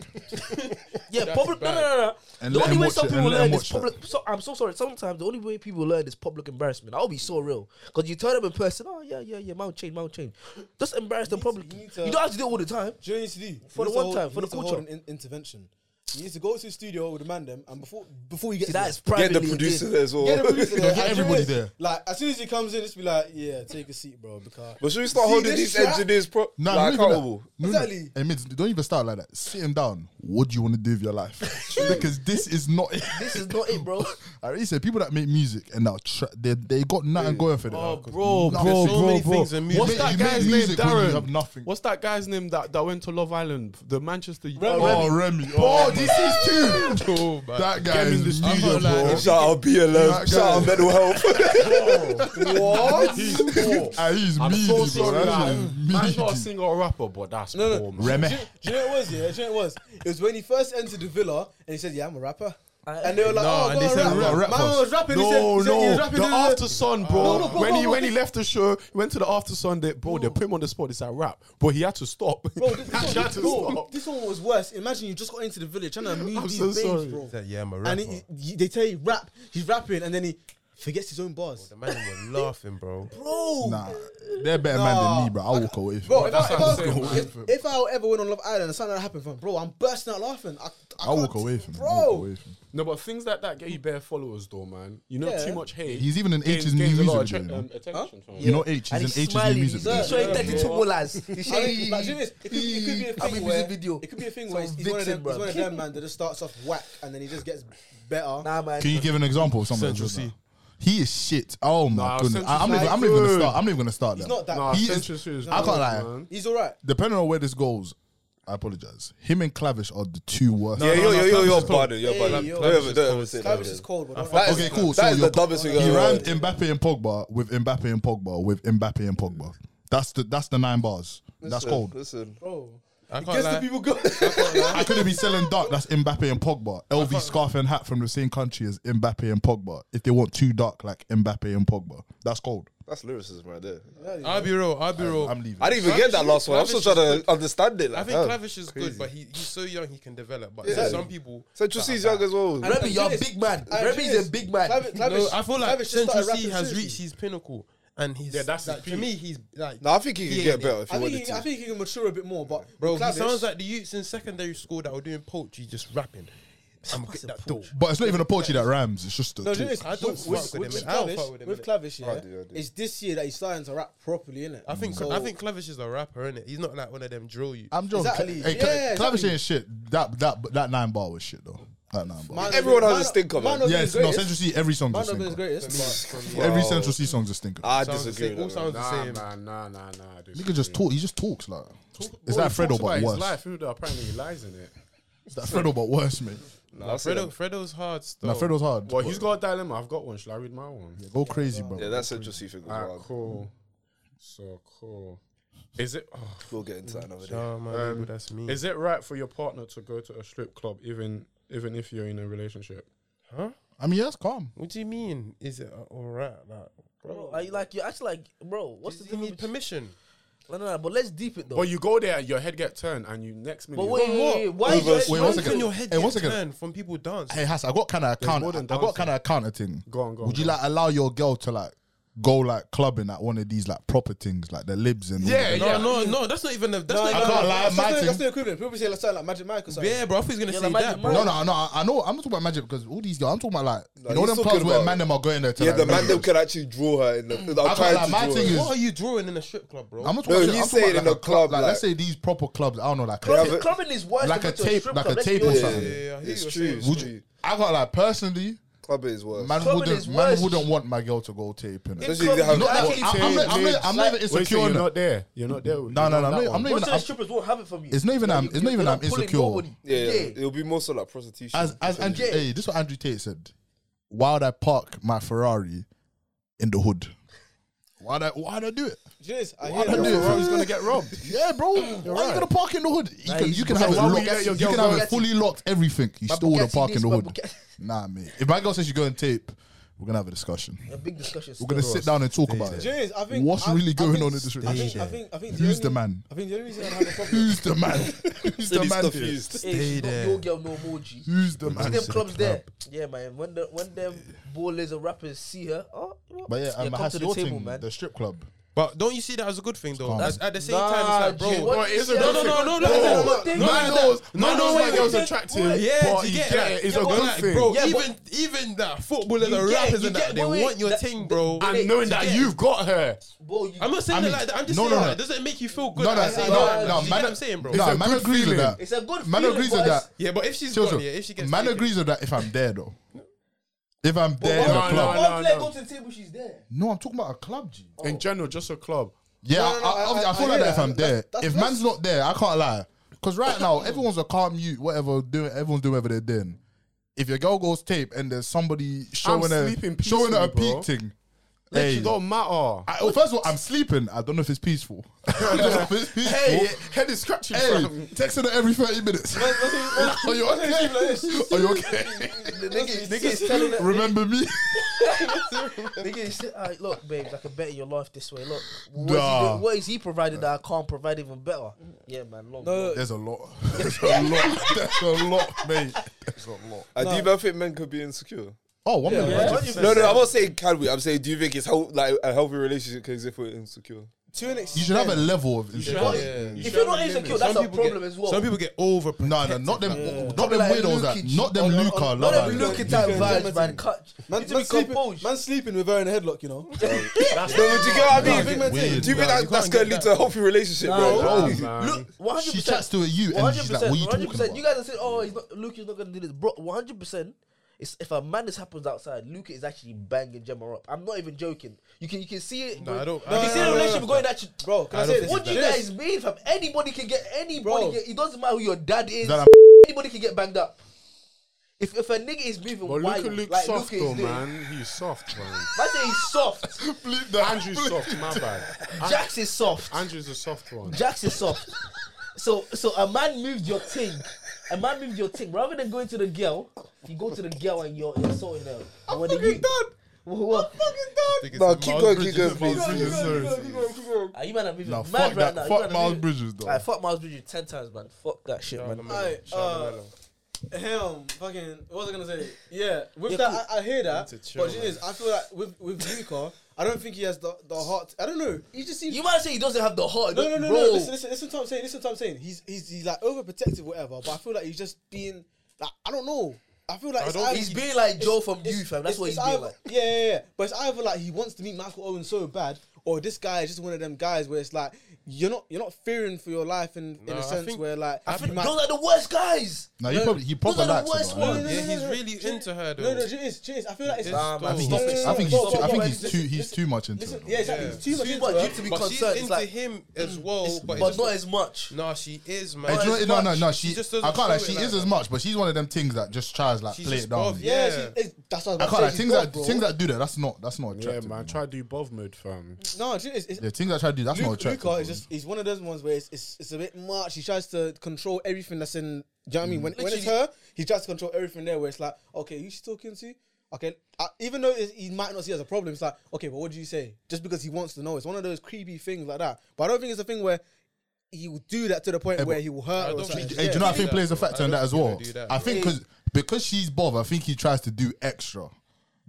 S5: Yeah, public. No,
S4: bad.
S5: no, no, no.
S6: And
S5: the
S6: let
S5: only
S6: him
S5: way
S6: watch
S5: some
S6: it, and
S5: people
S6: let
S5: learn
S6: him
S5: is
S6: watch that.
S5: public. So, I'm so sorry. Sometimes the only way people learn is public embarrassment. I'll be so real because you tell them in person, oh yeah, yeah, yeah, mount chain, mount chain. Just embarrass them publicly.
S3: you need to-
S5: You don't have to do it all the time.
S3: Do you know what you need to do?
S5: For
S3: You need to
S5: the one
S3: hold-
S5: time,
S3: you
S5: for the
S3: need to hold an
S5: culture.
S3: in- intervention. You need to go to the studio with the man them, and before before you get
S5: See,
S3: to
S5: that
S3: it-
S5: is
S2: get
S5: privately.
S2: the
S5: a
S2: producer
S5: thing.
S2: there as well.
S3: Get everybody there.
S6: Get
S3: And
S6: everybody
S3: you know,
S6: there.
S3: Like as soon as he comes in, just be like, yeah, take a seat, bro. Because
S2: But should we start
S3: See
S2: holding
S3: this
S2: these
S3: track?
S2: engineers pro-
S6: Nah,
S2: like
S6: not even that.
S2: accountable?
S6: Not even that.
S3: Exactly.
S6: Hey, mates, don't even start like that. Sit him down. What do you want to do with your life? because this is not it.
S5: This is not it, bro.
S6: I already said people that make music and now tra- they they got nothing going for them.
S8: Oh, bro,
S6: Nah,
S8: bro,
S4: there's so
S8: bro,
S4: many
S8: bro.
S4: things in music.
S8: What's
S6: You make
S8: that guy's name,
S6: music when you
S8: Darren?
S6: have nothing.
S8: What's that guy's name that, that went to Love Island? The Manchester.
S6: Oh, Remy. Oh, this is too.
S4: oh, man.
S6: That guy
S8: Get him in
S6: is
S8: the
S6: media,
S8: studio,
S6: bro.
S8: man.
S2: Shout out
S6: That
S2: BLM, shout out
S6: guy.
S2: mental health.
S8: what? He's poor.
S6: Ah, he's
S8: I'm so
S6: meaty, bro. That
S8: sorry.
S6: shit
S8: Like,
S6: is
S8: man's not a
S6: meaty.
S8: singer or rapper, but that's
S3: No, no.
S8: poor, man.
S6: Remy.
S3: do you know what it was? Yeah, do you know what it was? It was when he first entered the villa and he said, "Yeah, I'm a rapper,"
S5: I-
S3: and they were like,
S4: No,
S3: "Oh,
S4: and
S3: go
S4: they
S3: on,
S4: said,
S3: rap."
S6: "Rap, rap
S3: My
S6: for
S3: man
S6: us."
S3: was rapping. he said,
S8: No,
S3: he said he was
S8: no,
S3: rapping.
S8: the
S3: da, da, da.
S8: after sun, bro.
S3: No, no, go,
S8: when
S3: go,
S8: he
S3: go.
S8: when he left the show, went to the after sun. They, bro, they put him on the spot. It's like rap, but he had to stop.
S3: Bro, this, this,
S8: he had to
S3: one, bro,
S8: stop.
S3: this one was worse. Imagine you just got into the village trying to meet
S8: I'm
S3: these
S8: so
S3: babes,
S8: sorry.
S3: bro.
S4: He's like, yeah, I'm a
S3: And
S4: rapper.
S3: he, he- they tell you rap, he's rapping, and then he forgets his own bars.
S4: the man were laughing, bro.
S3: Bro,
S6: Nah, they're better man
S3: Nah.
S6: than me, bro. I walk away.
S3: Bro, if I,
S8: That's
S3: if,
S8: what
S3: I,
S8: I'm saying,
S3: if, if I ever went on Love Island and something like that happened, fam, bro, I'm bursting out laughing. I,
S6: I'll walk away from him.
S2: bro.
S6: I'll walk away from him.
S8: No, but things like that get you bare followers, though, man. You know,
S3: Yeah.
S8: too much hate.
S6: He's even in
S8: gains-
S6: H's new
S8: gains a
S6: music
S8: lot of
S6: video,
S8: attra-
S6: you know?
S8: um, attention from
S6: You know H,
S5: And
S6: he's
S5: he's
S6: in H's new
S5: smiling.
S6: music
S5: He's
S6: video.
S5: showing 32 molars. He's
S3: I
S5: showing-
S3: mean, like, do you know this? It could be- it could be a
S5: I'll be
S3: thing
S5: busy
S3: where
S5: video.
S3: it could be a thing
S5: Some
S3: where he's he's one of
S5: vixen,
S3: them. He's
S5: bruh.
S3: one of them, man, that just starts off whack and then he just gets better.
S5: Nah, man.
S6: Can you give an example of something?
S4: Central
S6: like that? He is shit. Oh my
S8: Nah,
S6: goodness!
S8: Central
S6: I, am not.
S8: Cee
S6: Even, I'm not even gonna
S8: good.
S6: start. I'm not even gonna start.
S3: He's
S6: that.
S3: not that.
S8: Nah,
S6: He is-
S8: Ah, Central Cee is
S6: I can't
S8: good,
S6: lie.
S8: man.
S3: He's all right.
S6: Depending on where this goes, I apologize. Him and Clavish are the two worst.
S2: Yeah, yo, yo,
S4: no, no,
S2: yo,
S4: Clavish
S2: yo,
S4: is cold.
S2: pardon, yo,
S3: Hey,
S2: pardon.
S3: yo.
S2: Don't ever- don't ever say that.
S3: Clavish is cold, but don't
S2: That is-
S6: Okay, cool.
S2: That
S6: So
S2: is
S6: you're-
S2: the dumbest thing
S6: He
S2: I've
S6: rhymed
S2: ever heard.
S6: Mbappe and Pogba with Mbappe and Pogba with Mbappe and Pogba. That's the that's the nine bars. That's
S2: Listen,
S6: cold.
S2: Listen,
S3: bro.
S4: I can't
S2: guess the
S4: lie.
S2: people go.
S6: I could have been selling dark. That's Mbappe and Pogba. LV scarf and hat from the same country as Mbappe and Pogba. If they want two dark like Mbappe and Pogba, that's cold.
S2: That's lyricism right there.
S4: I'll be real. I'll be real.
S6: I'm leaving.
S2: I didn't even get that last one. I'm still trying to understand it. Like,
S4: I think
S2: damn.
S4: Clavish is good, but he, he's so young he can develop. But
S2: Yeah.
S4: there's some people.
S2: Central C's young as well.
S5: Remy, you're a
S3: Yes.
S5: big man.
S3: And
S5: Remy is a big man.
S3: Clavi-
S4: No,
S3: Clavish-
S4: I feel
S3: Clavish
S4: like
S3: just
S4: Central
S3: started
S4: C
S3: rapping
S4: has
S3: seriously.
S4: reached his pinnacle, and he's
S8: Yeah, that's
S4: like,
S8: his
S4: to
S8: peak.
S4: me he's like
S2: No, I think he could
S4: Yeah,
S2: get
S4: yeah.
S2: better if he
S3: I think,
S2: wanted
S3: he, I
S2: to.
S3: think he can mature a bit more, but
S4: bro.
S3: Clavish-
S4: He sounds like the youths in secondary school that were doing poetry, just rapping. I'm get that dope.
S6: But it's not even a poetry that rhymes. It's just a
S3: No, do you know
S6: talk.
S3: this?
S4: I don't
S3: with,
S4: fuck
S3: with, with,
S4: with him,
S3: with
S4: innit? I don't
S3: Clavish,
S4: fuck with him,
S3: with
S4: innit?
S3: Clavish, yeah,
S2: I do, I do.
S3: it's this year that he's starting to rap properly, innit?
S4: I think
S3: So-
S4: I think Clavish is a rapper, is it? He's not like one of them drill you.
S6: I'm joking.
S3: Exactly.
S6: Hey, Cla-
S3: Yeah,
S6: Clavish
S3: exactly.
S6: ain't shit. That that that nine bar was shit though. That nine bar.
S3: Might not
S2: Everyone
S3: be-
S2: has
S3: might
S2: a
S3: not-
S2: stinker,
S3: might
S2: man.
S3: not be
S6: Yes,
S3: his
S6: no,
S3: greatest.
S6: Central C. Every song's a
S3: Might not be his
S6: stinker.
S3: greatest.
S6: Every Central C song's a stinker.
S2: I
S4: Sounds the
S2: disagree.
S4: same-
S2: with
S4: all
S2: that, man.
S4: sounds the
S8: Nah,
S4: same.
S8: nah, nah, nah, nah. dude.
S6: Nigga just talk. He just talks like. Is
S8: Well,
S6: that
S8: he talks
S6: Fredo
S8: about
S6: but
S8: his
S6: worse?
S8: life, who the- apparently he lies in it.
S6: Is that Fredo but worse, mate?
S2: Nah, I'll say
S4: Fredo,
S2: that.
S4: Fredo's hard stuff.
S6: Nah, Fredo's hard.
S8: Well, he's got a dilemma. I've got one. Shall I read my one?
S6: Go crazy, bro.
S2: Yeah, that's Central C thing as
S8: Alright,
S2: well.
S8: cool. So cool. Is it oh,
S2: We'll get into that another day.
S4: Oh, my
S8: Um,
S4: people, that's me.
S8: is it right for your partner to go to a strip club even even if you're in a relationship?
S6: I mean, yeah, it's calm.
S4: What do you mean? Is it alright? Like,
S5: Bro, are you like, you're actually like, bro, what's the
S4: you
S5: difference?
S4: need permission?
S5: No, no, no, but let's deep it though.
S8: But you go there, your head get turned, and you next minute.
S5: But
S8: you-
S5: wait, wait, wait, why
S6: Wait,
S5: is your
S6: wait, wait, one
S5: why is
S6: second.
S4: When
S5: your-
S4: your head
S6: Hey, one
S4: gets
S6: second.
S4: turned from people dance,
S6: Hey Hass, I got kind of
S8: more than
S6: account. I got
S8: dancing.
S6: kind of account thing.
S8: Go on, go on,
S6: Would you
S8: go
S6: like allow your girl to like go like clubbing at one of these like proper things like the libs and all
S8: Yeah,
S6: that?
S4: no, no, no, that's not even a. That's
S3: No, no,
S4: not
S6: I
S4: even
S6: can't
S3: no,
S6: lie,
S3: that's
S6: my
S3: not-
S6: thing-
S3: That's the equivalent. People say like something like Magic Mike or something.
S4: Yeah, bro, I thought he was gonna
S5: Yeah,
S4: say
S5: like,
S4: that,
S5: imagine
S4: bro.
S6: No, no, no, I I know. I'm not talking about magic because all these girls. I'm talking about like you know
S2: he's
S6: them
S2: talking
S6: clubs where
S2: about-
S6: man them are going there. To,
S2: Yeah,
S6: like,
S2: the man
S6: really-
S2: them can actually draw her in the. I'm
S6: can't lie,
S2: trying to
S6: my
S2: draw
S6: thing
S2: her.
S6: is-
S4: What are you drawing in a strip club, bro?
S6: I'm not talking
S2: No,
S6: about. shit,
S2: he's
S6: I'm talking
S2: saying
S6: about,
S2: in
S6: like,
S2: a club,
S6: Like, let's
S2: like-
S6: say these proper clubs. I don't know, like
S2: Yeah,
S5: clubbing,
S2: but-
S5: clubbing is worse
S6: like
S5: than
S6: a
S5: going to
S6: tape,
S5: strip
S6: like a
S5: club, let's be
S6: tape or
S5: honest.
S6: something.
S4: yeah, I hear
S2: It's
S4: what
S2: true.
S4: you're
S2: It's
S6: Would you,
S2: true.
S6: I got like personally,
S2: Club is worse.
S6: man
S5: Clubbing is
S6: wouldn't, man
S5: worse.
S6: wouldn't want my girl to go taping.
S5: It's
S2: Especially if they have-
S5: clubbing,
S6: Not that-
S5: actually
S6: I'm, I'm, not- I'm, not- I'm not even
S8: Wait, so
S6: insecure.
S8: you're
S6: no,
S8: not there. You're not there.
S6: no, no, no, I'm not- I'm not
S5: Most
S6: even.
S5: of the
S6: I'm-
S5: strippers won't have it from you.
S6: It's not even
S5: You're-
S6: I'm- it's not
S5: you're
S6: even I'm
S5: pulling
S6: insecure.
S5: nobody.
S2: Yeah, yeah,
S5: Yeah.
S2: it'll be more so like prostitution.
S6: as as Andrew,
S5: Yeah.
S6: hey, this is what Andrew Tate said. Why would I park my Ferrari in the hood? Why'd I why'd I do it?
S3: Jeez, I
S6: Why'd
S3: hear
S6: I do
S3: that.
S6: it?
S8: He's gonna get robbed.
S6: Yeah, bro. Why are you gonna park in the hood? You
S5: Nah,
S6: can
S5: he's-
S6: you can
S5: but
S6: have it
S5: why would
S6: locked.
S5: you let your
S6: You can
S5: girl
S6: have
S5: go?
S6: it fully locked, everything. You
S5: My
S6: still wouldn't
S5: Bugatti
S6: park in
S5: this,
S6: the
S5: my
S6: hood.
S5: Bugatti-
S6: Nah, mate. If my girl says you go and tape, we're gonna have a discussion.
S5: A big discussion.
S6: We're gonna sit down and talk about it.
S3: Jeez, I think
S6: What's
S3: I-
S6: really
S3: I
S6: going
S3: think-
S6: on in this
S3: I
S6: relationship?
S3: think, I think, I think
S6: Who's
S3: only-
S6: the man?
S3: I think the only reason I have a problem.
S6: Who's the man? Who's the
S2: He's
S6: man? here?
S2: confused.
S5: Hey, she's not your girl no more, G.
S6: Who's the
S5: See
S6: man?
S5: them clubs there. Yeah, man. When the when them ballers and rappers see her, oh, well,
S6: But yeah, um,
S5: come
S6: has
S5: to the
S6: your
S5: table,
S6: thing,
S5: man.
S6: the strip club.
S4: But don't you see that as a good thing, though?
S6: calm.
S4: That's, at the same time, it's like,
S5: G,
S4: bro.
S5: what
S8: no,
S5: you
S8: it's
S5: see
S8: a
S5: as
S8: different-
S5: good
S4: no, no, no,
S5: thing? That's a
S4: no,
S5: good thing.
S4: no,
S8: Man knows, man knows
S4: no,
S8: my
S4: wait,
S8: girl's
S4: wait,
S8: attractive.
S4: Yeah,
S8: but
S4: do
S8: he
S4: you get
S8: get
S4: that?
S8: it. It's a
S4: But
S8: good
S4: like,
S8: thing.
S4: bro.
S5: Yeah,
S4: even even the footballers
S5: You
S4: and
S5: get-
S4: rappers
S5: you
S4: and
S5: get-
S4: that, they
S5: wait, wait,
S4: want your
S5: that-
S4: thing,
S5: that-
S4: bro.
S5: that-
S8: And knowing
S5: to
S8: that
S5: get-
S8: you've got her.
S5: Bro, you,
S4: I'm not saying
S6: I
S4: that
S6: mean,
S4: like that. I'm just
S6: no,
S4: saying
S6: no, no.
S4: that. Doesn't it make you feel good?
S6: No, no,
S4: I say,
S6: no,
S4: do
S6: no.
S4: you get
S6: Man,
S4: what I'm saying, bro.
S6: Nah,
S8: a
S6: man
S8: good
S6: agrees with
S8: feeling.
S6: that.
S5: it's a good
S6: Man
S5: feeling,
S6: agrees
S5: but
S6: with
S5: it's-
S6: that.
S4: Yeah, but if she's
S6: Chill,
S4: gone,
S6: chill.
S4: yeah, if she gets
S6: man
S4: taken-
S6: agrees with that if I'm there though. If I'm there in a
S8: no, no,
S6: club.
S8: no.
S5: One player go to the table, she's there.
S6: No, I'm talking about a club, G.
S8: In general, just a club.
S6: Yeah,
S3: No, no, no,
S6: I, I, obviously, I,
S3: I-
S6: feel
S3: I
S6: like
S3: hear
S6: that if
S3: that.
S6: I'm there.
S3: That's- that's-
S6: if man's not there, I can't lie. Because right now, everyone's a calm mute, whatever, doing, everyone's doing whatever they're doing. If your girl goes tape and there's somebody showing her,
S8: sleeping
S6: showing her a
S8: peacefully, bro.
S6: peak thing,
S8: Literally
S6: hey,
S8: don't matter.
S6: I, well, first of all, I'm sleeping. I don't know if it's peaceful. I don't know if it's peaceful.
S8: Hey, head is scratching.
S6: Hey, texting her every 30 minutes. Are you okay? Are you okay?
S5: The nigga, nigga is telling her,
S6: Remember me?
S5: nigga is alright, uh, look, babes, I can better your life this way. Look, what,
S6: Nah.
S5: is he, doing- what is he providing that I can't provide even better? Yeah, man. Long, long.
S3: No,
S6: There's a lot. There's a lot. There's a lot, mate. There's a lot.
S2: And Uh, do you even think men could be insecure?
S6: Oh, one minute.
S5: Yeah.
S2: No, no, I'm not saying can we. I'm saying do you think it's hel- like a healthy relationship can exist if we're insecure?
S3: to an extent.
S6: You should have a level of insecurity.
S5: If you're not insecure, that's a
S4: people get-
S5: problem as well.
S4: Some people get over.
S6: No, no, not them, not
S5: Probably
S6: them
S5: like
S6: weirdos. That,
S5: Lukic.
S6: not them
S5: Or not-
S6: Luca.
S5: Not
S6: Love
S5: every
S6: that.
S5: look at that
S3: Luka and
S5: vibes, man. Cut.
S3: Man,
S5: you need to
S3: man,
S5: be
S3: sleeping,
S5: composed.
S3: man sleeping with her in a headlock, you know.
S2: No, but do you get what I
S6: Nah,
S2: mean?
S6: it's
S2: Do you think
S6: weird. Nah,
S2: that,
S4: you
S2: that's
S4: can't
S2: going
S4: get
S2: to lead
S4: that.
S2: to a healthy relationship,
S5: Nah,
S2: bro?
S5: nah,
S2: Bro,
S8: man.
S5: Look, 100%.
S6: She chats to a you and she's
S5: 100%.
S6: like, "What are you talking
S5: 100%.
S6: about?"
S5: You guys are saying, oh, he's not, Luke is not going to do this. Bro, 100%. It's, if a madness happens outside, Luke is actually banging Gemma up. I'm not even joking. You can you can see it.
S4: Nah, I don't-
S5: You
S4: I
S5: can
S4: don't-
S5: see
S4: I
S5: the
S4: don't
S5: relationship
S4: know.
S5: going that.
S3: Bro, can I, say
S4: I don't
S3: this?
S4: think
S5: What do you
S3: This-
S5: guys mean, fam? Anybody can get anybody.
S3: Bro.
S5: Get, it doesn't matter who your dad is.
S6: That
S5: anybody can get banged up. If if a nigga is moving
S8: But
S5: wild,
S8: Luka looks
S5: like
S8: soft
S5: Luka is
S8: though,
S5: doing,
S8: man. He's soft, man.
S5: Man say he's soft.
S8: Andrew's soft, my bad.
S5: Jax is soft.
S8: Andrew's a soft one.
S5: Jax is soft. So so a man moved your thing. A man moved your thing. Rather than going to the girl, you go to the girl and you're insulting her. I'm when fucking you, done. What?
S2: no, keep going, keep going, please.
S5: Are Ah, you man are moving
S6: Nah,
S5: mad
S6: fuck
S5: right
S6: that.
S5: now? You man
S6: Fuck
S5: are
S6: Miles
S5: moving-
S6: Bridges though.
S5: Alright, fuck Miles Bridges ten times, man. Fuck that shit, man.
S3: Aye, uh, him, fucking, what was I gonna say? Yeah, with
S5: Yeah,
S3: that,
S5: cool.
S3: I, I hear that.
S4: Need to chill,
S3: But it is, I feel like with with Luca, I don't think he has the, the heart. I don't know. He just seems.
S5: You might say he doesn't have the heart.
S3: no, no, no,
S5: bro.
S3: no. Listen, listen, listen to what I'm saying. Listen to what I'm saying. He's he's he's like overprotective, whatever. But I feel like he's just being like I don't know. I feel like it's either-
S5: He's being like Joe from
S3: it's-
S5: You, fam. That's
S3: it's-
S5: what he's
S3: it's
S5: being
S3: either-
S5: like.
S3: Yeah, yeah, yeah. But it's either like he wants to meet Michael Owen so bad, or this guy is just one of them guys where it's like you're not you're not fearing for your life in, in
S4: Nah, I
S3: a sense
S4: think-
S3: where like
S5: I
S3: you
S5: think
S3: might-
S5: those are the worst guys.
S6: No, he probably he probably
S5: Those are the
S6: likes
S5: worst
S6: her. though,
S5: ones.
S6: I
S3: No,
S6: don't
S3: no,
S4: Yeah,
S3: no,
S4: he's
S3: no, no.
S4: really
S3: Do you-
S4: into her,
S3: No,
S4: though.
S3: no, it is, it is. I feel like it's.
S4: It's Nah, man,
S6: know. I think
S3: No,
S4: Stop
S3: no,
S6: he's
S3: no,
S6: I think
S3: no,
S6: he's
S3: but-
S6: too- I
S3: but-
S6: think
S3: but
S6: he's
S3: listen-
S6: too he's too much into
S3: Listen,
S6: it.
S3: yeah, exactly.
S4: Yeah.
S3: It's too much.
S5: She's
S3: into
S5: what
S3: her.
S5: you to be
S4: But she's
S5: concerned, it's
S4: into
S5: like,
S4: him as
S3: Oh,
S4: well. But,
S5: but
S4: it's
S5: not
S4: just-
S5: as much.
S4: Nah, she is,
S6: Hey,
S4: man.
S6: do you know,
S4: It's
S6: no, no,
S4: much.
S6: no. She,
S4: just
S6: I
S4: doesn't
S6: can't
S4: show
S6: like.
S4: it
S6: She
S4: like
S6: is
S4: that.
S6: as much, but she's one of them things that just tries like
S4: She's
S6: play
S4: just
S6: it down.
S4: both, yeah.
S3: Yeah, she- it's- that's what I was
S6: I
S3: about
S6: can't
S3: to
S6: like
S3: say.
S6: things
S3: She's
S6: that
S3: both, bro.
S6: things that do that. That's not that's not
S8: Yeah,
S6: attractive.
S8: man. Try to do bob mode, fam.
S3: No, it's, it's,
S6: Yeah, things I try to do, that's not
S3: Luke,
S6: attractive.
S3: Luca is just he's one of those ones where it's, it's it's a bit much. He tries to control everything that's in. Do you know what I mean? When, when it's her, he tries to control everything there. Where it's like, okay, who's she talking to? Okay, uh, even though it's, he might not see it as a problem, it's like, okay, but what do you say? Just because he wants to know, it's one of those creepy things like that. But I don't think it's a thing where he will do that to the point
S6: Hey,
S3: where
S6: but-
S3: he will hurt.
S4: I
S3: Or
S4: don't
S3: something.
S4: think-
S6: Hey, do you know? I
S4: do
S6: think
S4: that,
S6: plays a
S4: bro.
S6: factor
S4: I
S6: in that
S4: don't
S6: as
S4: think
S6: well.
S4: you do that,
S6: I think because because she's bothered, I think he tries to do extra.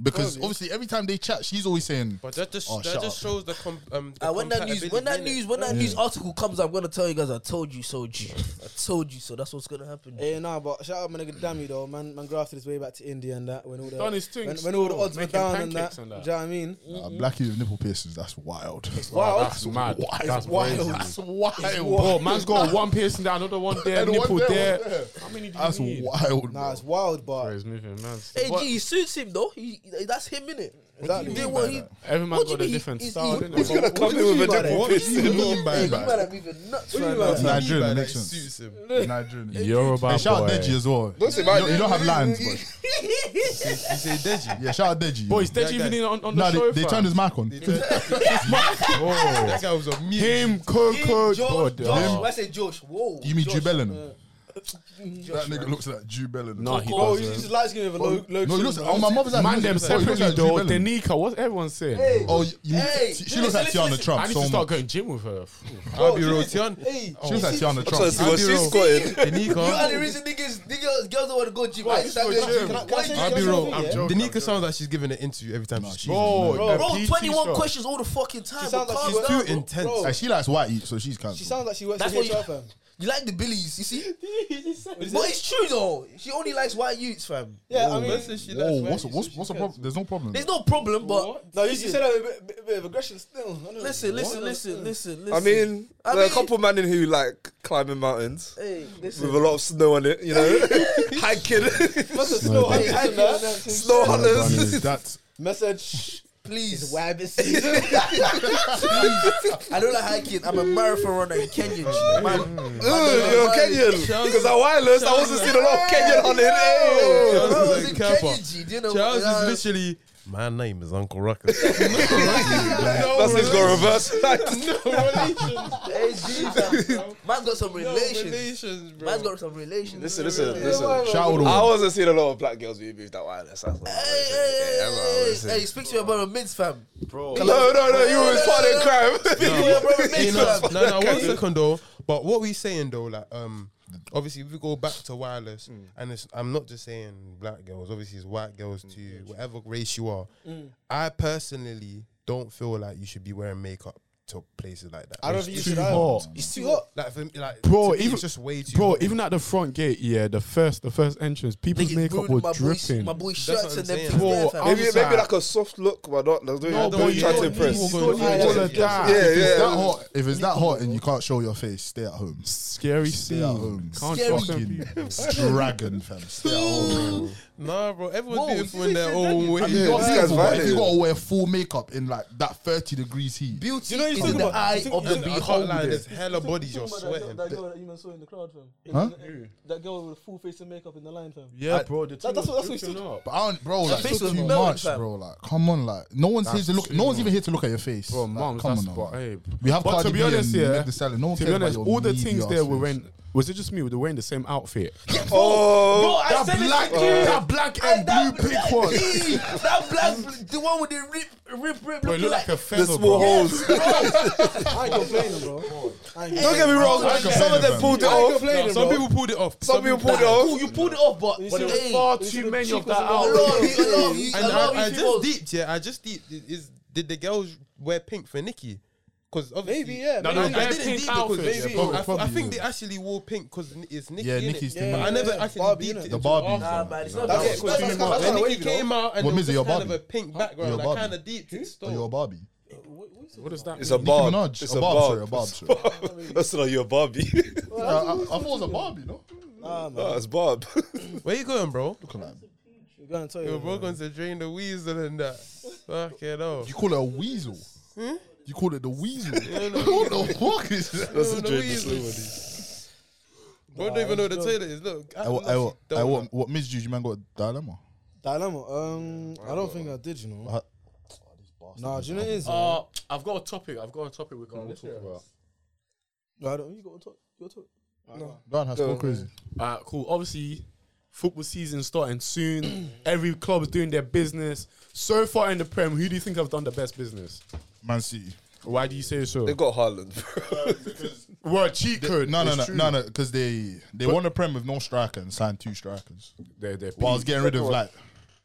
S6: Because obviously, every time they chat, she's always saying,
S4: But that just
S6: Oh,
S4: that
S6: shut
S4: just
S6: up.
S4: shows the com- um. The
S5: Uh, when that news, when that
S4: compatibility,
S5: news, when that news article comes, I'm gonna tell you guys. I told you so, G. I told you so. That's what's gonna happen.
S3: Yeah, nah, but shout out my nigga Dammy though, man. Man grafted his way back to India and that when all the
S8: Done his thing
S3: when, when all the
S8: still,
S3: odds were
S8: making
S3: down and
S8: pancakes
S3: that,
S8: and
S3: Do you
S8: that.
S3: know what I mean?
S6: uh, "Blackie with nipple piercings." That's wild.
S8: Wow, that's mad. That's wild.
S6: That's wild.
S8: Oh, man's got one piercing there, another one there,
S6: And one
S8: nipple
S6: there, one
S8: there.
S6: there.
S8: How many do you
S6: That's
S8: need?
S6: wild.
S3: Nah,
S6: bro.
S3: it's wild, but
S8: Bro, he's moving, man.
S5: Hey, G, he suits him though. He, that's him in it.
S3: Exactly.
S5: He did what he-
S8: Every man
S5: What do you
S8: got a
S5: mean?
S8: different
S5: He's-
S8: style.
S5: he's-
S8: innit?
S5: he's
S8: But
S5: gonna
S2: come in with a nipple
S6: What do you mean by
S5: Hey, you
S6: that?
S5: might have moving nuts
S3: What do you
S5: right
S3: mean by
S5: now.
S3: that?
S6: Nigerian, it makes
S4: that
S6: sense.
S4: suits him.
S6: Nigerian.
S8: Yoruba
S6: Hey, shout out
S8: boy.
S6: Deji as well.
S2: Don't say
S6: You
S2: my
S6: don't- You don't have
S2: name.
S6: lines, but
S4: You say Deji.
S6: yeah, shout out Deji.
S8: Boy, is Deji
S4: That
S8: even
S4: guy.
S8: in on, on
S6: Nah,
S8: the show?
S6: they, they
S8: fam?
S6: turned his mic on.
S4: That guy was a mute.
S8: Him, Coco,
S5: Josh,
S8: God,
S5: Josh,
S8: damn.
S5: when I say Josh, whoa.
S6: You mean
S5: Josh,
S6: Jude Bellingham?
S5: Josh,
S6: That nigga Ah, looks like Jude Bellingham.
S8: Nah, he
S3: Oh, he's
S8: doesn't.
S3: just light skin with a low, low
S6: No, he
S3: chin,
S6: looks.
S3: bro.
S6: Oh, my mother's
S8: Man, them separately though.
S6: Jude Bellingham.
S8: Danica, what's everyone saying?
S6: Oh, you, you
S5: Hey,
S6: she, she
S5: listen,
S6: looks like
S5: listen,
S6: Tiana
S5: listen.
S6: Trump
S8: I need
S6: so
S8: to start
S6: much.
S8: going gym with her.
S4: I'll be rotation.
S3: Hey,
S6: She looks like Tiana
S2: Trying to see
S6: Trump.
S2: what she's squatting.
S5: You are the
S4: Danica.
S5: reason niggas, niggas, girls don't want to go gym. Why?
S8: just go gym.
S3: can I, can I say
S4: I'll be
S3: something?
S4: real.
S3: Yeah.
S4: Danica sounds like she's giving an interview every time she
S8: Bro,
S6: Bro,
S8: the
S5: Bro,
S8: PT
S5: 21
S8: stuff.
S5: questions all the fucking time.
S3: She sounds
S5: bro,
S3: like
S5: calm
S3: she's
S5: down.
S4: too intense.
S3: Bro,
S6: Like, she likes white heat, so she's
S3: she
S6: cancelled.
S3: sounds like she works
S5: That's
S3: in
S5: what you-
S3: HR, fam.
S5: You like the billies, you see? but it's true though. She only likes white youths, fam.
S3: Yeah, I mean,
S6: Whoa, Oh, what's what's what's the problem? There's no problem.
S5: There's no problem, but
S3: no, you, you said that with a bit, bit, bit of aggression still. I don't know.
S5: listen, listen,
S3: What?
S5: listen, listen, listen.
S2: I mean,
S5: I
S2: there are a
S5: mean-
S2: couple men in who like climbing mountains
S5: hey, listen.
S2: with a lot of snow on it, you know, hiking,
S3: Must have snow
S5: Hey,
S3: hunters
S5: I
S3: in there.
S5: can-
S2: snow hunters.
S6: That's
S3: Message.
S5: please.
S3: Web is season.
S5: I don't like hiking. I'm a marathon runner in Kenya. G. Man,
S2: Ugh, You're Kenyan. Because at Wireless, I wasn't seeing a lot of Kenyan hunting. Hey.
S5: Bro, I
S4: Charles
S5: was
S4: is
S5: in
S4: a
S5: Kenya,
S4: camper.
S5: G. Do you know?
S4: Charles
S5: uh,
S4: is literally. My name is Uncle Ruckus.
S2: That's things going reverse.
S5: hey, G, fam. Man's got some relations.
S4: Relations,
S5: Man's got some relations.
S2: Listen, listen,
S6: shout
S2: listen.
S6: out all the
S2: I
S6: women.
S2: wasn't seeing a lot of black girls being moved at Wireless. That's what I'm
S5: Hey,
S2: saying.
S5: hey,
S2: Yeah, that's what I'm
S5: hey, hey,
S2: saying.
S5: hey, speak to your brother Mids, fam.
S2: No, no, no, you was part of the crime.
S5: Speak to your brother
S4: Hey,
S5: Mids,
S4: no,
S5: fam.
S4: no, no, one second though. But what we saying though, like, um, obviously if we go back to wireless, and it's, I'm not just saying black girls. Obviously, it's white girls too, whatever race you are. I personally don't feel like you should be wearing makeup to places like that.
S3: I don't
S4: It's
S3: think you
S4: too
S3: should
S8: too
S3: either.
S8: hot.
S3: It's too hot.
S4: Like, for me, like
S8: Bro,
S4: to me,
S8: even-
S4: it's just way too.
S8: Bro,
S4: hot.
S8: even at the front gate, yeah, the first, the first entrance, people's
S5: Niggas
S8: makeup
S5: ruined
S8: was
S5: my boy's-
S8: dripping.
S5: My boy's
S4: That's
S5: shirts
S4: what I'm
S5: and them.
S4: saying.
S8: Bro,
S5: things there, fam.
S8: I'm
S2: Maybe, maybe
S8: sorry.
S2: like a soft look, but not. Don't,
S8: No,
S2: don't
S8: but
S2: you
S8: you
S2: try to
S8: don't
S2: impress.
S8: need-
S2: Yeah,
S8: you don't need all of that.
S2: yeah.
S6: If it's that hot, if it's that hot and you can't show your face, stay at home.
S8: Scary
S6: Stay at home.
S8: scene. Can't
S5: Scary
S8: trust them people.
S6: Fucking dragon, fam. Stay at home.
S4: nah, bro, everyone's
S6: Whoa,
S4: beautiful in their own way.
S6: I mean,
S2: this
S6: not beautiful,
S2: guy's
S6: but
S2: violent.
S6: if you gotta wear full makeup in like that 30 degrees heat.
S5: Beauty
S3: you know
S5: is
S3: you
S5: in
S3: think
S5: the
S3: about-
S5: eye
S3: you think-
S5: of the
S3: you
S4: I can't lie,
S5: beholder.
S4: there's hella bodies you're sweating.
S3: That girl that you man saw in the crowd, fam.
S6: Huh?
S3: That girl with a full face of makeup in the line, fam.
S8: Yeah, bro, the
S3: That- that's what- that's what
S8: team
S3: he's
S8: was up.
S6: But I don't, bro, like,
S5: face
S6: it's
S5: was
S6: too
S5: melted,
S6: much,
S5: fam.
S6: bro. Like, come on, like, no one's here to look. No one's even here to look at your face.
S8: Bro,
S6: like,
S8: mums,
S6: come
S8: that's
S6: on,
S8: but
S6: now.
S8: hey.
S6: We have
S8: But
S6: Cardi
S8: to be
S6: B
S8: honest,
S6: and
S8: yeah.
S6: Meg Thee Stallion. No one
S8: to be
S6: cares about
S8: honest,
S6: your
S8: all the
S6: meaty
S8: things
S6: ass
S8: there were
S6: face.
S8: wearing. Was it just me? Were they wearing the same outfit?
S2: Oh,
S5: I said it
S6: black,
S5: to you.
S6: that black and
S5: that
S6: blue pink one.
S5: Hey, that black, the one with the rip, rip, rip,
S8: Bro,
S5: looking
S8: it
S5: like.
S8: looked like a
S2: the
S8: feather,
S2: small
S8: bro.
S2: holes.
S3: I ain't complaining, bro. I ain't
S2: Don't get me wrong.
S6: I ain't
S2: Some of them
S6: complaining,
S2: pulled it
S3: I ain't
S2: off.
S3: complaining,
S4: Some
S3: bro.
S4: people pulled it off.
S2: Some people pulled it
S5: Cool,
S2: off.
S5: you pulled it off, but but
S3: see the
S5: hey,
S8: Far
S3: You see
S8: too
S3: the
S8: many
S3: cheek
S8: of
S3: was
S8: that
S3: a lot
S5: a
S8: outfit.
S5: lot of you- a lot of you-
S4: And
S5: a lot of
S4: I, I
S5: you
S4: just
S5: people-
S4: deeped, yeah. I just deeped. Is, is did the girls wear pink for Nikki? Because obviously,
S3: Maybe, yeah.
S8: No,
S3: maybe.
S8: no,
S4: I
S8: Their
S4: didn't
S8: pink
S4: deep because
S8: outfits,
S4: maybe
S8: yeah, probably-
S4: I, f- I
S6: probably,
S4: think
S6: yeah.
S4: they actually wore pink because it's Nikki.
S6: Yeah,
S4: innit?
S6: Nicki's
S3: Yeah,
S6: thing.
S4: But I
S3: yeah,
S4: never
S3: yeah.
S4: actually
S3: Barbie, innit?
S4: deeped it.
S6: The
S4: into
S6: Barbie.
S4: after.
S5: Nah, man, it's not
S3: That's
S5: that.
S3: it,
S5: it's not
S3: because
S5: that-
S3: you-
S4: But
S3: That's
S4: then
S3: how
S4: he
S3: wavy, though.
S4: came out and
S6: What,
S4: there was
S6: Mizzy, your
S4: kind of
S6: Barbie?
S4: a pink background.
S6: Your
S4: I
S6: Barbie?
S4: kind of deeped it
S6: Or
S4: still.
S6: your Barbie.
S8: What does that
S2: It's
S8: mean?
S2: a barb.
S6: Nicki Minaj.
S2: It's
S6: a
S2: a
S6: barb, sorry,
S2: barb.
S6: a barb, sorry.
S2: That's not your Barbie.
S6: I, I, I thought it was a Barbie, no?
S3: Nah, man.
S2: That's Barb.
S4: Where you going, bro?
S6: Look at that.
S3: You go and tell
S4: Your
S3: you.
S4: bro going to drain the weasel and that. Fuck it off.
S6: You call it a weasel? You call it the weasel? what the fuck is that?
S2: That's a
S4: the
S2: dream.
S4: weasel. Bro, don't even know where the toilet is. Look,
S6: I, wa- I, wa- I, wa- what Miss Juju man got a dilemma?
S3: Dilemma. Um, I don't think I did. You know. Nah, do you know what it is? yeah?
S8: Uh, I've got a topic. I've got a topic we can all talk about.
S3: No, I don't. You got to talk. You got to talk.
S6: Don has gone crazy.
S8: Uh, cool. Obviously, football season starting soon. Every club's doing their business. So far in the Prem, who do you think have done the best business?
S6: Man City.
S8: Why do you say so?
S2: They got Haaland. bro.
S8: Well, cheat code.
S6: No, no,
S8: It's
S6: no,
S8: true.
S6: no, no, because they they won the Prem with no striker and signed two strikers.
S8: They're, they're
S6: Well, I was
S8: peak.
S6: getting rid of like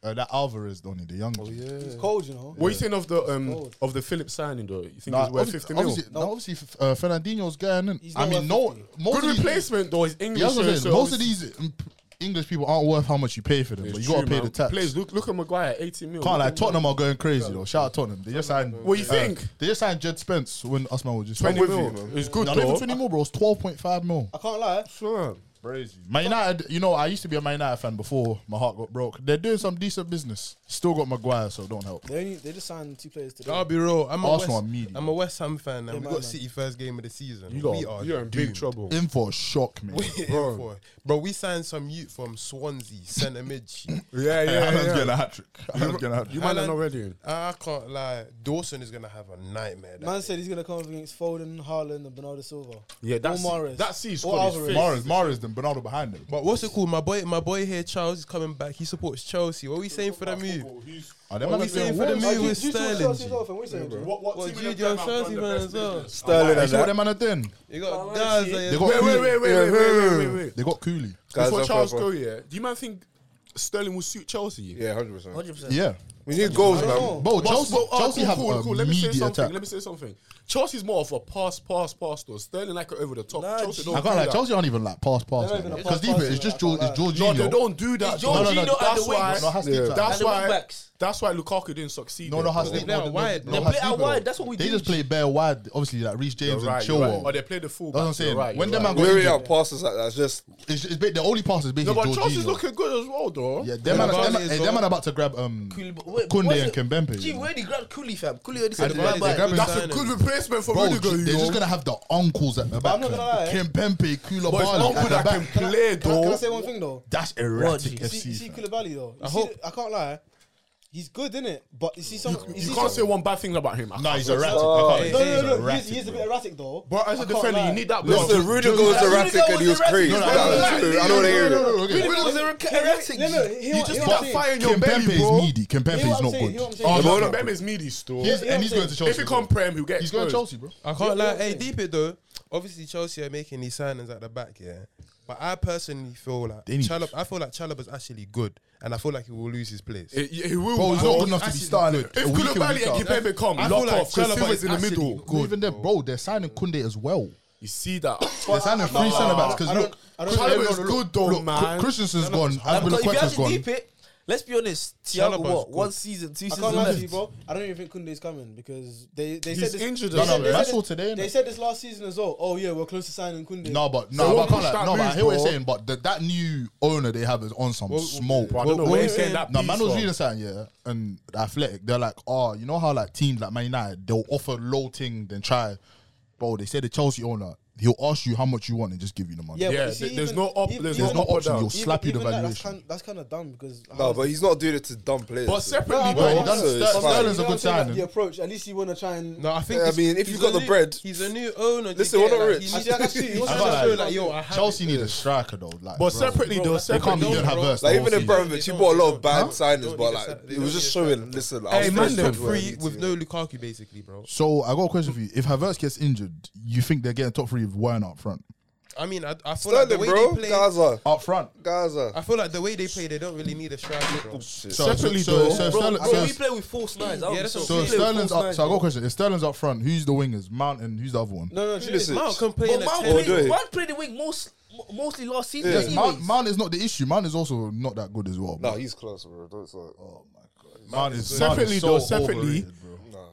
S6: uh, that Alvarez, Donny, the young. Oh,
S3: It's cold, you know.
S8: What are you saying of the um of the Phillips signing though? You think
S6: Nah,
S8: it's worth
S6: obvi-
S8: fifty mil?
S6: obviously, no. obviously, f- uh, Fernandinho's going in.
S3: He's not
S6: I mean,
S3: worth
S6: no,
S3: 50.
S6: most
S8: Good
S6: of these-
S8: replacement though. Is English.
S6: Yeah, that's what I'm
S8: so
S6: saying. most of
S8: obviously-
S6: these um, p- English people aren't worth how much you pay for them,
S8: It's
S6: but you
S8: true,
S6: gotta pay
S8: man.
S6: the tax.
S8: Players, look look at Maguire, eighty mil.
S6: Can't lie, Tottenham are going crazy though. Shout out Tottenham. They just signed. uh,
S8: What you think?
S6: They just signed Jed Spence when us man was just
S8: Twenty
S6: I'm with
S8: mil.
S6: you, man.
S8: It's good
S6: No, not even
S8: though.
S6: 20 mil, bro. It's 12.5 mil.
S3: I can't lie.
S8: Sure.
S6: Crazy. Man United, you know, I used to be a Man United fan before my heart got broke. They're doing some decent business. Still got Maguire, so don't help.
S3: They only they just signed two players today.
S4: I'll be real. I'm a
S6: Arsenal
S4: West,
S6: are medium.
S4: I'm a West Ham fan, and we
S3: man,
S4: got
S3: man.
S4: City first game of the season.
S8: You
S4: we
S8: got
S4: are
S8: you're in big
S4: doomed.
S8: trouble.
S6: In for a shock, man.
S4: We're in for it. Bro, we signed some youth from Swansea, centre mid. shit.
S8: Yeah,
S6: Haaland's getting a hat trick. Haaland's getting a hat
S8: You
S6: trick.
S8: might not
S4: Haaland-
S8: know already.
S4: I can't lie. Dawson is gonna have a nightmare. that
S3: Man
S4: day.
S3: said he's gonna come up against Foden, Haaland, and Bernardo Silva.
S8: Yeah, that's
S3: or Mahrez.
S8: that sees
S3: Or
S8: squad is
S3: Alvarez.
S8: fit.
S6: Mahrez, Mahrez, then Bernardo behind him.
S4: But what's it called? My boy, my boy here, Charles is coming back. He supports Chelsea. What are we saying for the move?
S6: Are they
S4: What are we
S6: man
S4: saying
S6: doing
S4: for the
S6: what?
S3: Oh,
S4: move
S3: you-
S4: with
S3: you two are
S4: Sterling?
S3: Chelsea as well, fam. What you saying, bro?
S8: What, what
S4: Well,
S8: team
S4: you
S8: in
S4: do
S8: the Prem have
S4: Chelsea
S8: done the
S4: man
S8: best
S4: as well.
S8: business?
S2: Sterling
S6: You
S2: and
S6: see what
S2: that.
S6: them man are doing?
S4: You got Gaza.
S6: They
S4: you
S6: got
S4: got-
S8: Wait, wait, wait, wait, wait, wait, wait, wait, wait.
S6: They got Cooley.
S2: Guys,
S8: Before
S2: that's
S8: Charles
S2: right,
S8: go,
S2: bro.
S8: yeah. Do you man think Sterling will suit Chelsea?
S2: Yeah, hundred percent.
S5: 100%.
S6: Yeah.
S2: We need goals, man.
S3: know.
S6: Bro,
S8: But-
S6: Chelsea,
S8: but- oh,
S6: Chelsea
S8: cool,
S6: have
S8: cool,
S6: a
S8: cool. Let me say
S6: media
S8: something.
S6: attack.
S8: Let me say something. Chelsea's more of a pass, pass, pass though. Sterling like it over the top.
S3: Nah,
S8: Chelsea
S3: G-
S8: don't
S6: I
S8: do
S6: can't lie,
S8: that.
S6: Chelsea aren't even like pass pass.
S3: They're not even a
S6: Because
S3: pass,
S6: deep
S3: pass,
S6: it's just
S3: you know,
S6: Joe,
S3: I can't
S6: it's
S3: lie.
S8: No,
S6: Jorginho.
S8: they don't do that.
S5: It's
S8: though.
S5: Jorginho and
S8: That's
S5: the
S8: why.
S5: wings.
S6: No, has deep
S8: That's
S5: And the wing
S8: why.
S5: backs.
S8: That's why Lukaku didn't succeed.
S6: No, no, has
S8: bro.
S6: deep.
S4: play out wide.
S5: They play out wide. That's what we
S6: They
S5: do.
S6: just play bare wide. Obviously, like Reece
S8: You're
S6: James and
S8: right, you're right.
S6: Chilwell.
S8: Or they play the full.
S6: That's what I'm saying. When them man got
S2: Weary
S6: injured,
S2: out passes like that. It's just
S6: it's, it's, ba- the only pass is
S8: No,
S6: basically
S8: but Chelsea's
S6: Jorginho.
S8: looking good as well, though.
S6: yeah, them
S4: Yeah,
S6: man, them,
S4: Cavani
S6: hey,
S4: is
S6: them
S4: gone.
S6: man about to grab um,
S5: Cooley- but wait,
S6: Kunde
S5: what's
S6: and
S5: it-
S6: Kembembe.
S5: Gee, where they grabbed Cooley, fam. Cooley already said
S6: And they-
S5: bye
S6: they
S5: bye.
S6: grabbed him-
S8: That's a good replacement for
S6: Bro,
S8: Rudiger.
S6: they're
S8: you know.
S6: just gonna have the uncles at the back.
S3: I'm not gonna
S6: man.
S3: lie.
S6: Kempembe,
S8: But it's
S6: Koulibaly
S8: uncle
S6: at the
S8: that can
S6: back.
S8: play,
S3: Can I, can I
S8: though.
S3: say one thing though?
S6: That's
S5: What,
S6: erratic
S5: G?
S3: You see, you
S6: FC.
S3: see
S6: fam.
S3: Koulibaly though. You I see
S4: hope-
S3: the- I can't lie. He's good, in it? But you see some. You,
S8: You
S3: see
S8: can't say
S3: some,
S8: one bad thing about him. I
S6: Nah,
S8: can't
S6: he's
S8: say
S6: erratic.
S8: that.
S6: I can't
S4: Hey,
S3: Oh, No, no,
S6: lie.
S3: no,
S6: He's
S3: no. He's, he's a
S6: erratic,
S3: bit erratic though.
S8: But as
S3: I
S8: a
S3: can't
S8: defender, you
S3: lie.
S8: need that.
S2: listen.
S8: blood.
S2: Rudiger was erratic and he was crazy.
S6: No, no, no,
S2: That's
S6: no,
S2: true.
S6: no,
S2: I don't
S6: no,
S2: hear
S6: no,
S2: it.
S6: no, no, okay.
S5: It was erratic.
S3: No, no, he,
S8: You just
S3: he,
S8: need that fire in your belly,
S6: Kempembe is
S8: bro.
S6: needy. Kempembe
S3: Hear what
S6: is
S3: I'm saying,
S6: not
S3: hear
S6: good.
S3: what I'm saying.
S8: Oh,
S3: Yeah,
S8: no,
S2: but-
S8: Mbembe is meaty still.
S6: He's-
S3: hear what
S6: And he's
S3: I'm
S6: going to
S3: saying.
S6: Chelsea.
S8: If he
S6: bro.
S8: can't prem, he'll get
S6: He's going to
S8: exposed.
S6: Chelsea, bro.
S4: I can't
S3: Yeah,
S4: lie.
S3: yeah,
S4: Hey,
S3: yeah.
S4: deep it though. Obviously, Chelsea are making these signings at the back, yeah. But I personally feel like
S6: They need-
S4: Chalab, I feel like Chalaba's actually good, and I feel like he will lose his place.
S7: It, yeah, it will.
S6: Bro, he's not good
S7: Actually,
S6: enough to be starting.
S7: If Koulibaly and Kipembe come,
S4: I
S7: lock
S4: feel like
S7: off. Because
S4: Chalaba
S7: Silva's
S4: is
S7: in the middle.
S4: actually
S6: Good, even there, bro. They're signing Kunde as well.
S8: You see that?
S6: They're signing three centre backs because look,
S7: Chalaba is good though,
S6: look,
S7: man.
S6: Christensen's gone.
S5: Um,
S6: Aspin
S5: if you
S6: has
S5: actually
S6: gone.
S5: deep it, let's be honest. Thiago,
S4: Chalaba's
S5: what?
S4: good.
S5: One season, two
S3: I
S5: seasons
S3: can't lie to you,
S5: left.
S3: bro. I don't even think Kunde's coming because they they
S7: He's
S3: said this,
S7: injured
S3: They
S7: as
S3: said-
S6: No,
S7: well.
S6: no,
S3: they
S6: that's
S3: said
S6: all
S3: this-
S6: today.
S3: They
S6: innit?
S3: said this last season as well. Oh yeah, we're close to signing Kunde.
S6: No, but
S7: They
S6: no, but I
S7: won't
S6: can't
S7: push
S6: like,
S7: that
S6: no, but I
S7: move,
S6: hear what you're
S7: bro.
S6: saying. But the, that new owner they have is on some smoke.
S7: Bro, I don't know
S8: Well,
S7: where
S8: well,
S7: he's getting that
S6: No,
S7: beef
S6: man was
S7: from.
S6: reading something, yeah, and the Athletic, they're like, oh, you know how like teams like Man United, they'll offer low thing, then try. Bro, they say the Chelsea owner, he'll ask you how much you want and just give you the money.
S3: but
S7: Yeah,
S3: you see,
S7: th- there's no up-
S3: ev-
S7: there's
S3: even-
S6: no option,
S7: down.
S6: you'll slap you the
S3: even that, that's
S6: valuation.
S3: kind, that's kind of dumb because
S2: No, but he's not doing it to dumb players.
S7: But separately,
S3: Bro,
S6: Bro,
S7: bro,
S6: he done
S2: So
S6: Ster-
S2: it's fine.
S6: Sterling's a
S3: You know what I'm
S6: good
S3: saying, like,
S6: signing.
S3: The approach, at least you want to try and
S4: No, I think.
S2: Yeah, I
S4: he's-
S2: mean, if
S4: he's
S2: you got
S4: a
S2: the
S4: new-
S2: bread-
S4: he's a new owner. do you
S2: Listen,
S4: get
S2: we're
S4: it?
S2: not
S4: Like,
S2: rich.
S4: he
S2: I
S4: needs
S2: think-
S4: to show,
S3: I
S4: like,
S3: feel
S6: like-
S4: yo, I have
S6: Chelsea
S4: it.
S6: need a striker though. Like,
S7: But
S6: bro,
S7: separately
S4: bro,
S7: though,
S4: that's
S6: they can't
S7: separately.
S6: be doing
S4: Don't-
S6: Havertz.
S2: Like
S6: the
S2: even
S6: whole
S2: in Birmingham, she bought a lot of bad
S4: Don't
S2: signings,
S4: do
S2: but
S4: this,
S2: like
S4: they
S2: it
S4: don't
S2: was just
S4: do this.
S2: showing. Listen, I was
S4: Hey, man,
S2: frustrated
S4: them
S2: when I
S4: free
S2: was
S4: with
S2: seeing
S4: no
S2: it.
S4: Lukaku, basically, bro.
S6: So I got a question for you: If Havertz gets injured, you think they're getting top three with Werner up front?
S4: I mean, I, I feel like the
S2: Sterling,
S4: way
S2: bro,
S4: they play,
S2: Gaza,
S6: Up front.
S4: I
S2: Gaza.
S4: feel like the way they play, they don't really need a striker, bro.
S2: Shit.
S6: So,
S7: Separately
S6: so,
S7: though,
S6: so,
S5: Bro,
S6: Sterling,
S5: bro,
S6: so,
S5: we play with false nines.
S4: Yeah, that's
S5: so
S4: what
S6: so
S4: we play with
S6: Sterling's up. So I got a question: If Sterling's up front, who's the wingers? Mountain. Who's the other one?
S3: no, no,
S2: Listen,
S4: Mount can play in
S5: But
S4: a
S5: Mount
S4: 10.
S2: do
S5: played,
S2: it.
S5: Mount played the wing most, mo- mostly last season.
S2: Yeah.
S5: anyways.
S6: Mount, Mount is not the issue. Mount is also not that good as well.
S2: No,
S6: bro.
S2: he's close, bro. Don't say that.
S6: oh my god. Mount is
S7: Separately
S6: Mount is so
S7: though, separately.
S6: overrated, bro.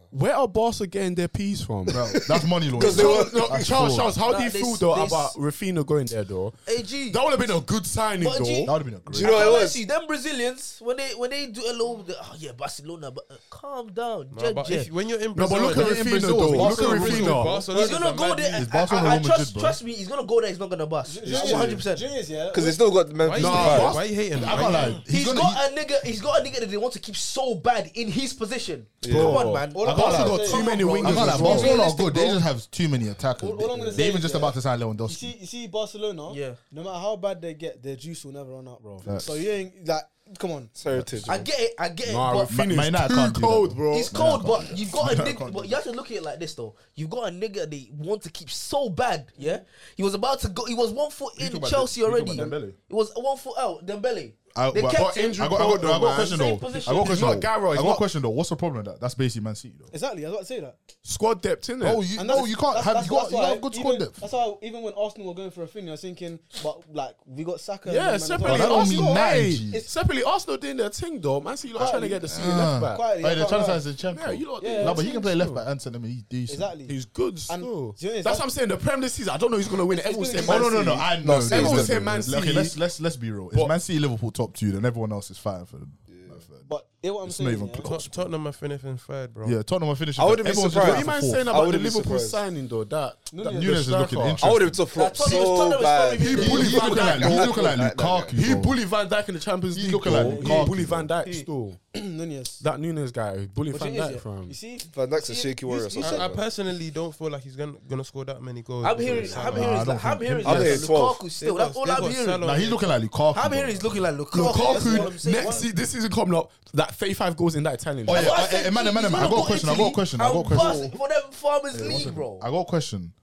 S8: Where are Barca getting their peas from?
S6: Bro, that's money laundering.
S7: So, no,
S6: That's
S7: Charles, Charles,
S6: fraud.
S7: how do
S5: Nah,
S7: you
S5: they
S7: feel
S5: s-
S7: though
S5: they s-
S7: about Rafina going there though?
S5: AG.
S7: That would have been a good signing
S5: But G-
S6: That
S7: though.
S6: would have been a great.
S2: Do you know
S5: I
S2: what it
S5: can't lie
S2: was?
S5: to you, them Brazilians when they when they do a little, they- oh yeah, Barcelona, but uh, calm down,
S4: Nah,
S5: Jet,
S4: but
S5: Jet.
S4: if, when you're in
S7: No,
S4: Brazil,
S7: but look at
S6: Barcelona- They're in
S7: Rafina
S6: Brazil,
S7: though. Look at
S6: Barcelona-
S7: Rafina.
S4: Barcelona
S5: He's
S4: is
S5: gonna
S4: a
S5: go
S4: mad
S5: there.
S6: It's
S5: I,
S6: Barcelona
S5: I, I
S6: Real Madrid,
S5: trust,
S6: bro.
S5: trust me, he's gonna go there. He's not gonna bust.
S3: Juniors,
S5: One hundred percent.
S3: Juniors, yeah.
S2: Because they still got
S4: Why
S2: Memphis
S4: you
S2: to
S4: hating?
S2: fight.
S4: Why you hating?
S6: I can't lie. He's
S5: he's
S6: gonna- he-
S5: got a nigga. He's got a nigga that they want to keep so bad in his position. Come on, man.
S3: All
S6: I
S3: I'm
S6: can't
S3: gonna
S6: lie.
S3: say-
S7: Too many
S3: Come on,
S7: wingers
S3: bro.
S6: I'm
S7: as
S6: not like
S7: well.
S6: Barcelona are
S3: Realistic,
S6: good. They
S3: bro.
S6: just have too many attackers.
S3: All- all I'm gonna
S6: they
S3: say
S6: even
S3: is,
S6: just
S3: yeah.
S6: about to sign
S3: You
S6: Lewandowski.
S3: see, you see Barcelona.
S5: Yeah.
S3: No matter how bad they get, their juice will never run out, bro.
S6: Facts.
S3: So you ain't like, come on.
S2: Heritage.
S5: I get it. I get it.
S7: Nah,
S5: but
S6: Man- Man United
S7: Rafina is
S6: can't do
S7: too
S6: that,
S7: cold,
S6: bro.
S7: bro.
S5: It's
S6: Man, I
S5: cold,
S6: can't-
S5: but you've got a
S6: Man, I
S5: nigga.
S6: can't
S5: But
S6: do
S5: you have to look at it like this, though. You've got a nigga they want to keep so bad. Yeah, he was about to go. He was one foot in
S6: about
S5: Chelsea
S6: Dem- you
S5: already.
S6: talking about Dembele?
S5: It was one foot out. Dembele.
S6: I,
S5: They
S6: but-
S5: kept
S6: but
S5: him.
S6: injury I got, I got, I got a question
S5: Same
S6: though.
S5: position.
S6: I got a
S7: He's
S6: question
S7: not
S6: though.
S7: Garo,
S6: I
S7: he's
S6: got a
S7: not-
S6: question though. What's the problem with that? That's basically Man City though.
S3: Exactly. I was about to say that.
S7: Squad depth, innit?
S6: Oh, you, no, you can't have you got you got a good squad
S3: even,
S6: depth.
S3: That's how even when Arsenal were going for a thing, I was thinking, but like we got Saka. and
S7: Yeah,
S3: Man as well.
S7: separately
S6: But that don't mean
S7: Arsenal. hey,
S6: nothing, G.
S7: it's- separately Arsenal doing their thing though. Man, see, you lot trying to get the senior left back.
S3: Quietly,
S6: Hey, they're
S3: yeah,
S6: trying to
S3: quietly.
S6: sign Zinchenko.
S7: Yeah, you lot.
S3: Yeah,
S7: did
S6: No,
S7: their
S6: but he
S7: thing
S6: can play left
S7: still.
S6: back and centre. I mean, He's decent.
S3: Exactly.
S7: He's good
S3: And
S7: still.
S3: do you know, it's
S7: That's
S3: like-
S7: what I'm saying. The Prem this season, I don't know who's gonna win it. Everyone
S3: It's
S7: say
S3: gonna
S6: Oh
S7: Man
S6: no no
S7: City.
S6: no! I
S2: No,
S6: know.
S2: City's
S7: Everyone
S2: definitely-
S7: say Man City.
S6: Okay, let's let's let's be real. It's
S7: But-
S6: Man City, Liverpool top two, then everyone else is fighting for them. Like, third.
S3: But hear what I'm
S6: It's not
S3: saying.
S6: even
S3: yeah?
S6: close.
S4: Tot- Tottenham are finishing third, bro.
S6: Yeah, Tottenham are finishing.
S2: I wouldn't be
S6: Everyone's
S2: surprised.
S7: What are you
S6: just
S7: man
S6: out for
S7: saying
S6: fourth.
S2: I
S7: about the
S2: wouldn't be
S7: Liverpool
S2: surprised.
S7: signing though? That, that
S3: Nunez-
S7: the
S6: Nunes is looking
S7: striker.
S2: I
S6: interesting.
S2: would have took flop
S5: Like, Tottenham's-
S2: so
S5: Tottenham's
S2: bad.
S5: probably
S7: He
S5: been-
S7: bullied
S6: He's
S7: Van
S6: looking like,
S7: Dijk.
S6: he's looking like
S2: Like that,
S6: Lukaku.
S7: He
S6: bro.
S7: bullied Van Dijk in the Champions
S6: He's
S7: League.
S6: looking
S7: though.
S6: like
S7: he
S6: Lukaku,
S7: bullied Van
S6: bro.
S7: Dijk still.
S3: Nunez.
S8: That Nunes guy, bully
S3: What
S8: Van
S3: it is, yeah?
S8: Dijk from.
S3: You see,
S2: Van Dijk's a
S3: See,
S2: shaky
S3: you-
S2: warrior.
S3: you
S2: so
S3: said-
S2: bad,
S4: I, I
S2: bro.
S4: personally don't feel like he's gonna gonna score that many goals.
S5: I'm hearing, I'm
S6: Nah, I
S5: hearing,
S6: don't
S5: I'm
S6: think-
S5: hearing,
S6: I'm
S5: like
S2: hearing twelve.
S5: Lukaku still.
S4: They've
S5: That's
S4: got-
S5: all
S4: they've
S5: I'm
S4: got
S5: hearing.
S4: Salah.
S6: Nah, he's looking like Lukaku.
S5: I'm
S6: bro.
S5: hearing he's looking like Lukaku. That's what I'm
S7: Lukaku
S5: saying.
S7: next se- this season coming up, that 35 goals in that Italian.
S6: Oh
S7: league.
S6: yeah,
S5: But I
S6: I-
S5: said
S6: I- man,
S5: he's
S6: man, man,
S5: gonna
S6: I got a
S5: go
S6: question, I
S5: Italy
S6: got a question, I got a
S5: and
S6: question.
S5: bust For them Farmers League, bro.
S6: I got a question.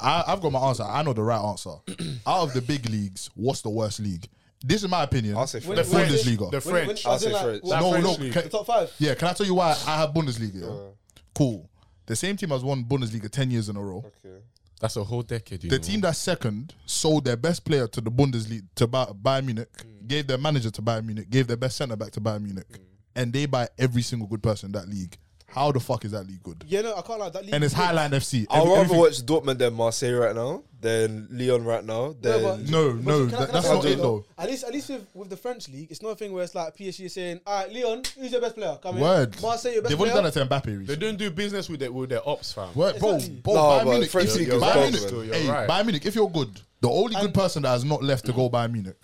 S6: I, I've got my answer. I know the right answer. Out of the big leagues, what's the worst league? This is my opinion.
S2: I'll say
S6: the
S2: French. The
S3: French.
S6: Bundesliga.
S7: The
S3: When- when-
S7: French.
S2: I'll
S3: as in,
S2: say
S3: like,
S2: French.
S3: what-
S6: no,
S7: French
S6: no.
S7: league.
S6: ca-
S3: The top five.
S6: Yeah, can I tell you why I have Bundesliga? yeah? Cool. The same team has won Bundesliga ten years in a row.
S2: Okay.
S8: That's a whole decade. You
S6: The
S8: know.
S6: team that's second sold their best player to the Bundesliga to Ba- Bayern Munich,
S3: Mm.
S6: gave their manager to Bayern Munich, gave their best centre back to Bayern Munich, and they buy every single good person in that league. How the fuck is that league good?
S3: Yeah, no, I can't lie. That league
S6: And it's
S3: is good.
S6: Highland FC.
S2: I'd
S6: Every-
S2: rather
S6: everything-
S2: watch Dortmund than Marseille right now, than Leon right now, than
S6: no,
S3: But can I- can
S6: no, that-
S3: I say
S6: that's not
S3: something
S6: it though.
S3: At least, at least with, with the French league, it's not a thing where it's like PSG is saying, "All right, Leon, who's your best player? Come
S6: Word.
S3: in, Marseille, your best
S6: They've
S3: player."
S6: already done that to Mbappe recently.
S8: They don't do business with their with their ops, fam.
S6: Well, bro,
S3: Exactly.
S6: bro,
S2: No,
S6: Bayern
S2: but
S6: Munich.
S2: French
S6: if,
S2: league
S6: Bayern
S2: is dope,
S6: Munich-
S2: man.
S8: You're
S6: hey,
S8: right.
S6: Bayern Munich, if you're good, the only good
S3: And-
S6: person that has not left to go Bayern Munich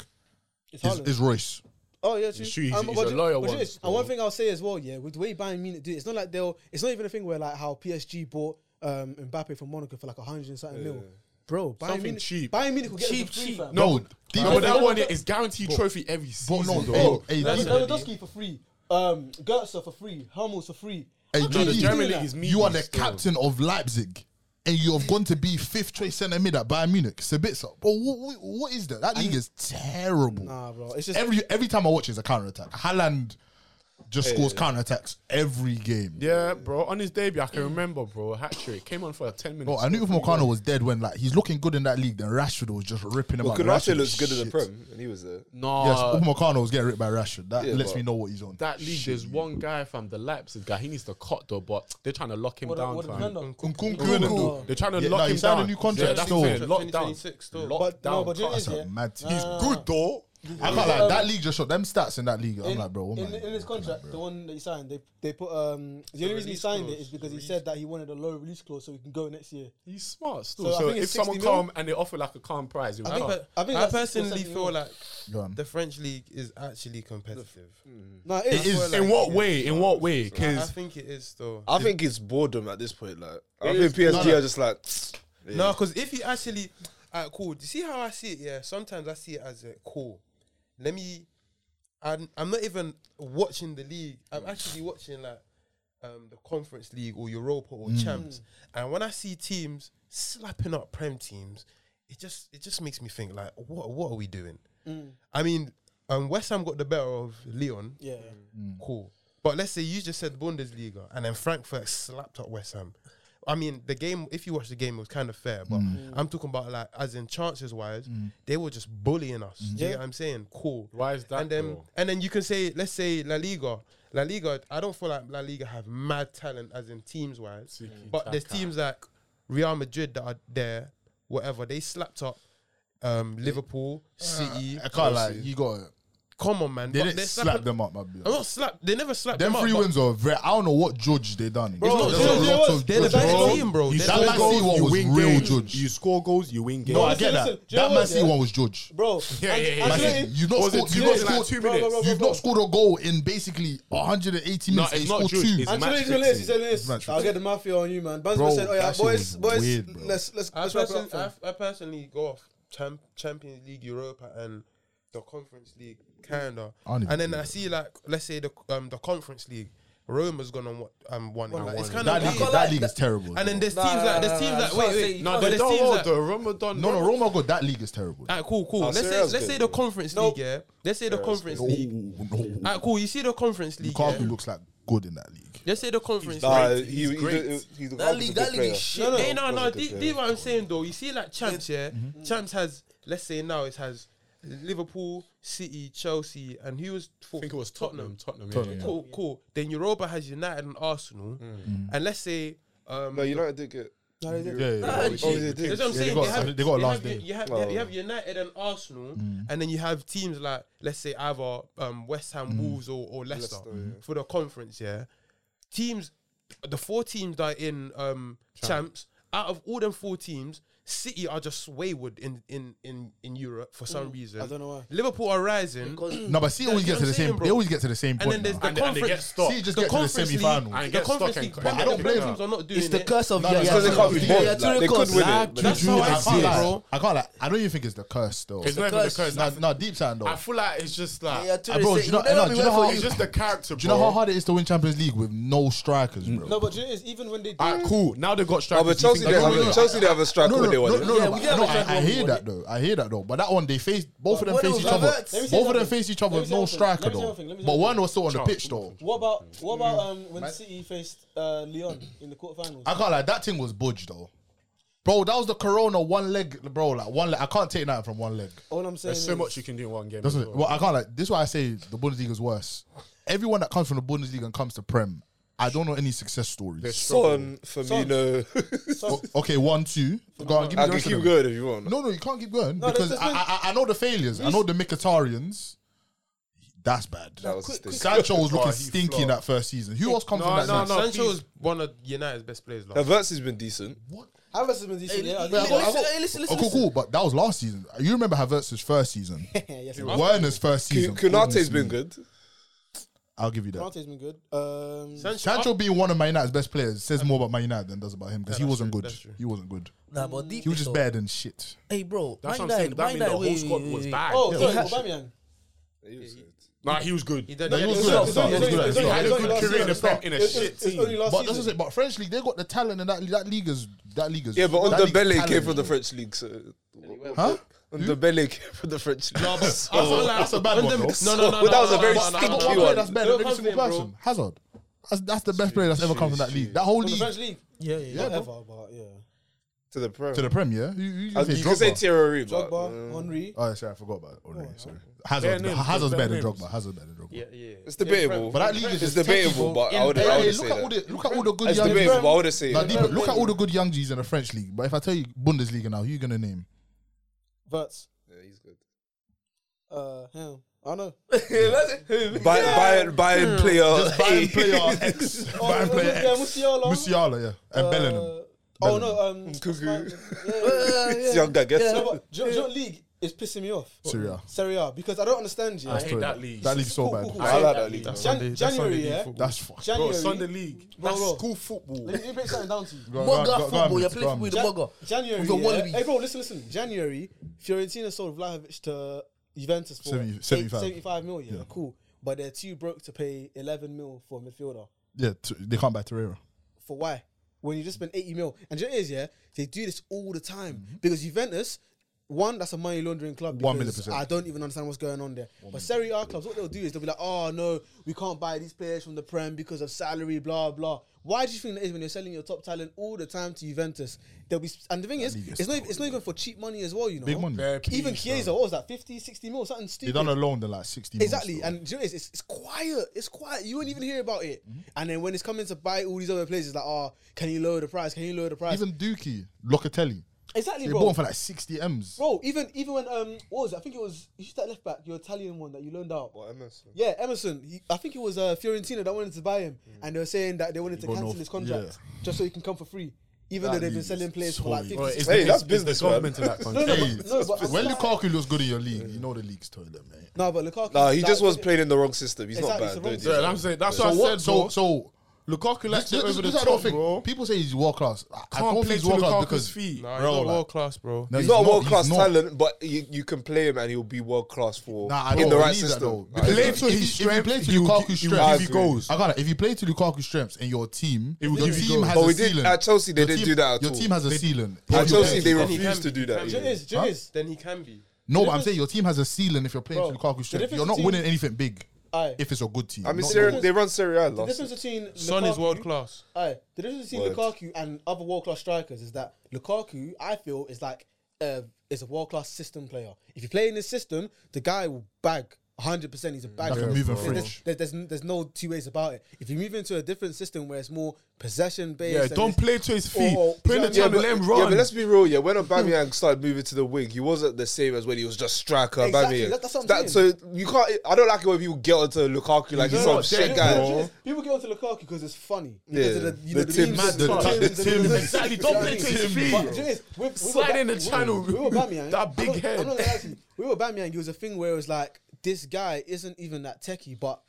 S3: It's
S6: is,
S3: Haaland.
S6: is Royce.
S3: oh yeah, true.
S8: true, he's- he's
S3: but
S8: a
S3: ju-
S8: loyal
S3: but
S8: one
S3: ju-
S8: still.
S3: And one thing I'll say as well, yeah, with the way Bayern Munich do it, it's not like they'll. It's not even a thing where like how PSG bought um, Mbappe from Monaco for like a hundred and something mil. Bro, Bayern
S8: Something
S3: Munich,
S8: cheap.
S3: Bayern Munich will get
S5: Cheap,
S3: it for free,
S5: cheap.
S3: fam.
S6: No, deep,
S7: No, but that one is guaranteed trophy every
S6: bro,
S7: season.
S6: no,
S7: though.
S6: hey, hey,
S4: That's
S6: deep-
S4: it.
S3: Lewandowski for free, um, Goetze for free, Hummels for free.
S6: hey,
S3: How
S6: deep,
S3: can
S7: the
S3: you
S6: deep.
S3: do
S7: German
S3: that?
S7: league is meaty
S6: you are the
S7: still.
S6: captain of Leipzig. and you have gone to be fifth choice centre mid at Bayern Munich. It's a bit so. But what, what, what is that? That league is terrible.
S3: Nah, bro. It's just
S6: Every every time I watch, it's a counter attack. Haaland just scores counter attacks every game.
S8: Yeah, bro. On his debut, I can remember, bro. Hat trick came on for ten minutes.
S6: Bro, I knew if Mokano was dead when like he's looking good in that league, then Rashford was just ripping him
S2: Well,
S6: out.
S2: Kunache
S6: Rashford
S2: looks
S6: was
S2: good in the
S6: shit.
S2: Prem, and he was there.
S8: No,
S6: Yes, uh, was getting ripped by Rashford. That
S2: Yeah,
S6: lets
S2: but-
S6: me know what he's on.
S8: that league. There's one guy from the Leipzig guy. He needs to cut though, but they're trying to lock him
S3: what,
S8: down.
S3: what did
S8: fam.
S3: Nando-
S6: Nkunku
S8: Nkunku.
S6: and all.
S8: They're trying to
S6: Yeah,
S8: lock
S6: no,
S8: him
S6: he signed
S8: down.
S6: a new contract
S8: Yeah, that's
S6: still.
S8: what I'm saying, Lock down.
S4: 2026 still.
S8: Lock
S3: But no,
S8: down.
S3: but you know what it
S8: cut.
S6: That's
S3: is, yeah?
S6: a mad team.
S3: He's Uh, good,
S6: though. I can't lie. That league just shot them stats in that league. I'm
S3: in,
S6: like, bro, oh what
S3: in,
S6: man-
S3: in his contract, the one that he signed, they they put um the only reason he
S4: release
S3: signed
S4: clause,
S3: it is because he
S4: release.
S3: said that he wanted a low release clause so he can go next year.
S8: He's smart still.
S3: So I
S8: So,
S3: think
S8: if
S3: it's
S8: someone
S3: 60 mil.
S8: come and they offer like a calm prize, he'll
S4: I, think,
S8: cut.
S4: I,
S3: I think
S4: I
S3: that's
S4: personally
S3: still
S4: feel like
S6: Go on.
S4: the French league is actually competitive.
S3: No, it
S6: It
S3: is.
S6: is.
S8: In what way? In what way?
S4: Like, I
S8: Because
S4: think it is though.
S2: I think it's boredom at this point. Like, I
S8: is-
S2: think PSG
S6: no, no.
S2: are just like, yeah.
S4: No, because if you actually, alright, cool. Do you see how I see it? Yeah, sometimes I see it as a cool. Let me. I'm, I'm not even watching the league. I'm actually watching like um, the Conference League or Europa or Champs. And when I see teams slapping up Prem teams, it just it just makes me think like, what what are we doing? I mean, um, West Ham got the better of Leon.
S3: Yeah.
S6: Mm.
S4: Cool. But let's say you just said Bundesliga and then Frankfurt slapped up West Ham. I mean, the game, if you watch the game, it was kind of fair, but
S6: Mm.
S4: I'm talking about like, as in chances wise, they were just bullying us. Do you
S3: Yeah.
S4: get what I'm saying? Cool.
S8: Why is that
S4: And then,
S8: though?
S4: and then you can say, let's say La Liga. La Liga, I don't feel like La Liga have mad talent as in teams wise, but there's teams like Real Madrid that are there, whatever. They slapped up um, Liverpool, City.
S6: Uh, I can't lie.
S4: Chelsea.
S6: You got it.
S4: Come on, man.
S6: They
S4: but
S6: didn't
S4: they're
S6: slap
S4: slapping-
S6: them up, my
S4: I'm
S6: bro.
S4: not slapped. They never slapped
S6: Them
S4: them up,
S6: three
S4: but-
S6: wins are very. I don't know what judge they done.
S4: Bro,
S6: There's
S4: you know
S6: a
S4: what
S6: lot
S3: it
S6: of
S3: was?
S4: They're the
S6: judge,
S4: best
S6: bro.
S4: team, bro.
S6: You
S4: They're
S6: that
S4: the
S6: Man
S4: goals,
S6: City one
S8: you
S6: was
S8: win
S6: real
S8: games.
S6: judge.
S8: You score goals, you win games.
S6: No, I
S3: Listen,
S6: get
S3: listen,
S6: that.
S3: do you know
S6: That
S3: what,
S6: Man City
S3: yeah?
S6: one was judge.
S3: Bro,
S8: Yeah,
S3: An-
S8: yeah, yeah.
S6: Man
S8: Actually,
S6: City,
S3: Ancelotti-
S6: You've not
S8: was it
S6: scored.
S8: two
S6: You've not
S8: minutes, like
S6: scored.
S8: two minutes?
S3: bro, bro,
S6: You've not scored a goal in basically 180 minutes.
S8: it's
S6: They
S8: not
S6: scored
S8: judge,
S6: two.
S8: it's
S3: Ancelotti
S8: match
S3: did all this, he
S8: fixing.
S3: said this.
S6: Match
S3: I'll get the mafia on you, man. Bunsman
S6: Bro,
S3: said, "Oh yeah,
S6: that shit
S3: boys,
S6: was
S3: boys,
S6: weird, bro.
S3: let's let's
S4: I,
S3: let's wrap it
S4: person,
S3: up."
S4: I,
S3: fam.
S4: I personally go off champ, Champions League Europa and the Conference League Canada,
S6: I don't even
S4: and then
S6: do
S4: I
S6: that.
S4: see like let's say the um the Conference League Roma's gone on what um one like, it's kind
S6: That
S4: of
S6: league,
S4: weird.
S6: that league is terrible.
S4: and then
S6: bro.
S4: there's teams like there's teams like wait wait
S8: No,
S4: but
S8: they
S4: there's
S8: don't
S4: teams
S8: hold
S4: like-
S8: the Roma done.
S6: no, no, Roma got that league is terrible.
S4: Alright, cool, cool. let's say
S2: Serie A's
S4: let's
S2: good,
S4: say the Conference
S3: No.
S4: League, yeah. Let's say the Conference
S6: No,
S4: League.
S6: no.
S4: Alright, cool. You see the Conference League.
S6: Lukaku
S4: Yeah?
S6: looks like good in that league.
S4: Let's say the Conference League.
S2: Nah, he, he's
S8: great.
S2: He's, he's
S5: That league, that league is shit.
S4: No,
S5: No,
S4: no, no,
S2: Wasn't good
S4: thi-
S2: player.
S4: thi- what I'm saying though. You see, like Champs, yeah.
S8: Mm-hmm.
S4: Champs has, let's say now it has Liverpool, City, Chelsea, and who was
S8: I
S4: fourth?
S8: think it was Tottenham. Tottenham.
S6: Tottenham,
S8: yeah.
S4: Cool, cool. Then Europa has United and Arsenal,
S8: Mm.
S4: and let's say. Um,
S2: No, United did get.
S3: No, they did.
S6: Yeah, yeah, yeah.
S2: Oh, they did.
S4: that's what I'm
S6: Yeah, they
S4: saying.
S6: got-
S4: They have-
S6: they got a
S4: they
S6: last Mm.
S4: have you-
S6: day.
S4: You have,
S2: Oh.
S4: you have United and Arsenal, and then you have teams like, let's say, either um, West Ham,
S6: Mm.
S4: Wolves, or, or Leicester,
S2: Leicester, yeah.
S4: for the conference. Yeah, teams, the four teams that are in um, champs. Out of all them four teams, City are just wayward in in in, in Europe for some reason.
S3: I don't know why.
S4: Liverpool are rising,
S6: No, but see, always
S4: Yeah,
S6: get to
S4: that's what I'm
S6: the same.
S4: saying, bro.
S6: They always get to the same
S4: and
S6: point.
S4: then there's
S6: now.
S4: the
S8: And, and they get
S4: conference.
S8: stopped.
S6: See, just
S4: the
S6: get to the
S4: conference league-
S6: semi-finals.
S8: And
S4: The
S8: get stuck
S4: conference
S8: and-
S4: league,
S8: but
S4: Premier
S8: I don't
S4: League
S8: blame
S4: teams
S8: them.
S4: are not doing
S5: It's the
S4: it.
S5: curse of
S6: No, no,
S5: yeah, yeah,
S6: it's
S2: Because they can't be
S5: yeah,
S2: bothered.
S5: yeah,
S2: like,
S5: Turin
S2: they could
S5: curse.
S2: win
S8: Nah,
S2: it. but
S6: I
S2: that's-
S8: Juju-
S6: can't
S8: that's
S6: lie.
S8: it, bro.
S6: I can't lie. I don't even think it's the curse though.
S8: It's not even the curse.
S6: No, no, deep sound
S8: I
S6: though.
S8: feel like it's just like.
S5: Yeah,
S6: Ah,
S5: Turin
S6: bro,
S5: say,
S6: do you
S5: "You
S6: know-
S5: never be
S6: no, do you know
S5: well
S6: how-
S5: for
S8: It's just the character, bro.
S6: Do you know how hard it is to win Champions League with no strikers, bro?
S3: No, but do you know, it's even when they do,
S8: All right, cool. Now they've got
S2: Oh,
S8: strikers.
S2: but
S8: Do you
S2: Chelsea
S8: think
S2: they
S8: they're
S2: have
S8: gonna-
S2: a Chelsea they have a striker
S6: No, no,
S2: when they
S6: no,
S2: won
S6: no,
S2: it.
S6: no,
S5: Yeah,
S6: no,
S5: we
S6: but-
S5: did have
S6: no,
S5: a strike
S6: I, I
S5: one, but-
S6: hear that though. I hear that though. But that one, they faced both of them
S5: But
S6: faced
S5: what
S6: each
S5: about
S6: other.
S5: Havertz? Let
S3: me say
S6: Both of them
S3: something.
S6: faced each other
S3: Let me
S6: with
S3: say
S6: no
S3: something. Let me
S6: striker
S3: say
S6: though.
S3: something. Let me say
S6: But
S3: something.
S6: one was still on the pitch though.
S3: what about what about um when City faced uh Leon in the quarterfinals?
S6: I can't lie. That thing was budge though, bro. That was the Corona one leg, bro. Like one leg. I can't take that from one leg.
S3: All I'm saying
S8: There's so
S3: is,
S8: much you can do in one game.
S6: That's
S8: as
S6: what, well, I can't like. This is why I say the Bundesliga is worse. Everyone that comes from the Bundesliga and comes to Prem, I don't know any success stories.
S2: Son, Firmino.
S6: O- okay, one, two. Go on, give me
S2: I can
S6: the rest of
S2: keep
S6: them.
S2: going if you want.
S6: No, no, you can't keep going
S3: there's-
S6: because
S3: there's
S6: I,
S3: no-
S6: I, I know the failures. I know the Mkhitaryan's. That's bad.
S2: That was a
S3: quick-
S2: stink.
S6: Sancho was
S8: Oh,
S6: looking
S8: he
S6: stinky in
S8: flopped.
S6: that first season. Who else comes
S8: No,
S6: from that?
S8: no,
S6: season? Oh,
S8: no.
S4: Sancho is one of United's best players. Like.
S2: Havertz has been decent.
S3: Havertz has been decent. Yeah, I
S5: Hey,
S3: got- I got-
S5: listen, hey, listen,
S6: Oh,
S5: listen,
S6: cool,
S5: listen.
S6: cool. But that was last season. You remember Havertz's first season?
S3: yes,
S6: Werner's first season.
S2: Kunate's been good.
S6: I'll give you that.
S3: Conte's been good. Um,
S6: Sancho being one of Man United's best players says more about Man United than does about him because he
S4: that's
S6: wasn't
S4: true,
S6: good.
S4: that's true.
S6: He wasn't good.
S5: Nah, but deep
S6: He was
S5: though.
S6: just better than shit.
S5: Hey, bro,
S8: That's
S5: Man
S8: what I'm saying.
S5: United,
S8: That
S5: Man
S8: means the
S5: United,
S8: whole
S5: wait,
S8: squad
S5: wait,
S8: was
S5: wait.
S8: bad.
S3: oh,
S8: Yeah.
S3: sorry, Aubameyang.
S2: He was good.
S8: Nah, he was good.
S4: He did.
S6: No, he was
S4: It's
S6: good.
S4: not-
S6: It's
S4: it's
S6: not-
S4: not-
S6: it's
S4: it's
S6: not-
S4: not-
S6: it's
S8: He
S6: not-
S8: had a
S6: it's
S8: good
S6: not-
S8: career in the
S6: it's not-
S8: Prem- in a shit team.
S6: But that's just it. But French league, they got the talent, and that that league is that league is
S2: Yeah, but on
S6: that
S2: the
S6: league's
S2: belly
S6: talent.
S2: came from the French league, so
S6: Huh?
S2: on the belly came from the French league.
S6: That's not like- that's a bad one. though.
S4: No, no, no.
S2: Well, that was
S4: no,
S2: a very
S4: no, no, no,
S2: stinky
S4: no, no,
S6: But one
S4: no.
S2: one.
S6: player that's better than every
S4: Hazard,
S6: single
S4: bro.
S6: person. Hazard. That's, that's the best player that's ever come from that league. That whole
S3: the
S6: league
S3: French league.
S5: Yeah,
S3: Yeah,
S5: yeah.
S3: Whatever, but yeah.
S2: To the Prem.
S6: to the Prem, yeah. You, you,
S2: Uh,
S6: say
S2: you can say
S6: Drogba.
S2: Thierry, but
S3: Drogba,
S2: mm,
S3: Henri.
S6: Oh, yeah, sorry, I forgot about it already.
S3: Oh,
S6: sorry.
S8: Bare
S6: Hazard,
S8: names,
S6: Hazard's
S8: bare
S6: better than
S8: names.
S6: Drogba. Hazard's better than Drogba.
S4: Yeah, yeah.
S2: it's debatable.
S6: But that league is
S2: It's
S6: just
S2: debatable, but I would
S6: Hey,
S2: I
S6: hey,
S2: would
S6: look
S2: say
S6: at all
S2: that.
S6: the look at all the good
S2: It's
S6: young
S2: debatable, but I would say
S6: Nah,
S2: that.
S6: deep, look at all the good young G's in the French league. But if I tell you Bundesliga now, who you gonna name?
S3: Verts.
S2: Yeah, he's good.
S3: Uh, him. I know.
S2: Buy- Bayern Bayern player.
S6: Just Bayern player X, Bayern player
S3: Oh, Yeah,
S6: X,
S3: Musiala.
S6: Musiala, yeah, and
S3: Uh,
S6: Bellingham.
S3: Oh no, um,
S2: Cuckoo.
S3: what's my- yeah, yeah, yeah.
S2: This young guy gets
S3: No, but do you- do you know what league is pissing me off.
S6: Serie A.
S3: Serie A, because I don't understand you.
S8: I hate that league.
S6: That league's so
S3: Cool,
S6: bad.
S3: cool, cool.
S2: I like that league.
S4: That's
S3: Jan-
S4: Sunday- that's
S3: January,
S4: Sunday league
S3: yeah?
S4: football.
S6: That's fuck.
S3: January.
S8: Bro, Sunday league.
S3: Bro, bro.
S8: That's school football.
S3: Let me break something down to you.
S6: Go on, go on,
S5: Mogger
S6: go on, go on,
S5: football. You're
S6: Mitch, go
S5: playing
S6: on,
S5: with the
S6: Mitch.
S5: Mogger.
S3: January.
S5: With the
S3: yeah?
S5: Wallaby.
S3: Hey, bro, listen, listen. January, Fiorentina sold Vlahovic to Juventus for
S6: Seventy-
S3: eight-
S6: 75.
S3: 75 mil. Yeah,
S6: Yeah.
S3: cool. But they're too broke to pay 11 mil for a midfielder.
S6: Yeah, t- they can't buy Torreira.
S3: For why? When you just spend 80 mil. And do you know what it is, yeah? They do this all the time. Because Juventus, one, that's a money laundering club.
S6: Mm-hmm. One
S3: because
S6: million percent.
S3: I don't even understand what's going on there. but Serie A clubs, what they'll do is they'll be like, oh, no, we can't buy these players from the Prem because of salary, blah, blah. Why do you think that is when you're selling your top talent all the time to Juventus? They'll be, and the thing is,
S6: league is
S3: it's not, even- it's not even for cheap money as well, you know.
S6: Big money.
S8: Bare peas,
S3: Even
S8: bro.
S3: Chiesa, what was that, 50, 60 mil, something
S6: They
S3: stupid.
S6: done a loan than like sixty. mils,
S3: Exactly,
S6: though.
S3: and do you know what it is? It's, it's quiet. It's quiet. You won't even hear about it.
S6: Mm-hmm.
S3: And then when it's coming to buy all these other places, like, oh, can you lower the price? Can you lower the price?
S6: even Dookie, Locatelli,
S3: exactly,
S6: they
S3: bro.
S6: bought him for like sixty m's.
S3: bro, even even when um, what was it? I think it was you that left back, your Italian one that you loaned out. Yeah, Emerson. He, I think it was uh, Fiorentina that wanted to buy him, and they were saying that they wanted to
S6: got
S3: cancel
S6: no-
S3: his contract just so he can come for free, even though
S6: That
S3: they've been
S6: league
S3: selling
S6: is
S3: players
S6: so
S3: for like
S6: evil.
S3: fifty.
S8: It's
S2: Hey,
S8: the-
S2: that's
S8: it's
S2: business,
S8: The
S2: man.
S8: government in that country.
S3: No,
S6: Hey,
S3: but- no, but I
S6: when
S3: swear-
S6: Lukaku was good in your league, you know the league's toilet, man.
S3: No, but Lukaku.
S2: Nah, he
S3: like,
S2: just was playing in the wrong system. He's not
S3: Exactly,
S2: bad.
S3: it's the
S2: don't
S8: Yeah,
S2: you?
S8: and I'm saying that's
S6: So
S8: what I
S6: what?
S8: said.
S6: So
S8: bro.
S6: so
S8: Lukaku
S6: this,
S8: likes it
S6: this,
S8: over the
S6: this I don't
S8: top,
S6: think
S8: bro.
S6: people say he's world class. I- I
S8: Can't
S6: don't
S8: play
S6: think he's
S8: to
S6: world class
S8: Lukaku's
S6: because
S8: feet.
S4: Nah, he's
S6: Bro,
S4: not
S6: like-
S4: world class, bro.
S6: No,
S2: He's not a world
S6: he's
S2: class
S6: not.
S2: talent, but you, you can play him and he'll be world class for
S6: Nah, I
S2: in
S6: don't
S2: the right
S6: believe that,
S2: system.
S6: though. Because
S8: Play
S6: if-
S8: to
S6: if you-
S8: his
S6: if you play
S8: strength,
S6: to
S8: he will
S6: Lukaku's
S8: gi- he will
S6: strengths,
S2: give you
S8: goals.
S6: I got it. If you play to Lukaku's strengths and your team,
S8: It will
S6: your
S8: give you
S6: team
S8: goals.
S6: has
S2: But
S6: a
S2: we did
S6: ceiling.
S2: at Chelsea. They
S6: Your
S2: didn't
S6: team-
S2: do that at
S6: Your
S2: all.
S6: team has a ceiling.
S2: At
S6: If you're
S2: Chelsea, they
S6: playing to Lukaku-
S4: he
S2: refused
S4: can
S2: to
S4: be-
S2: do that.
S4: he
S3: Do you
S2: yeah.
S3: know what it is? Do you know what it is?
S4: Then he can be.
S6: No, but I'm saying your team has a ceiling if you're playing
S3: Bro,
S6: to Lukaku's strength.
S3: the
S6: You're not
S3: difference
S6: winning
S3: between-
S6: anything big
S3: Aye.
S6: if it's a good team.
S2: I mean,
S6: Not-
S2: Serie- they run Serie A
S3: The
S2: last.
S3: difference between
S4: Son is
S3: Lukaku-
S4: world class.
S3: Aye, the difference between
S2: Word.
S3: Lukaku and other world class strikers is that Lukaku, I feel, is like uh, is a world class system player. If you play in this system, the guy will bag. 100% he's a bag.
S6: Like a moving fridge.
S3: there's, there's, there's, there's no two ways about it. If you move into a different system where it's more possession based,
S8: Yeah, don't play to his feet.
S3: Oh,
S8: Put in the
S3: yeah,
S8: time
S2: but,
S8: and let him
S2: yeah, but
S8: run.
S2: let's be real. Yeah, when Aubameyang started moving to the wing, he wasn't the same as when he was just striker.
S3: Exactly,
S2: Aubameyang.
S3: that- that's what I'm
S2: so you can't. I don't like it when people get onto Lukaku like he's some shit guy.
S3: People get onto Lukaku because it's funny. Because
S2: Yeah.
S3: of the, you know,
S2: The
S3: the,
S2: Tim-
S3: memes and
S2: the-
S3: stuff.
S2: the Tim-
S8: Exactly, don't play to his feet.
S3: But do you know this, with- with
S8: Slide
S3: Aubame-
S8: in the
S3: with-
S8: channel,
S3: with Aubameyang,
S8: that
S3: I'm
S8: big
S3: not-
S8: head.
S3: I'm not gonna lie to you. With Aubameyang, it was a thing where it was like, this guy isn't even that techie, but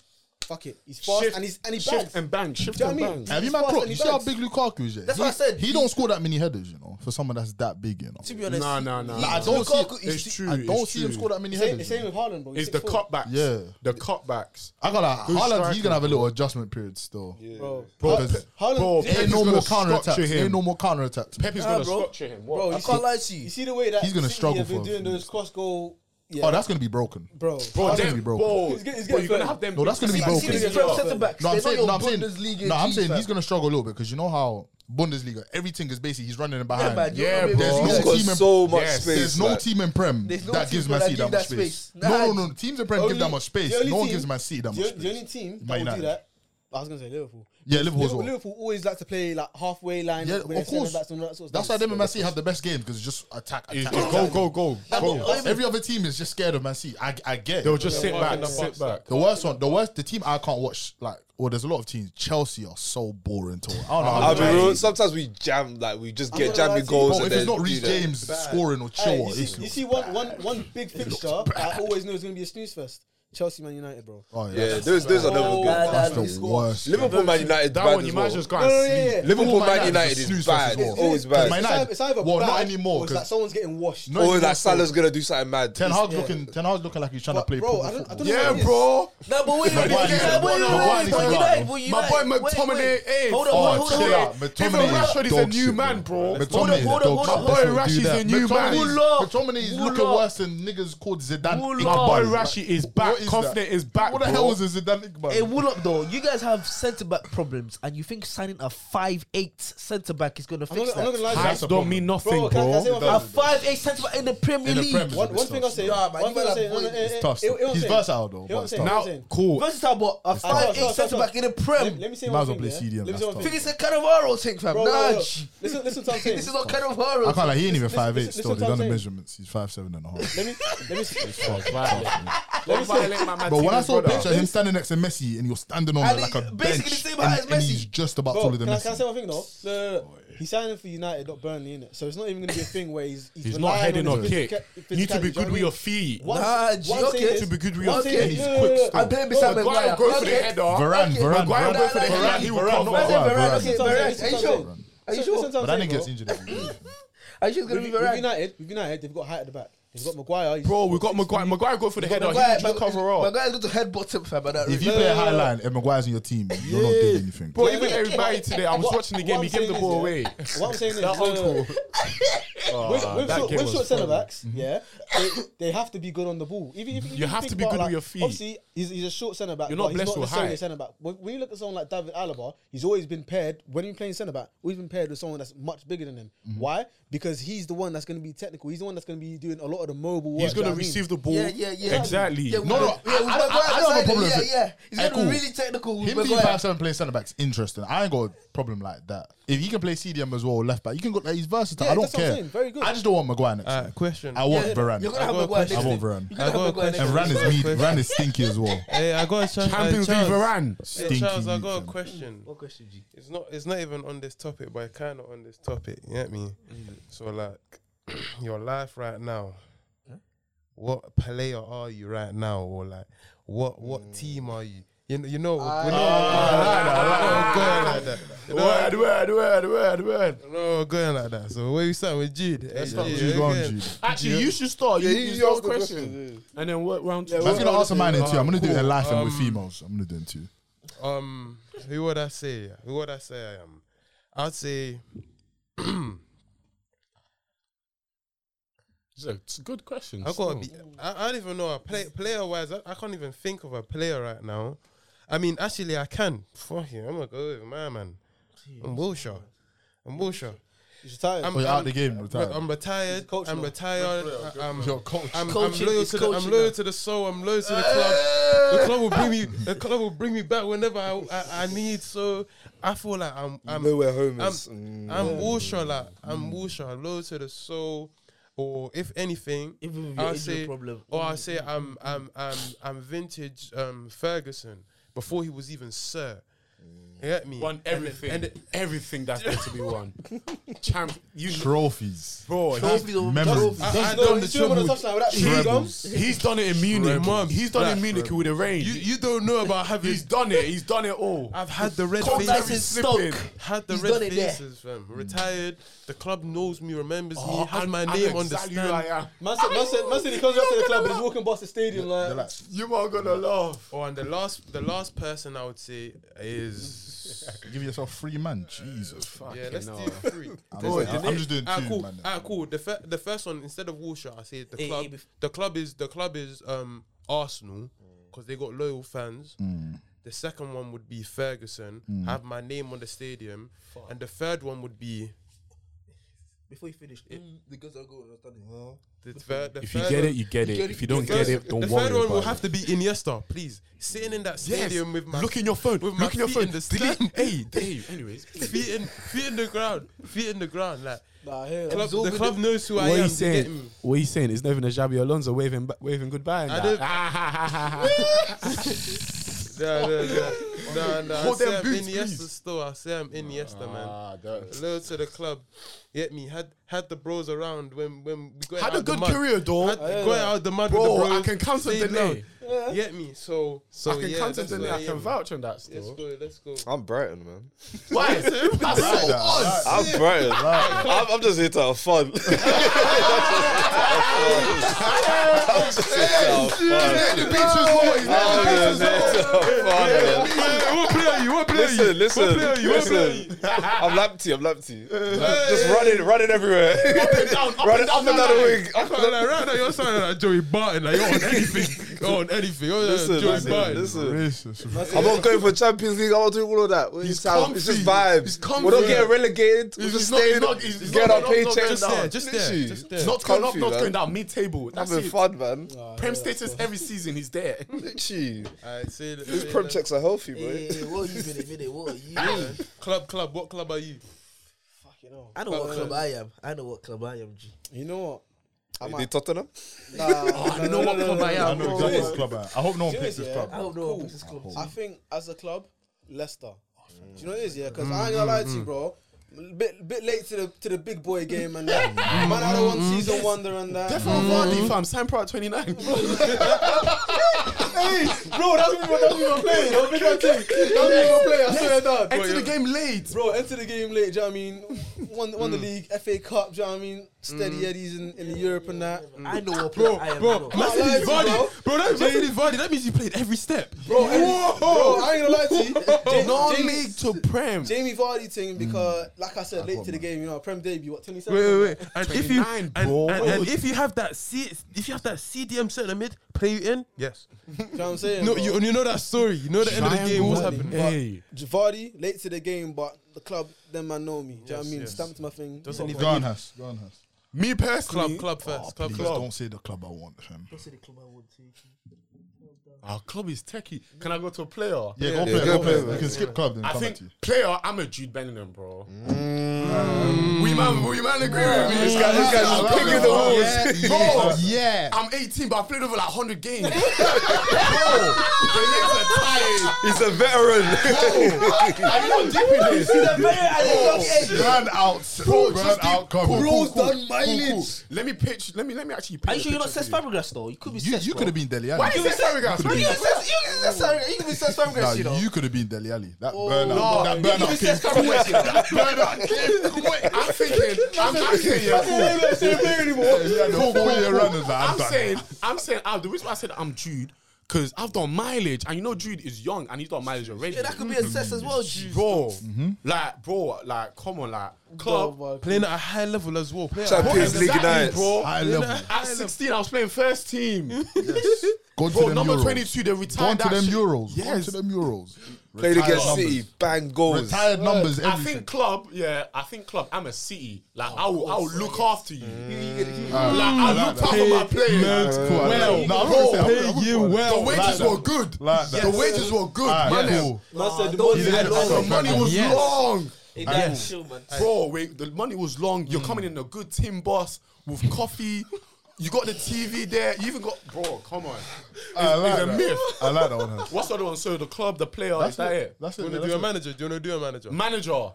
S3: fuck it, he's fast
S8: Shift-
S3: and he's and he
S8: shift
S3: bags.
S8: and bang, shift
S3: Do you know
S8: and
S3: what I mean?
S8: bang.
S6: Have you
S3: He's
S6: man
S3: fast
S6: clocked?
S3: and
S6: You
S3: he
S6: see how
S3: bags.
S6: big Lukaku is. Yeah?
S5: That's
S6: he,
S5: what I said.
S6: He
S5: He-
S6: don't score that many headers, you know, for someone that's that big, you know.
S5: To be honest,
S8: Nah, nah, nah,
S5: he-
S8: nah.
S6: I don't
S5: Lukaku
S6: see.
S5: is
S8: It's
S5: sti-
S8: true.
S6: I don't see him
S8: true.
S6: score that many
S3: The same, the
S6: headers.
S3: same with Haaland, bro. He's
S8: It's the
S3: 6'4".
S8: cutbacks.
S6: Yeah.
S8: The cutbacks.
S6: I got like
S8: Good
S6: Haaland. He's
S8: striker,
S6: gonna have a little adjustment period still.
S3: bro.
S8: Bro,
S3: Haaland- Haaland- do you
S8: bro,
S3: know-
S6: Ain't
S8: Pep
S6: no
S8: is
S6: more
S8: gonna
S6: counter attacks.
S8: structure him.
S6: Ain't no more counter attacks.
S8: Pep is
S5: Nah,
S8: going to
S5: bro.
S8: structure him. What?
S3: bro,
S5: I
S3: you
S5: can't
S3: see-
S5: lie to you.
S3: You see the way that
S6: He's gonna
S3: City
S6: struggle
S3: have been
S6: for-
S3: doing those cross goal, yeah,
S6: Oh, that's gonna be broken.
S3: bro.
S8: Bro,
S6: That's
S8: them-
S6: gonna be broken.
S8: bro,
S3: He's get- he's
S8: bro,
S3: getting
S8: you're gonna
S3: fed.
S8: have them.
S6: No, that's gonna be
S8: big
S5: You
S6: broken.
S5: see
S8: feet.
S5: these
S3: He's
S5: Prem
S3: gonna get
S5: centre backs.
S6: No, I'm
S5: They're not
S6: saying,
S5: your
S6: no, I'm saying,
S5: Bundesliga.
S6: no, I'm saying
S5: G,
S6: he's
S5: fam.
S6: gonna struggle a little bit because you know how Bundesliga, everything is basically he's running in behind.
S5: man, you
S8: Yeah,
S5: know what I mean?
S8: bro.
S6: There's no
S2: He's Oh. got
S6: team in-
S2: so much
S8: Yes,
S2: space.
S6: There's no
S2: like-
S6: team in Prem
S5: There's no
S6: that
S5: team
S6: gives
S5: gonna
S6: Man City
S5: give
S6: that much
S5: that space.
S6: space. No,
S5: Nah.
S6: no, no. Teams in Prem
S3: Only-
S6: give that much
S3: the
S6: space.
S3: only
S6: No one
S3: team-
S6: gives Man City that much
S3: The, the only
S6: space.
S3: team
S6: Man
S3: that will do
S6: United.
S3: that. I was gonna say Liverpool.
S6: Yeah, Liverpool as
S3: Liverpool,
S6: well.
S3: Liverpool always like to play like halfway line.
S6: Yeah,
S3: with their
S6: of course.
S3: centre-backs and all that sort of
S6: That's why
S3: stuff.
S6: them and Man City have the best games because it's just attack, attack.
S8: Just Go, go, go. go.
S6: attack. Every other team is just scared of Man City. I, I get.
S8: They'll
S6: It.
S8: just sit
S4: Mark
S8: back,
S4: in the
S8: sit
S4: box.
S8: back.
S6: The worst one, the worst, the team I can't watch. Like, well, there's a lot of teams. Chelsea are so boring to. watch. I don't know. how
S2: I'll be
S6: they do
S2: real.
S6: it.
S2: Sometimes we jam like we just get
S3: not gonna
S2: jamming
S3: lie to you.
S2: goals.
S6: Bro,
S2: and
S6: if it's
S2: then
S6: not
S2: do
S6: Reece
S2: that.
S6: James scoring or
S3: Hey,
S6: Chilwell,
S3: you
S6: it's
S3: see, you see one, one, one big fixture that I always knew is going to be a snooze fest. Chelsea, Man United, bro.
S6: Oh yeah,
S2: Yeah,
S6: that's,
S2: those those are never
S7: Oh,
S2: good.
S6: that's
S5: That
S6: the
S5: is-
S6: worst.
S2: Liverpool Man United.
S7: That
S2: bad
S7: one,
S2: as
S7: you
S2: well.
S7: might just go
S3: No, no,
S7: and
S3: yeah,
S7: sleep.
S3: yeah.
S2: Liverpool
S7: Man
S2: Man
S7: United
S2: United
S7: just
S2: is
S7: snooze
S2: bad.
S7: fest as
S2: It's
S7: well.
S2: always
S6: Because Man
S2: bad.
S3: It's
S6: United-
S3: either, it's either
S6: well,
S3: bad
S6: not anymore,
S3: Or it's like
S6: 'cause-
S3: someone's getting washed.
S6: No,
S2: Always
S6: it's
S2: like
S6: not so.
S2: Salah's gonna do something mad.
S6: Ten Hag's
S3: Yeah.
S6: looking. Ten Hag's looking like he's trying
S3: But,
S6: to play.
S3: bro,
S6: proper
S3: I don't- I
S6: football.
S3: don't know
S7: Yeah,
S3: what it is.
S7: bro.
S5: No, but wait, wait, wait, wait, wait,
S6: Maguire's gone. Maguire's
S5: wait,
S6: gone.
S5: wait, United, but
S7: My boy
S5: United- wait,
S7: McTominay,
S5: wait.
S7: hey,
S5: Hold on, hold on,
S6: chill
S5: hold
S6: out.
S5: on.
S6: McTominay
S7: Even Rashford is a
S6: dog
S7: new
S6: shit,
S7: man, bro.
S6: McTominay
S5: Hold on,
S6: is
S5: hold
S6: dog
S5: on, hold on,
S6: shit.
S5: hold
S7: Boy
S5: on.
S7: Rashid is a new man.
S6: McTominay is-
S5: Muller.
S6: McTominay is looking
S5: Muller.
S6: worse than niggas called Zidane.
S5: Muller.
S6: Igba.
S7: My boy
S5: Bro.
S7: Rashid is back.
S6: What is
S7: Confident
S6: that?
S7: is back.
S6: What the
S7: bro.
S6: hell was a Zidane
S5: Hey,
S6: Igba?
S5: wool up though. You guys have centre back problems, and you think signing a five eight centre back is gonna
S3: I'm not,
S5: fix
S3: I'm not gonna
S5: that?
S3: lie to you.
S6: That's
S7: Heights
S6: a
S7: don't
S6: problem.
S7: mean nothing,
S3: Bro,
S7: bro.
S3: can, I- can I say one
S5: A
S3: thing?
S5: five eight centre back in the Premier
S6: In the
S5: League.
S6: Prem.
S3: One, one thing I'll say.
S5: Nah, man,
S3: one
S5: you
S3: thing I'll
S5: gotta
S3: say. No,
S5: point.
S3: no, eh, eh,
S6: It's tough.
S3: eh, eh, what I'm
S6: He's
S3: saying.
S6: versatile though.
S3: Eh, what I'm
S6: but
S3: saying,
S6: it's
S3: what
S7: Now,
S3: I'm saying.
S7: cool.
S5: Versatile, but
S3: Stop,
S5: a five eight
S3: stop, stop,
S5: centre back in the
S3: Let,
S5: Prem.
S3: let me say
S6: Might
S3: one
S6: as well
S3: thing.
S6: play
S3: yeah?
S6: CDM,
S3: Let me
S6: that's
S3: say one
S6: tough.
S5: Think
S3: thing.
S5: it's a Cannavaro thing, fam.
S3: Bro, bro, bro.
S5: Nudge.
S3: Listen, listen to what I'm saying.
S5: This is not
S6: I
S5: Cannavaro.
S6: can't like he ain't even
S3: Listen-
S6: five eight.
S3: listen-
S6: Still,
S3: listen
S6: they've
S3: to
S6: done the
S3: what I'm
S6: measurements. He's five seven and a half.
S3: Let me, let me,
S8: Don't violate my
S6: But when I
S8: Martinez
S6: saw a
S8: brother.
S6: picture of him standing next to Messi and you're standing on
S5: And
S6: like
S5: he-
S6: a
S5: basically
S6: bench,
S5: the same height
S6: and,
S5: as
S6: and
S5: Messi.
S6: he's just about
S3: Bro,
S6: taller
S3: can,
S6: than
S3: I,
S6: Messi.
S3: can I say one thing though? No, no, no, no. He's signing for United, not Burnley, innit? So it's not even going to be a thing where he's he's,
S7: He's not
S3: relying
S7: heading
S3: on
S7: on
S3: his
S7: kick.
S3: physica-
S7: You need to be
S3: physicality, do you know
S7: good
S3: what
S7: with
S3: I
S7: your
S3: mean?
S7: feet.
S3: What I'm-
S5: Nah,
S3: what I'm
S5: G,
S3: saying
S5: okay.
S3: is-
S7: To be good with
S5: One
S7: your
S5: thing-
S7: feet. He's
S3: yeah, yeah,
S7: quick
S3: yeah.
S7: still.
S5: I'm playing beside
S7: Maguire
S5: Maguire.
S7: goes for the
S5: Okay.
S7: header.
S6: Varane,
S5: Okay,
S6: Varane,
S7: Maguire
S5: Nah,
S7: goes for
S5: nah,
S7: the
S5: nah,
S7: header.
S5: nah.
S7: He will
S6: Varane,
S7: come
S6: not
S5: Let's say
S7: off.
S6: Varane.
S5: Varane.
S6: Varane.
S5: Okay,
S3: Listen to what I'm
S5: Varane. Are
S3: saying,
S5: you
S3: listen to what
S5: sure?
S3: I'm saying.
S5: Are you
S3: So-
S5: sure?
S3: listen to what
S6: But
S3: I'm saying,
S6: that nigga gets
S3: bro.
S6: injured every week.
S5: Are you just gonna
S3: With
S5: be
S3: with
S5: Varane?
S3: United, with United, they've got height at the back. They've got Maguire. he's-
S7: Bro, we got Maguire. Maguire go for the header. He
S5: Maguire-
S7: just cover
S5: Maguire-
S7: up.
S5: Maguire's got to head bottom, fam. at that
S6: If
S5: rate.
S6: you play a high line and Maguire's in your team, you're not doing anything.
S7: Bro,
S3: Yeah,
S7: even
S3: yeah.
S7: Eric Barry today, I was
S3: What-
S7: watching the game.
S3: what
S7: He
S3: I'm
S7: gave the
S3: saying
S7: ball away.
S3: is, yeah, What I'm saying is,
S7: That
S3: no, no, no.
S7: uncle.
S3: with,
S7: Ah,
S3: with
S7: that
S3: short,
S7: game
S3: with
S7: was
S3: short centre
S7: funny.
S3: backs, yeah, they, they have to be good on the ball. Even, even, even
S7: You have
S3: think
S7: to be
S3: about,
S7: good
S3: like,
S7: with your feet.
S3: Obviously, he's, he's a short centre back.
S7: You're
S3: but
S7: not
S3: he's
S7: blessed
S3: not
S7: with
S3: necessarily a
S7: height.
S3: centre back. When, when you look at someone like David Alaba, he's always been paired when he's playing centre back. Always been paired with someone that's much bigger than him.
S7: Mm-hmm.
S3: Why? Because he's the one that's going to be technical. He's the one that's going to be doing a lot of the mobile work.
S7: He's
S3: do you
S7: gonna
S3: know what I mean?
S7: receive the ball.
S5: Yeah, yeah, yeah.
S7: Exactly.
S5: Yeah, with-
S6: No, no,
S5: yeah,
S6: I-
S5: with
S6: I- I-
S5: Maguire
S6: I don't have a
S5: beside
S6: problem
S5: him,
S6: with it.
S5: Yeah, yeah. He's gonna
S6: Hey,
S5: be
S6: cool.
S5: really technical. with
S6: Him being
S5: Maguire.
S6: five seven playing centre back's interesting. I ain't got a problem like that. If he can play CDM as well, left back, you can go. Like, he's versatile.
S3: Yeah,
S6: I don't
S3: that's what I'm
S6: care.
S3: saying. Very good.
S6: I just don't want Maguire next.
S4: Uh,
S6: year.
S4: question.
S6: I want Varane.
S5: You're gonna
S6: And
S5: have
S4: got a
S5: Maguire next
S4: question.
S5: to
S6: I want
S5: him.
S6: Varane.
S5: You're
S4: I
S5: gonna
S4: got a
S5: have Maguire
S4: question.
S5: next to
S6: Varane
S5: him.
S6: is meat. Varane is stinky as well.
S4: Hey, I got a chance.
S7: Champions League Varane.
S6: Stinky.
S4: Charles, I got a
S6: meat, fam.
S4: question.
S5: What question, G?
S4: It's not. It's not even on this topic, but kind of on this topic. You get me? So like, your life right now. What player are you right now, or like, what what team are you? You know, you know. we're not- we're not going like that. You know,
S7: Word, word, word, word, word.
S4: we're not going like that. So where you start with Jude? Let's
S6: Stop, Jude, go on, Jude.
S7: Actually, you should start. You,
S4: Yeah,
S7: you,
S4: you- you
S7: start
S4: ask the
S7: question. and then work round.
S6: Man's gonna answer mine in two. I'm gonna do it in life and with
S4: Um,
S6: females. I'm gonna do it in two.
S4: Um, who would I say? Who would I say I am? I'd say
S8: It's a, it's a good question.
S4: I
S8: still.
S4: got. Be, I, I don't even know. A play, player wise, I, I can't even think of a player right now. I mean, actually, I can. Fuck you, I'm gonna go with my man. I'm Wilshire. I'm Wilshire.
S3: He's retired.
S4: I'm,
S6: Oh, you're out
S4: I'm-
S6: the game, retired.
S4: I'm retired.
S3: coach
S4: I'm
S3: now.
S4: retired. I- I'm,
S6: Yo, coach.
S4: I'm, I'm
S5: Coaching
S4: loyal
S5: is
S4: to the. I'm
S5: coaching
S4: loyal
S5: now.
S4: to the soul. I'm loyal to the club. The club will bring me. The club will bring me back whenever I, I, I need. So I feel like I'm. I'm
S2: know where home
S4: I'm,
S2: is. Mm.
S4: I'm Wilshire, like, I'm Wilshire, low to the soul, or if anything,
S5: Even with your
S4: I'll
S5: injury
S4: say,
S5: problem.
S4: or I'll say I'm, I'm, I'm, I'm vintage um, Ferguson before he was even Sir. You get me?
S8: Won everything.
S4: And,
S8: And,
S4: it-
S8: everything that's meant to be won. Champ, you
S6: Trophies.
S8: bro. He's,
S5: Trophy over
S6: Memories.
S5: trophy.
S4: I- I
S3: Just
S4: don't-
S3: know, just remember the touchline without
S8: Trebles.
S3: gums.
S8: he's done it in Munich, mum. He's done it in
S4: Right.
S8: Munich with a range.
S4: you, you don't know about having.
S8: he's done it. He's done it all.
S4: I've had the red
S8: Conte
S5: Nice
S8: Every
S5: and
S4: faces.
S5: Stoke.
S8: slipping.
S4: Had the
S5: He's
S4: red
S5: done it there.
S4: faces, fam. Retired. The club knows me, remembers
S8: Oh,
S4: me, has
S8: and-
S4: my
S8: and
S4: name on the
S8: exactly
S4: stand.
S8: who I am.
S3: Man said, man said, man said he comes up to the club and he's walking past the stadium like,
S6: Like,
S8: You are gonna laugh.
S4: Oh, and the last, the last person I would say is
S6: Give yourself three man. Jesus.
S4: yeah. Let's
S8: no.
S4: do three.
S6: I'm just- I'm just doing
S4: Ah,
S6: two,
S4: cool.
S6: man.
S4: Ah, cool. The fir- the first one instead of Wilshire, I say the
S5: Eh, eh,
S4: club.
S5: bef-
S4: the club is the club is um Arsenal
S8: Mm.
S4: because they got loyal fans.
S6: Mm.
S4: The second one would be Ferguson. Have my name on the stadium, and the third one would be
S5: Before you finish, mm, the girls are going to understand it.
S4: the third. The
S8: If you
S4: third
S8: get
S4: one-
S8: it, you get it. If you don't
S4: the
S8: get
S4: first-
S8: it, don't
S4: the
S8: worry
S4: third one will
S8: about
S4: have
S8: it.
S4: to be Iniesta, please. Sitting in that
S8: Yes.
S4: stadium with my
S8: Look in your phone.
S4: with my
S8: Look in your
S4: feet
S8: phone.
S4: in the
S8: Delete-
S4: stand.
S8: Hey, hey. Anyways,
S4: feet in feet in the ground, feet in the ground. Like
S3: nah, here.
S4: club, the
S5: Absorbing
S4: club knows who I am.
S8: what
S4: you
S8: you
S4: get me?
S8: saying? What you saying? It's not even a Xabi Alonso waving, ba- waving goodbye. And
S4: I
S8: that.
S4: don't-
S8: Ah,
S4: Nah, nah, nah. nah, nah.
S8: Hold
S4: I say
S8: them
S4: I'm
S8: boots,
S4: Iniesta
S8: please.
S4: still. I say I'm Iniesta, man.
S8: don't.
S4: Loyal to the club. Get me. Had had the bros around when when we got
S8: Had
S4: out
S8: a
S4: the
S8: good
S4: mud.
S8: career, though.
S4: Had, got out the mud. with the
S8: Bro,
S4: bros,
S8: I can cancel
S4: stayed
S8: the
S4: loud.
S8: name.
S4: You get me? So, so
S9: I can
S4: yeah, that's
S9: constantly,
S4: why,
S9: I
S4: yeah.
S9: can vouch on that
S4: Let's
S9: still.
S4: go. Let's go.
S2: I'm Brighton, man.
S8: Why? That's so odd.
S2: I'm Brighton. I'm, I'm just here to have fun. I'm just here to have fun.
S8: The beach was
S2: I'm just here to have fun. man.
S4: What player you? What
S2: Listen, listen, listen. I'm lampty, I'm lampty. Just running, running everywhere.
S8: down, up
S2: running
S8: and
S2: up and down
S8: down the
S2: the
S8: line.
S2: wing. Up and down-
S4: Like, right now, you're sounding like Joey Barton. Like, you're on anything. You're on anything. You're like
S2: Listen,
S4: Joey
S2: listen,
S4: Barton.
S2: listen.
S6: Racist.
S2: I'm not going for Champions League. I'm not doing all of that. It's,
S8: He's
S2: how- it's just
S8: comfy.
S2: vibes.
S8: He's comfy.
S2: We're not getting relegated. We're
S8: He's-
S2: just staying
S8: he's not- he's not-
S2: up,
S8: he's
S2: getting
S8: not-
S2: our
S8: not- not going
S2: paychecks.
S8: down.
S4: Yeah, just there.
S2: Literally.
S4: Just
S8: It's
S4: there.
S8: not going up,
S2: Comfy,
S8: not
S2: man.
S8: going down. Mid table. That's
S2: Having
S8: it.
S2: fun, man.
S8: Prem status every season. He's there.
S2: Literally.
S4: Alright, say that-
S2: These
S4: say
S2: prem
S4: that.
S2: checks are healthy, boy.
S5: Hey, what are you, Vinny? Vinny, what are you?
S4: Club, club. What club are you?
S3: Fucking hell.
S5: I know what club I am. I know what club I am, G.
S3: You know what?
S2: They did Tottenham?
S8: Oh, I know what club I
S6: I
S8: am.
S6: know exactly what club I am. I hope no one picks this
S3: Yeah.
S6: club.
S5: I don't know what this club
S3: I think as a club, Leicester.
S8: Mm.
S3: Do you know what it is, yeah? Because I ain't gonna lie to you, bro. Bit bit late to the to the big boy game and that.
S8: Mm.
S3: Man, I don't want season wonder and that.
S8: Defo Vardy, fam. Sam Pratt, 29.
S3: Hey, bro, that's what that's what we're playing. That's what we're playing. That's what we're playing. I swear to God.
S8: Enter the game late. Mm.
S3: Bro, enter the game late. Do you know what I mean? Won, won the league, FA Cup. Do you know what I mean? Steady Eddies in, in Europe and that.
S5: I know what club I am. Bro,
S3: I lied to you, bro.
S4: Bro, that's Jaden Vardy. That means you played every step.
S3: Bro, and- bro, I ain't gonna lie to you. Ja-
S8: Non
S3: Jamie-
S8: league to Prem. Mm.
S3: Jamie Vardy thing because, like I said, late to the game. You know, Prem debut. What twenty seven?
S4: Wait, wait, wait. And if you
S8: 29,
S4: and, and,
S8: bro.
S4: and if you have that C, if you have that CDM centre mid, play you in. Yes.
S3: You know what I'm saying?
S4: No,
S3: bro?
S4: you, you know that story. You know the end of the game. What's happening?
S8: Hey.
S3: Javardi, late to the game, but the club, them man know me. Do you know what I mean?
S4: yes.
S3: Stamped my thing.
S4: Doesn't even
S6: Go on, Hass. Go on, Hass.
S8: Me personally.
S4: club, club first. club,
S6: Please
S4: club.
S6: don't say the club I want, fam.
S5: the club I would take.
S8: Our club is techie. Mm. Can I go to a player?
S6: Yeah, go
S2: yeah,
S6: play.
S2: go
S6: Go
S2: play,
S6: play.
S2: man.
S6: You can skip club then
S8: I
S6: come back
S8: think
S6: to you.
S8: player, I'm a Jude Bellingham, bro. We man, we man agree with me. This
S2: guy- this guy's
S8: I'm
S2: picking
S8: picking
S2: the
S8: the Bro,
S6: Yeah.
S8: I'm 18, but I played over like 100 games. bro, the legs are tired.
S2: He's a veteran.
S8: I'm not deep in this.
S6: Burn out.
S8: Bro,
S6: Burn
S8: just
S6: out.
S8: deep.
S6: Come on. Cool, cool, cool,
S8: Bro's done
S6: cool.
S8: mileage. Let me pitch. Let me let me actually.
S5: Are
S8: paint
S5: you
S8: a
S5: sure you're not
S8: picture
S5: Cesc
S8: for you.
S5: Fabregas though? You could be
S6: You,
S5: Cesc.
S6: you could have been Deli
S8: Why
S6: Ali.
S8: is this Fabregas?
S5: You could be Cesc- you could be Cesc Fabregas, you could be Cesc
S6: Nah,
S5: Fabregas, you know.
S6: you could have been Deli Ali. That
S5: Oh,
S6: burnout.
S5: no.
S6: that
S5: You could
S6: burnout
S5: be
S6: came
S5: Cesc Fabregas, you know.
S8: Bernard, wait, I'm thinking, I'm actually, yeah, cool.
S6: Yeah, the four year runners.
S8: I'm
S6: I'm
S8: saying, I'm saying, uh, the reason why I said I'm Jude, because I've done mileage, and you know Jude is young, and he's done mileage already.
S5: Yeah, that could be a Cesc as well, G.
S8: bro.
S6: Mm-hmm.
S8: Like, bro, like, come on, like, club.
S4: Playing at a high level as well. Play at a high
S2: Champions
S8: Exactly,
S2: League nights.
S8: bro.
S6: High level.
S8: At 16, I was playing first team.
S6: Go to
S8: Bro,
S6: them
S8: number
S6: Euros.
S8: 22, they
S6: Gone
S8: retired
S6: to
S8: that
S6: them
S8: shit.
S6: Euros. Gone
S8: Yes.
S6: to them Euros.
S2: Played against
S6: Retired
S2: City.
S6: numbers.
S2: Bang goals.
S6: Retired numbers.
S8: I
S6: Everything.
S8: think club, yeah, I think club. I'm a city. Like I will, I will look after you.
S5: Mm.
S8: Like
S6: I
S8: I
S6: like
S8: looked
S6: that.
S8: after my players.
S6: cool. I like
S8: Well,
S6: that. Nah, I'm not
S8: bro,
S6: gonna say- I'm- I'm-
S4: you
S6: I'm-
S4: well.
S8: The wages were good.
S6: Like that.
S8: The wages were good,
S6: Ah,
S8: man.
S6: yeah, cool.
S3: Man said the
S5: don't
S3: money
S5: do that.
S3: is
S6: That's
S8: The
S6: what
S3: long.
S6: I'm
S8: money
S6: trying to
S8: was
S6: do.
S8: long,
S5: Hey, that's chill, man.
S8: bro. Wait, the money was long. You're coming in a good team boss with coffee. You got the TV there. You even got, bro. Come on.
S6: I like
S8: it's a
S6: that.
S8: myth.
S6: I like that one. Hans.
S8: What's the other one? So the club, the player.
S6: That's
S8: is that
S6: it.
S8: it?
S6: That's
S4: Do
S6: it.
S4: you want to do a manager? Do you want to do a manager?
S8: Manager.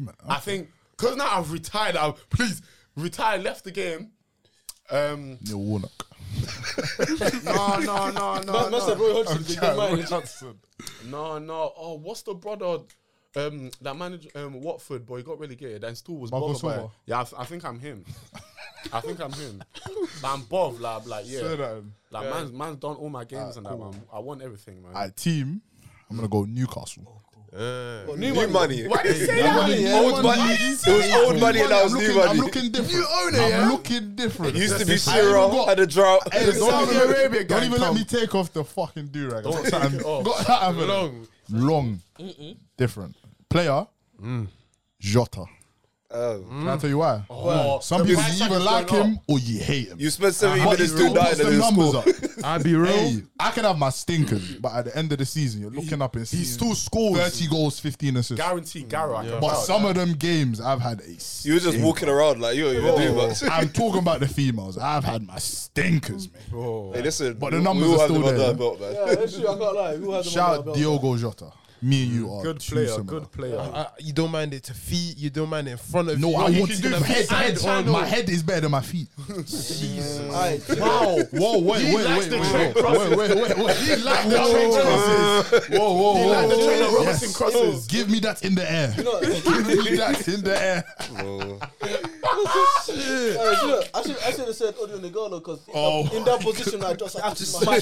S6: man.
S8: I think because now I've retired. I please retire. Left the game. Um,
S6: Neil Warnock.
S8: no, no, no, no,
S3: Man man said
S8: no,
S3: Roy Hodgson, they give mine.
S8: no, no. Oh, what's the brother? Um, that manager, um, Watford boy got relegated and still was
S6: Marco
S8: bothered by it.
S6: Silva.
S8: Yeah, I, th- I think I'm him. I think I'm him. Like, I'm bothered. Like, like
S6: Say
S8: yeah,
S6: that, um,
S8: like man's man's done all my games and that. Man. I won everything, man.
S6: Alright, team. I'm gonna go Newcastle.
S2: New money.
S8: Why did you say
S6: That
S8: that?
S6: money, yeah,
S2: Old
S6: that
S2: money.
S6: money.
S2: It was old money and that was
S6: I'm
S2: new
S6: looking- I'm
S2: money.
S6: looking different.
S8: New owner,
S6: I'm
S8: yeah?
S6: looking different.
S2: It used to be
S6: That's it. I even
S2: Cyril
S6: got-
S2: at the drought.
S6: Hey,
S8: Saudi
S6: even-
S8: Arabia
S6: don't
S8: guy
S6: even let
S8: come.
S6: me take off the fucking do rag. Got
S8: take
S6: something-
S8: it off.
S6: got something.
S8: Long.
S6: long, different player. Mm. Jota.
S2: Um,
S6: Can I tell you why?
S8: Oh,
S6: Some
S8: the
S6: people
S8: price
S6: you either
S8: is
S6: like
S8: going
S6: him or you hate him.
S2: You spent 70
S6: But
S2: minutes
S6: it
S2: still
S6: still
S2: dying
S6: puts
S2: and
S6: the
S2: then
S6: numbers
S2: score.
S6: up.
S4: I'll be real.
S6: Hey, I can have my stinkers, but at the end of the season, you're looking up and seeing
S8: still scores.
S6: thirty goals, fifteen assists.
S8: Guarantee, Gara. Yeah.
S6: But some of them games, I've had a.
S2: You were just
S6: stinker.
S2: walking around like you don't even do much.
S6: I'm talking about the females. I've had my stinkers, man.
S2: Hey, listen,
S6: But the
S2: we-
S6: numbers
S2: we all
S6: are
S2: have
S6: still
S2: them under
S6: there.
S2: our belt, man.
S3: Yeah, that's true. I can't lie. Who has the
S6: Shout out
S3: money?
S6: Diogo Jota. Me and you are
S8: Good
S6: too
S8: player,
S6: similar.
S8: good player.
S4: I- Uh, you don't mind it to feet. You don't mind it in front of
S6: No,
S4: you.
S6: I
S4: you
S6: want
S4: can
S6: to
S4: do
S6: do
S4: the
S6: head,
S4: backside
S6: head on.
S4: channel.
S6: My head is better than my feet.
S7: Wow.
S6: Whoa, wait, wait, wait, wait, wait, wait, wait, wait, wait. He likes the train crosses. Whoa, whoa, whoa.
S7: likes the
S6: whoa,
S7: train
S6: whoa.
S7: Robinson crosses.
S6: Give me that in the air. Give me that in the air.
S3: Guys, look, I should I should have said Odin Nagolo because
S6: Oh.
S3: in that position I just I just my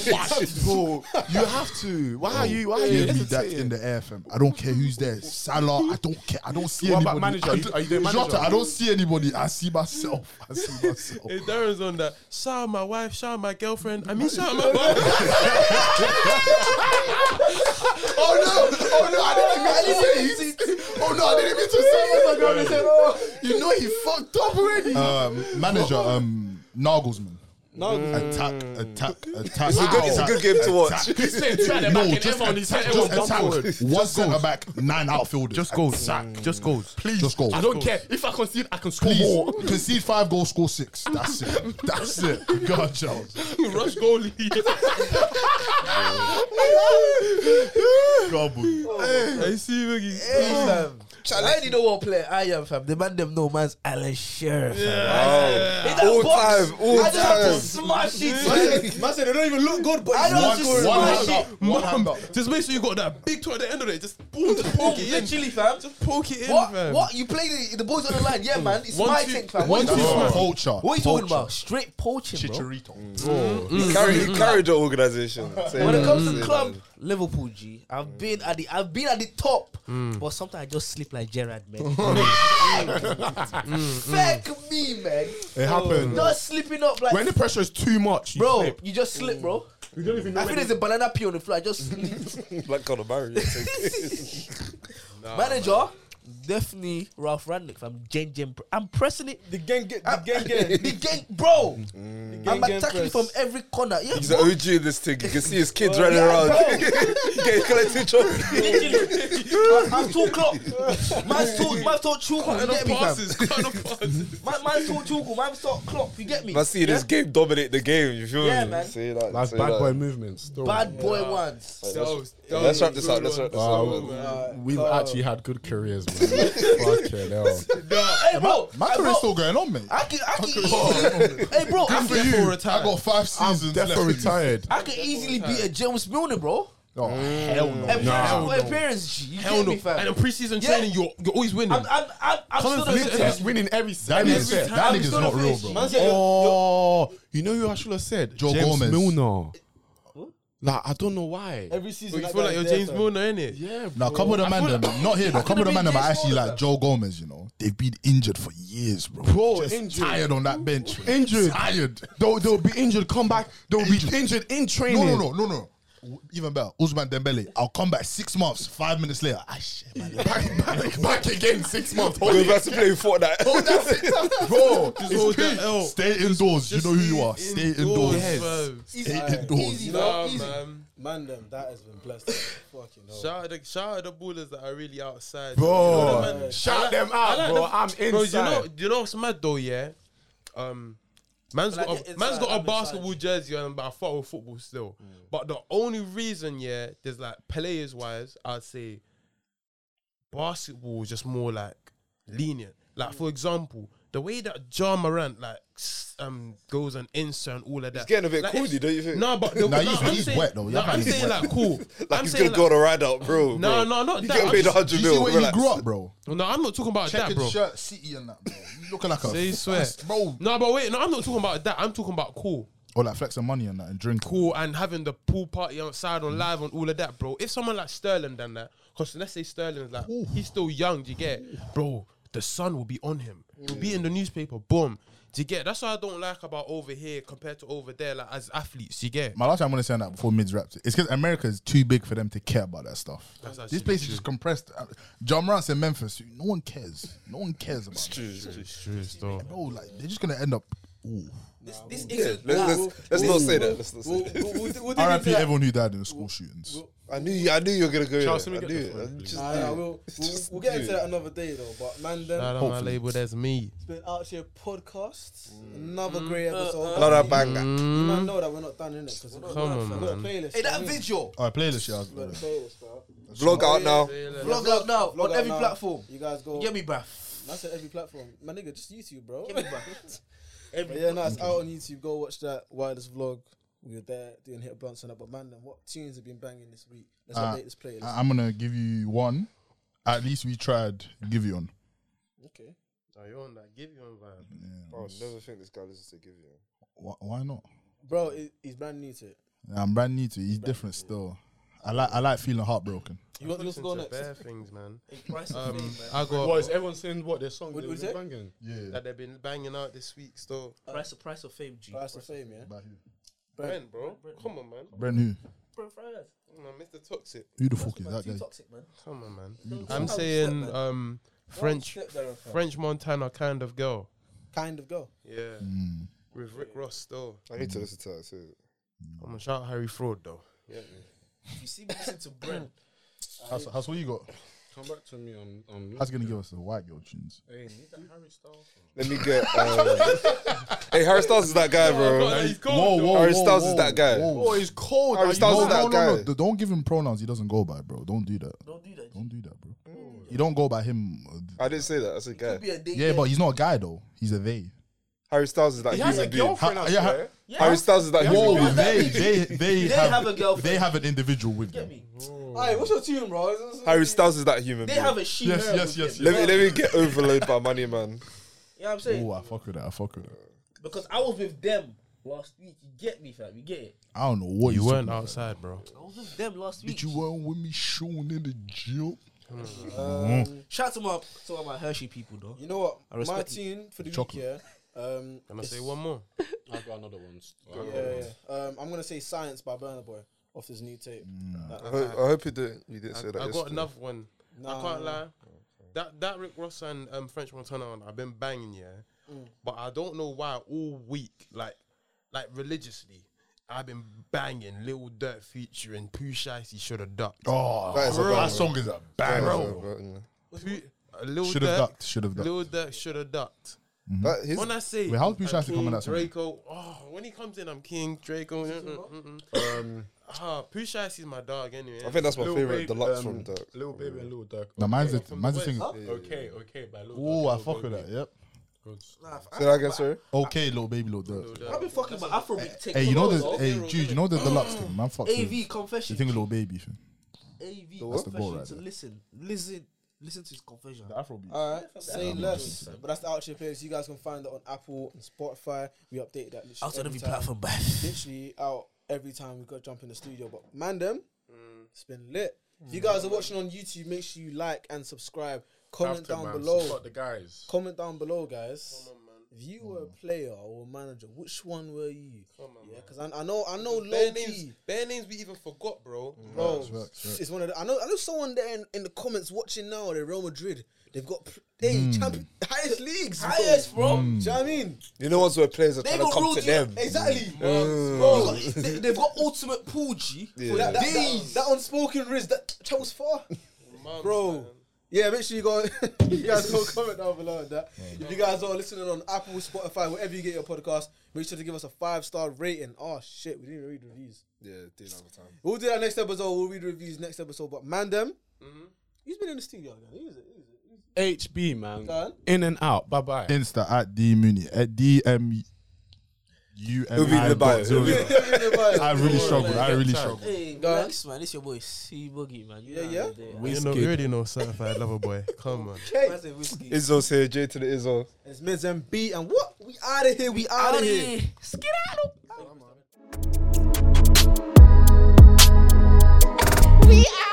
S7: Bro, you have to. Why are you? Why are you?
S6: Give me that
S7: hesitating?
S6: in the air, fam. I don't care who's there. Salah, I don't care. I don't see
S8: What about
S6: anybody.
S8: manager?
S6: I
S8: Are you-
S6: don't-
S8: are you doing
S6: Jota,
S8: manager?
S6: I don't see anybody. I see myself. I see myself.
S4: Hey, Darren's on that. Shout out my wife. Shout out my girlfriend. I mean, shout out my wife.
S6: Oh no! Oh no! I didn't mean to say it. Oh no! I didn't mean to say it. Oh, you know he fucked up already. Um, manager, um, Nagelsmann. Attack, attack, attack. It's
S2: a good- it's a good game to watch.
S6: Attack.
S8: back
S6: No,
S8: and
S6: just
S8: Emma, and he said
S6: attack.
S8: Emma
S6: Just attack. One centre back, nine outfielders.
S7: Just goals. Just goals.
S6: Please, just go.
S7: I don't care if I concede. I can score more.
S6: Please concede five goals, score six. That's it. That's it. God, Charles.
S4: Rush goalie. I see Wiggy.
S5: fam. I already know what player I am, fam. The man them know man's Alan Shearer, fam. In that
S2: Oh, All
S5: box,
S2: time, all
S5: I just have
S2: time.
S5: to smash it. fam.
S3: Man said they don't even look good, but
S5: I don't
S6: One,
S5: just
S6: one
S5: smash
S6: hand
S5: it.
S6: up. One hand up.
S4: Just make sure you got that big toe at the end of it. Just boom, just
S5: Boom,
S4: poke it in.
S5: literally, fam.
S4: Just poke it in,
S5: What?
S4: fam.
S5: What? You played it? The ball's on the line. Yeah, man. It's
S4: One,
S5: my
S4: two-
S5: thing, fam.
S4: one,
S5: What
S4: two,
S5: you talking
S6: Oh,
S5: about?
S6: Culture.
S5: What you talking
S6: Culture.
S5: about? Straight poaching, bro.
S6: Chicharito.
S2: He carried, he carried the organization. So,
S5: When it
S2: yeah.
S5: comes to
S2: Yeah.
S5: club, Liverpool G, I've been at the I've been at the top,
S7: Mm.
S5: but sometimes I just sleep like Gerard, man. Mm, Fuck me, man.
S7: Mm, It happened.
S5: Not sleeping up like
S7: When the pressure is too much, you
S5: bro.
S7: slip.
S5: You just slip, bro.
S7: you don't even know.
S5: I feel there's a banana peel on the floor. I just sleep.
S2: Black Connor Barry.
S5: manager. Definitely Ralph Randnick from Jen Jen. Pr- I'm pressing it.
S3: the gang get the
S5: I'm-
S3: gang get
S5: the gang, bro.
S4: Mm.
S5: Mm. I'm
S3: gang
S5: attacking
S3: press.
S5: from every corner. Yeah,
S2: He's
S5: bro.
S2: an OG in this thing. You can see his kids running around. Getting collected trophies.
S5: I'm too clock. Man's too, man's too chuku. You
S4: Cut
S5: get
S4: the
S5: me, fam?
S4: passes. Cut the passes.
S5: Man, man's too chuku. Man's too clock. You get me?
S2: Man, see this game dominate the game. You feel
S5: Yeah,
S2: me?
S5: man.
S2: See that,
S8: That's
S2: see
S8: bad
S2: that.
S8: boy movements. Still.
S5: Bad boy ones.
S4: Let's,
S2: Let's wrap this up. Let's wrap this up.
S8: Wow, we've actually had good careers, man. Fucking hell.
S5: Hey, bro.
S6: My
S5: hey, bro,
S6: career's still going on, mate.
S5: I can, I can easily, hey, bro, I
S6: for
S5: can,
S6: you. I got five seasons
S7: Death
S6: left.
S7: or
S6: in me.
S7: retired.
S5: I can easily beat a James Milner, bro.
S6: Oh, hell no.
S5: And
S7: Nah.
S5: parents, and parents, G, you
S4: Hell
S5: get
S4: no.
S5: me,
S4: And
S5: fam.
S4: in preseason
S5: Yeah.
S4: training, you're, you're always winning.
S5: I'm, I'm, I'm, I'm still the
S7: Literally,
S5: fittest.
S7: he's winning every
S6: That
S7: single
S6: nigga's,
S7: set.
S6: that nigga's
S5: still
S6: not
S5: a
S6: real,
S5: fish.
S6: bro.
S3: Man said the-
S7: Oh, you know who I should have said?
S6: Joe
S7: James
S6: Gomez.
S7: Milner. Like I don't know why.
S3: every
S4: But
S3: season.
S4: you
S3: that
S4: feel like
S3: guy's
S4: you're
S3: there,
S4: James
S3: fam.
S4: Milner, innit?
S7: yeah,
S6: Now, a couple of the man, them, not here though. A couple of the man, them are actually like Joe Gomez, you know. They've been injured for years, bro.
S7: Bro,
S6: Just
S7: injured.
S6: tired on that bench. man.
S7: Injured.
S6: Tired.
S7: They'll, they'll be injured, come back. They'll
S6: Injured.
S7: be injured in
S6: No,
S7: training.
S6: no, no, no, no. W- Even better, Usman Dembele. I'll come back six months, five minutes later. I shit, man.
S7: Back, back, back again, six months.
S2: Goes back to playing Fortnite.
S7: Bro,
S4: hold
S7: it's
S4: that L.
S7: peak.
S6: Stay indoors. You know who you are.
S4: Just
S6: Stay
S4: indoors,
S6: indoors.
S4: fam.
S6: Stay indoors.
S5: Easy,
S4: Nah,
S5: bro. Easy.
S4: man.
S3: Man, them that has been blessed. Fucking hell.
S4: Shout out, the, shout out the ballers that are really outside.
S7: Bro,
S4: You know the man-
S7: shout
S4: I like-
S7: them
S4: I
S7: out,
S4: like
S7: bro.
S4: the-
S7: I'm
S4: Bro,
S7: inside.
S4: you know, you know what's mad though, yeah. Um, man's
S5: But I
S4: got a,
S5: get inside,
S4: man's got a
S5: I'm inside.
S4: basketball jersey on, but I follow football still.
S2: Mm.
S4: But the only reason, yeah, there's like players wise, I'd say basketball is just more like lenient. Like
S2: Mm.
S4: for example, the way that John Morant like s- um goes on Insta and all of that. He's
S2: getting a bit
S4: like,
S2: corny,
S4: it's-
S2: don't you think?
S4: No, but the,
S6: Nah,
S4: no,
S6: he's-
S4: I'm
S6: he's
S4: saying,
S6: wet though.
S4: No,
S6: That
S4: I'm
S6: man is
S4: saying
S6: wet.
S4: like cool.
S2: Like
S4: I'm
S2: he's
S4: saying
S2: gonna go
S4: like,
S2: on a ride out, bro.
S4: no,
S2: bro.
S4: no, not
S2: You
S4: that.
S2: get
S4: I'm
S2: paid
S4: just-
S6: Do
S2: 100
S6: you see
S2: mil.
S6: where you
S2: relax.
S6: grew up, bro?
S4: no, I'm not talking about that,
S6: Checkered
S4: bro.
S6: shirt, city and that, bro. You looking like a
S4: They swear.
S6: bro.
S4: No, but wait, no, I'm not talking about that. I'm talking about cool,
S6: Or like flexing money and that and drink.
S4: cool, and having the pool party outside on live on all of that, bro. If someone like Sterling done that, because let's say Sterling's like he's still young, do you get, it? bro? The sun will be on him. He'll be in the newspaper. Boom. Do you get? it? That's what I don't like about over here compared to over there. Like as athletes, you get. it?
S6: My last time I'm gonna say that before mids wrapped it. It's because America is too big for them to care about that stuff.
S4: actually
S6: This place is just compressed. Uh, John Morant's in Memphis. No one cares. No one cares about. it. Bro, like they're just gonna end up. Ooh.
S5: This, this
S2: Yeah,
S5: is
S2: let's, let's, let's not say that. Let's not say
S3: We'll,
S2: that.
S3: we'll, we'll, we'll dig
S6: R.I.P.
S3: into that.
S6: Everyone who died in the school shootings.
S2: I knew you, I knew you were gonna go.
S4: Charles,
S2: there.
S4: let me
S2: I
S4: get
S2: knew
S4: the
S2: it.
S4: phone,
S2: I'm just-
S3: Nah, nah, we'll, we'll,
S2: Just
S3: we'll get into
S2: do it.
S3: that another day though. But man, them
S4: Shout out my label. That's me.
S3: it's been out here podcasts. Another great episode.
S2: Another banger.
S3: You man know that we're not done in it because we've got
S4: Come on,
S3: a
S4: man.
S3: playlist.
S5: Hey,
S3: you know
S5: that
S3: what I mean?
S5: video.
S6: All right, playlist, yeah.
S3: We've got a playlist, bro.
S2: Vlog out now.
S5: Vlog out now
S3: Vlog
S5: on
S3: out
S5: every
S3: now.
S5: platform.
S3: You guys go.
S5: You get me, bruv.
S3: That's on every platform. My nigga, just YouTube, bro.
S5: Get me, bruv.
S3: But yeah, no, it's out on YouTube. Go watch that wireless vlog. We were there doing hit blunts and that. But man, then what tunes have been banging this week? Let's
S6: Uh,
S3: update this playlist.
S6: I- I'm gonna give you one. At least we tried. Give you one.
S3: okay.
S4: you on that? Give you on vibe.
S2: Oh, never think this guy listens to Give You.
S6: Why, why not?
S3: Bro, he- he's brand new to it.
S6: I'm brand new to. it. He's different still. I like. I like feeling heartbroken.
S3: You want you want to
S4: Listen
S3: go
S4: to
S3: next?
S4: bare things, man.
S5: Price of
S4: Um,
S5: fame, man.
S4: I got
S8: What is everyone saying? What their song?
S3: What-
S8: they've
S3: what's
S8: been
S3: it?
S8: banging?
S6: Yeah.
S4: that they've been banging out this week. Still,
S5: Price of price of fame, G.
S3: Price of fame, yeah.
S4: Brent, bro, come on, man.
S6: Brand who?
S4: Come on, Mr. Toxic,
S6: Who the fuck is that
S5: Too
S6: guy?
S5: toxic, man.
S4: come on, man. I'm saying um, French,
S3: Step there, fam.
S4: French Montana kind of girl.
S3: Kind of go.
S4: Yeah,
S6: Hmm.
S4: with Rick Ross still.
S2: I need to listen to that. Too.
S4: I'm gonna shout Harry Fraud though. Yeah,
S5: If you see me listen to Brent,
S6: That's, that's what you got.
S8: Come back to me on on.
S6: That's gonna give us the white girl tunes.
S8: Hey, need that Harry Styles.
S2: Let me get. Uh, hey, Harry Styles is that guy, bro.
S6: Whoa, whoa,
S2: Harry
S6: whoa,
S2: Styles is
S6: whoa,
S2: that guy.
S6: whoa.
S8: Oh, he's cold.
S2: Harry
S8: Are you
S2: Styles is
S8: mad?
S2: that
S6: no, no,
S2: guy.
S6: no, d- Don't give him pronouns he doesn't go by, bro. Don't do that.
S5: don't do that.
S6: Don't do that, bro.
S2: Mm.
S6: You don't go by him. uh, th-
S2: I didn't say that. I said guy.
S5: Don't be a dick.
S6: Yeah, but he's not a guy though. He's a they.
S2: Harry Styles is that
S8: He has a
S2: human being.
S8: girlfriend.
S6: Ha-
S8: I
S6: yeah, ha-
S8: swear.
S2: Harry Styles is that human
S6: Whoa,
S2: being.
S6: they, they, they,
S5: They have a girlfriend.
S6: They have an individual with
S5: Get
S6: them.
S5: me.
S3: Hey, what's your tune, bro?
S2: Harry Styles is that human
S5: They
S2: being.
S5: have a she.
S6: Yes,
S5: her with
S6: yes, yes,
S5: them.
S2: Let me let me get overloaded by Money Man.
S5: You know what I'm saying?
S6: Oh, I fuck with that. I fuck with that.
S5: Because I was with them last week. You get me, fam. You get it.
S6: I don't know what
S4: you
S6: he's
S4: weren't
S6: talking about.
S4: outside, bro.
S5: I was with them last week.
S6: Bitch, you weren't with me shooting in the gym.
S5: Shout out to my to all my Hershey people, though.
S3: You know what?
S5: I respect
S3: My
S5: it.
S3: tune for the
S6: Chocolate.
S3: week, yeah. Um,
S4: Can I say one more?
S8: I've got another one.
S3: yeah, yeah, yeah. Um, I'm gonna say "Science" by Burna Boy off his new tape. That-
S2: I hope, I hope you didn't. You didn't
S4: I,
S2: say that.
S4: I got
S2: yesterday.
S4: another one.
S3: Nah,
S4: I can't
S3: nah,
S4: lie. That that Rick Ross and um, French Montana one, I've been banging, yeah. But I don't know why all week, like, like religiously, I've been banging Little Dirt featuring Pooh Shicey should have ducked.
S6: Oh,
S2: That is a bad
S6: that
S2: one.
S6: song is a bad
S2: Bro,
S6: bro.
S2: bro, yeah.
S4: Pooh- uh, Lil
S6: Shoulda
S4: Durk-
S6: ducked, shoulda ducked.
S4: Lil Durk shoulda ducked.
S2: That- his-
S4: When I say,
S6: Wait, how's Pooh Shicey
S4: I'm
S6: coming
S4: King
S6: out something?
S4: Draco, oh, when he comes in, I'm King Draco. mm, mm, mm, mm.
S6: Um,
S4: Ah, Pooh Shicey's my dog anyway.
S2: I think that's my favorite deluxe
S8: um,
S2: from Dirk.
S8: Little baby and little Dirk.
S6: Now, mine's the,
S8: From
S6: mine's the
S8: West.
S6: thing.
S8: Okay, okay, by little.
S6: Oh, I
S8: Durk, Lil
S6: fuck with
S8: Baby.
S6: that. Yep.
S8: Good.
S2: Say that again, sorry.
S6: Okay, little baby, little dirt.
S5: I've been fucking my Afrobeat tape.
S6: Hey, you
S5: for
S6: know
S5: years,
S6: the
S5: though.
S6: hey Jude, you know the deluxe thing. Man, fuck with
S5: AV
S6: the
S5: confession.
S6: thing with little baby thing.
S5: AV
S6: That's the
S5: confession.
S6: goal right
S5: to
S6: there.
S5: listen, listen, listen to his confession.
S6: Afrobeat.
S3: All right, say less. But that's the outro playlist. You guys can find that on Apple and Spotify. We update that literally
S5: Out on every
S3: time.
S5: platform, bro.
S3: Literally out every time we got to jump in the studio. But man, them,
S8: Mm.
S3: it's been lit. If you guys are watching on YouTube, make sure you like and subscribe. Comment
S8: After,
S3: down
S8: man,
S3: below.
S8: support the guys.
S3: Comment down below, guys. If you were a player or a manager, which one were you? yeah, because I, I know, I know, low
S4: Bare names,
S3: key.
S4: bare names we even forgot, bro.
S6: Mm,
S3: Bro,
S6: facts, facts.
S3: it's one of the, I know. I know someone there in, in the comments watching now. They're Real Madrid. They've got pl- they champion, highest leagues, bro.
S5: Highest, bro.
S3: Do you know what I mean?
S2: You know, ones where players are
S5: They
S2: trying to
S5: got
S2: come
S5: ruled
S2: to
S5: you.
S2: them.
S3: Exactly.
S5: Bro, they, they've got ultimate pool G.
S2: Yeah.
S5: For
S3: That, that, that,
S5: days.
S3: that unspoken riz that travels far.
S4: Mums,
S3: Bro.
S4: man.
S3: Yeah, make sure you go. you guys go comment down below on that. If you guys are listening on Apple, Spotify, wherever you get your podcast, make sure to give us a five star rating. Oh shit, we didn't even read the reviews.
S2: Yeah, do another time.
S3: We'll do that next episode. We'll read the reviews next episode. But man, them, he's been in the studio again. He's, he's, he's,
S8: HB man,
S3: Done.
S8: in and out. Bye bye.
S6: Insta at D Mooney at D M U
S2: It'll
S6: M
S2: be in
S6: I
S2: the bio.
S6: dot
S2: It'll
S6: zero.
S2: be-
S6: I really struggled. I really struggled.
S5: Hey,
S3: Go on.
S5: relax, man. It's your boy C Boogie, man. You know
S3: Yeah,
S5: how they do it.
S4: You know, you already know certified lover boy. Come on.
S5: That's a whiskey.
S2: Izzo's here. J to the Izzo.
S3: it's Miz and B, and what? We out of here. We out of
S5: Outta
S3: here.
S5: here. Skedaddle.
S1: We out.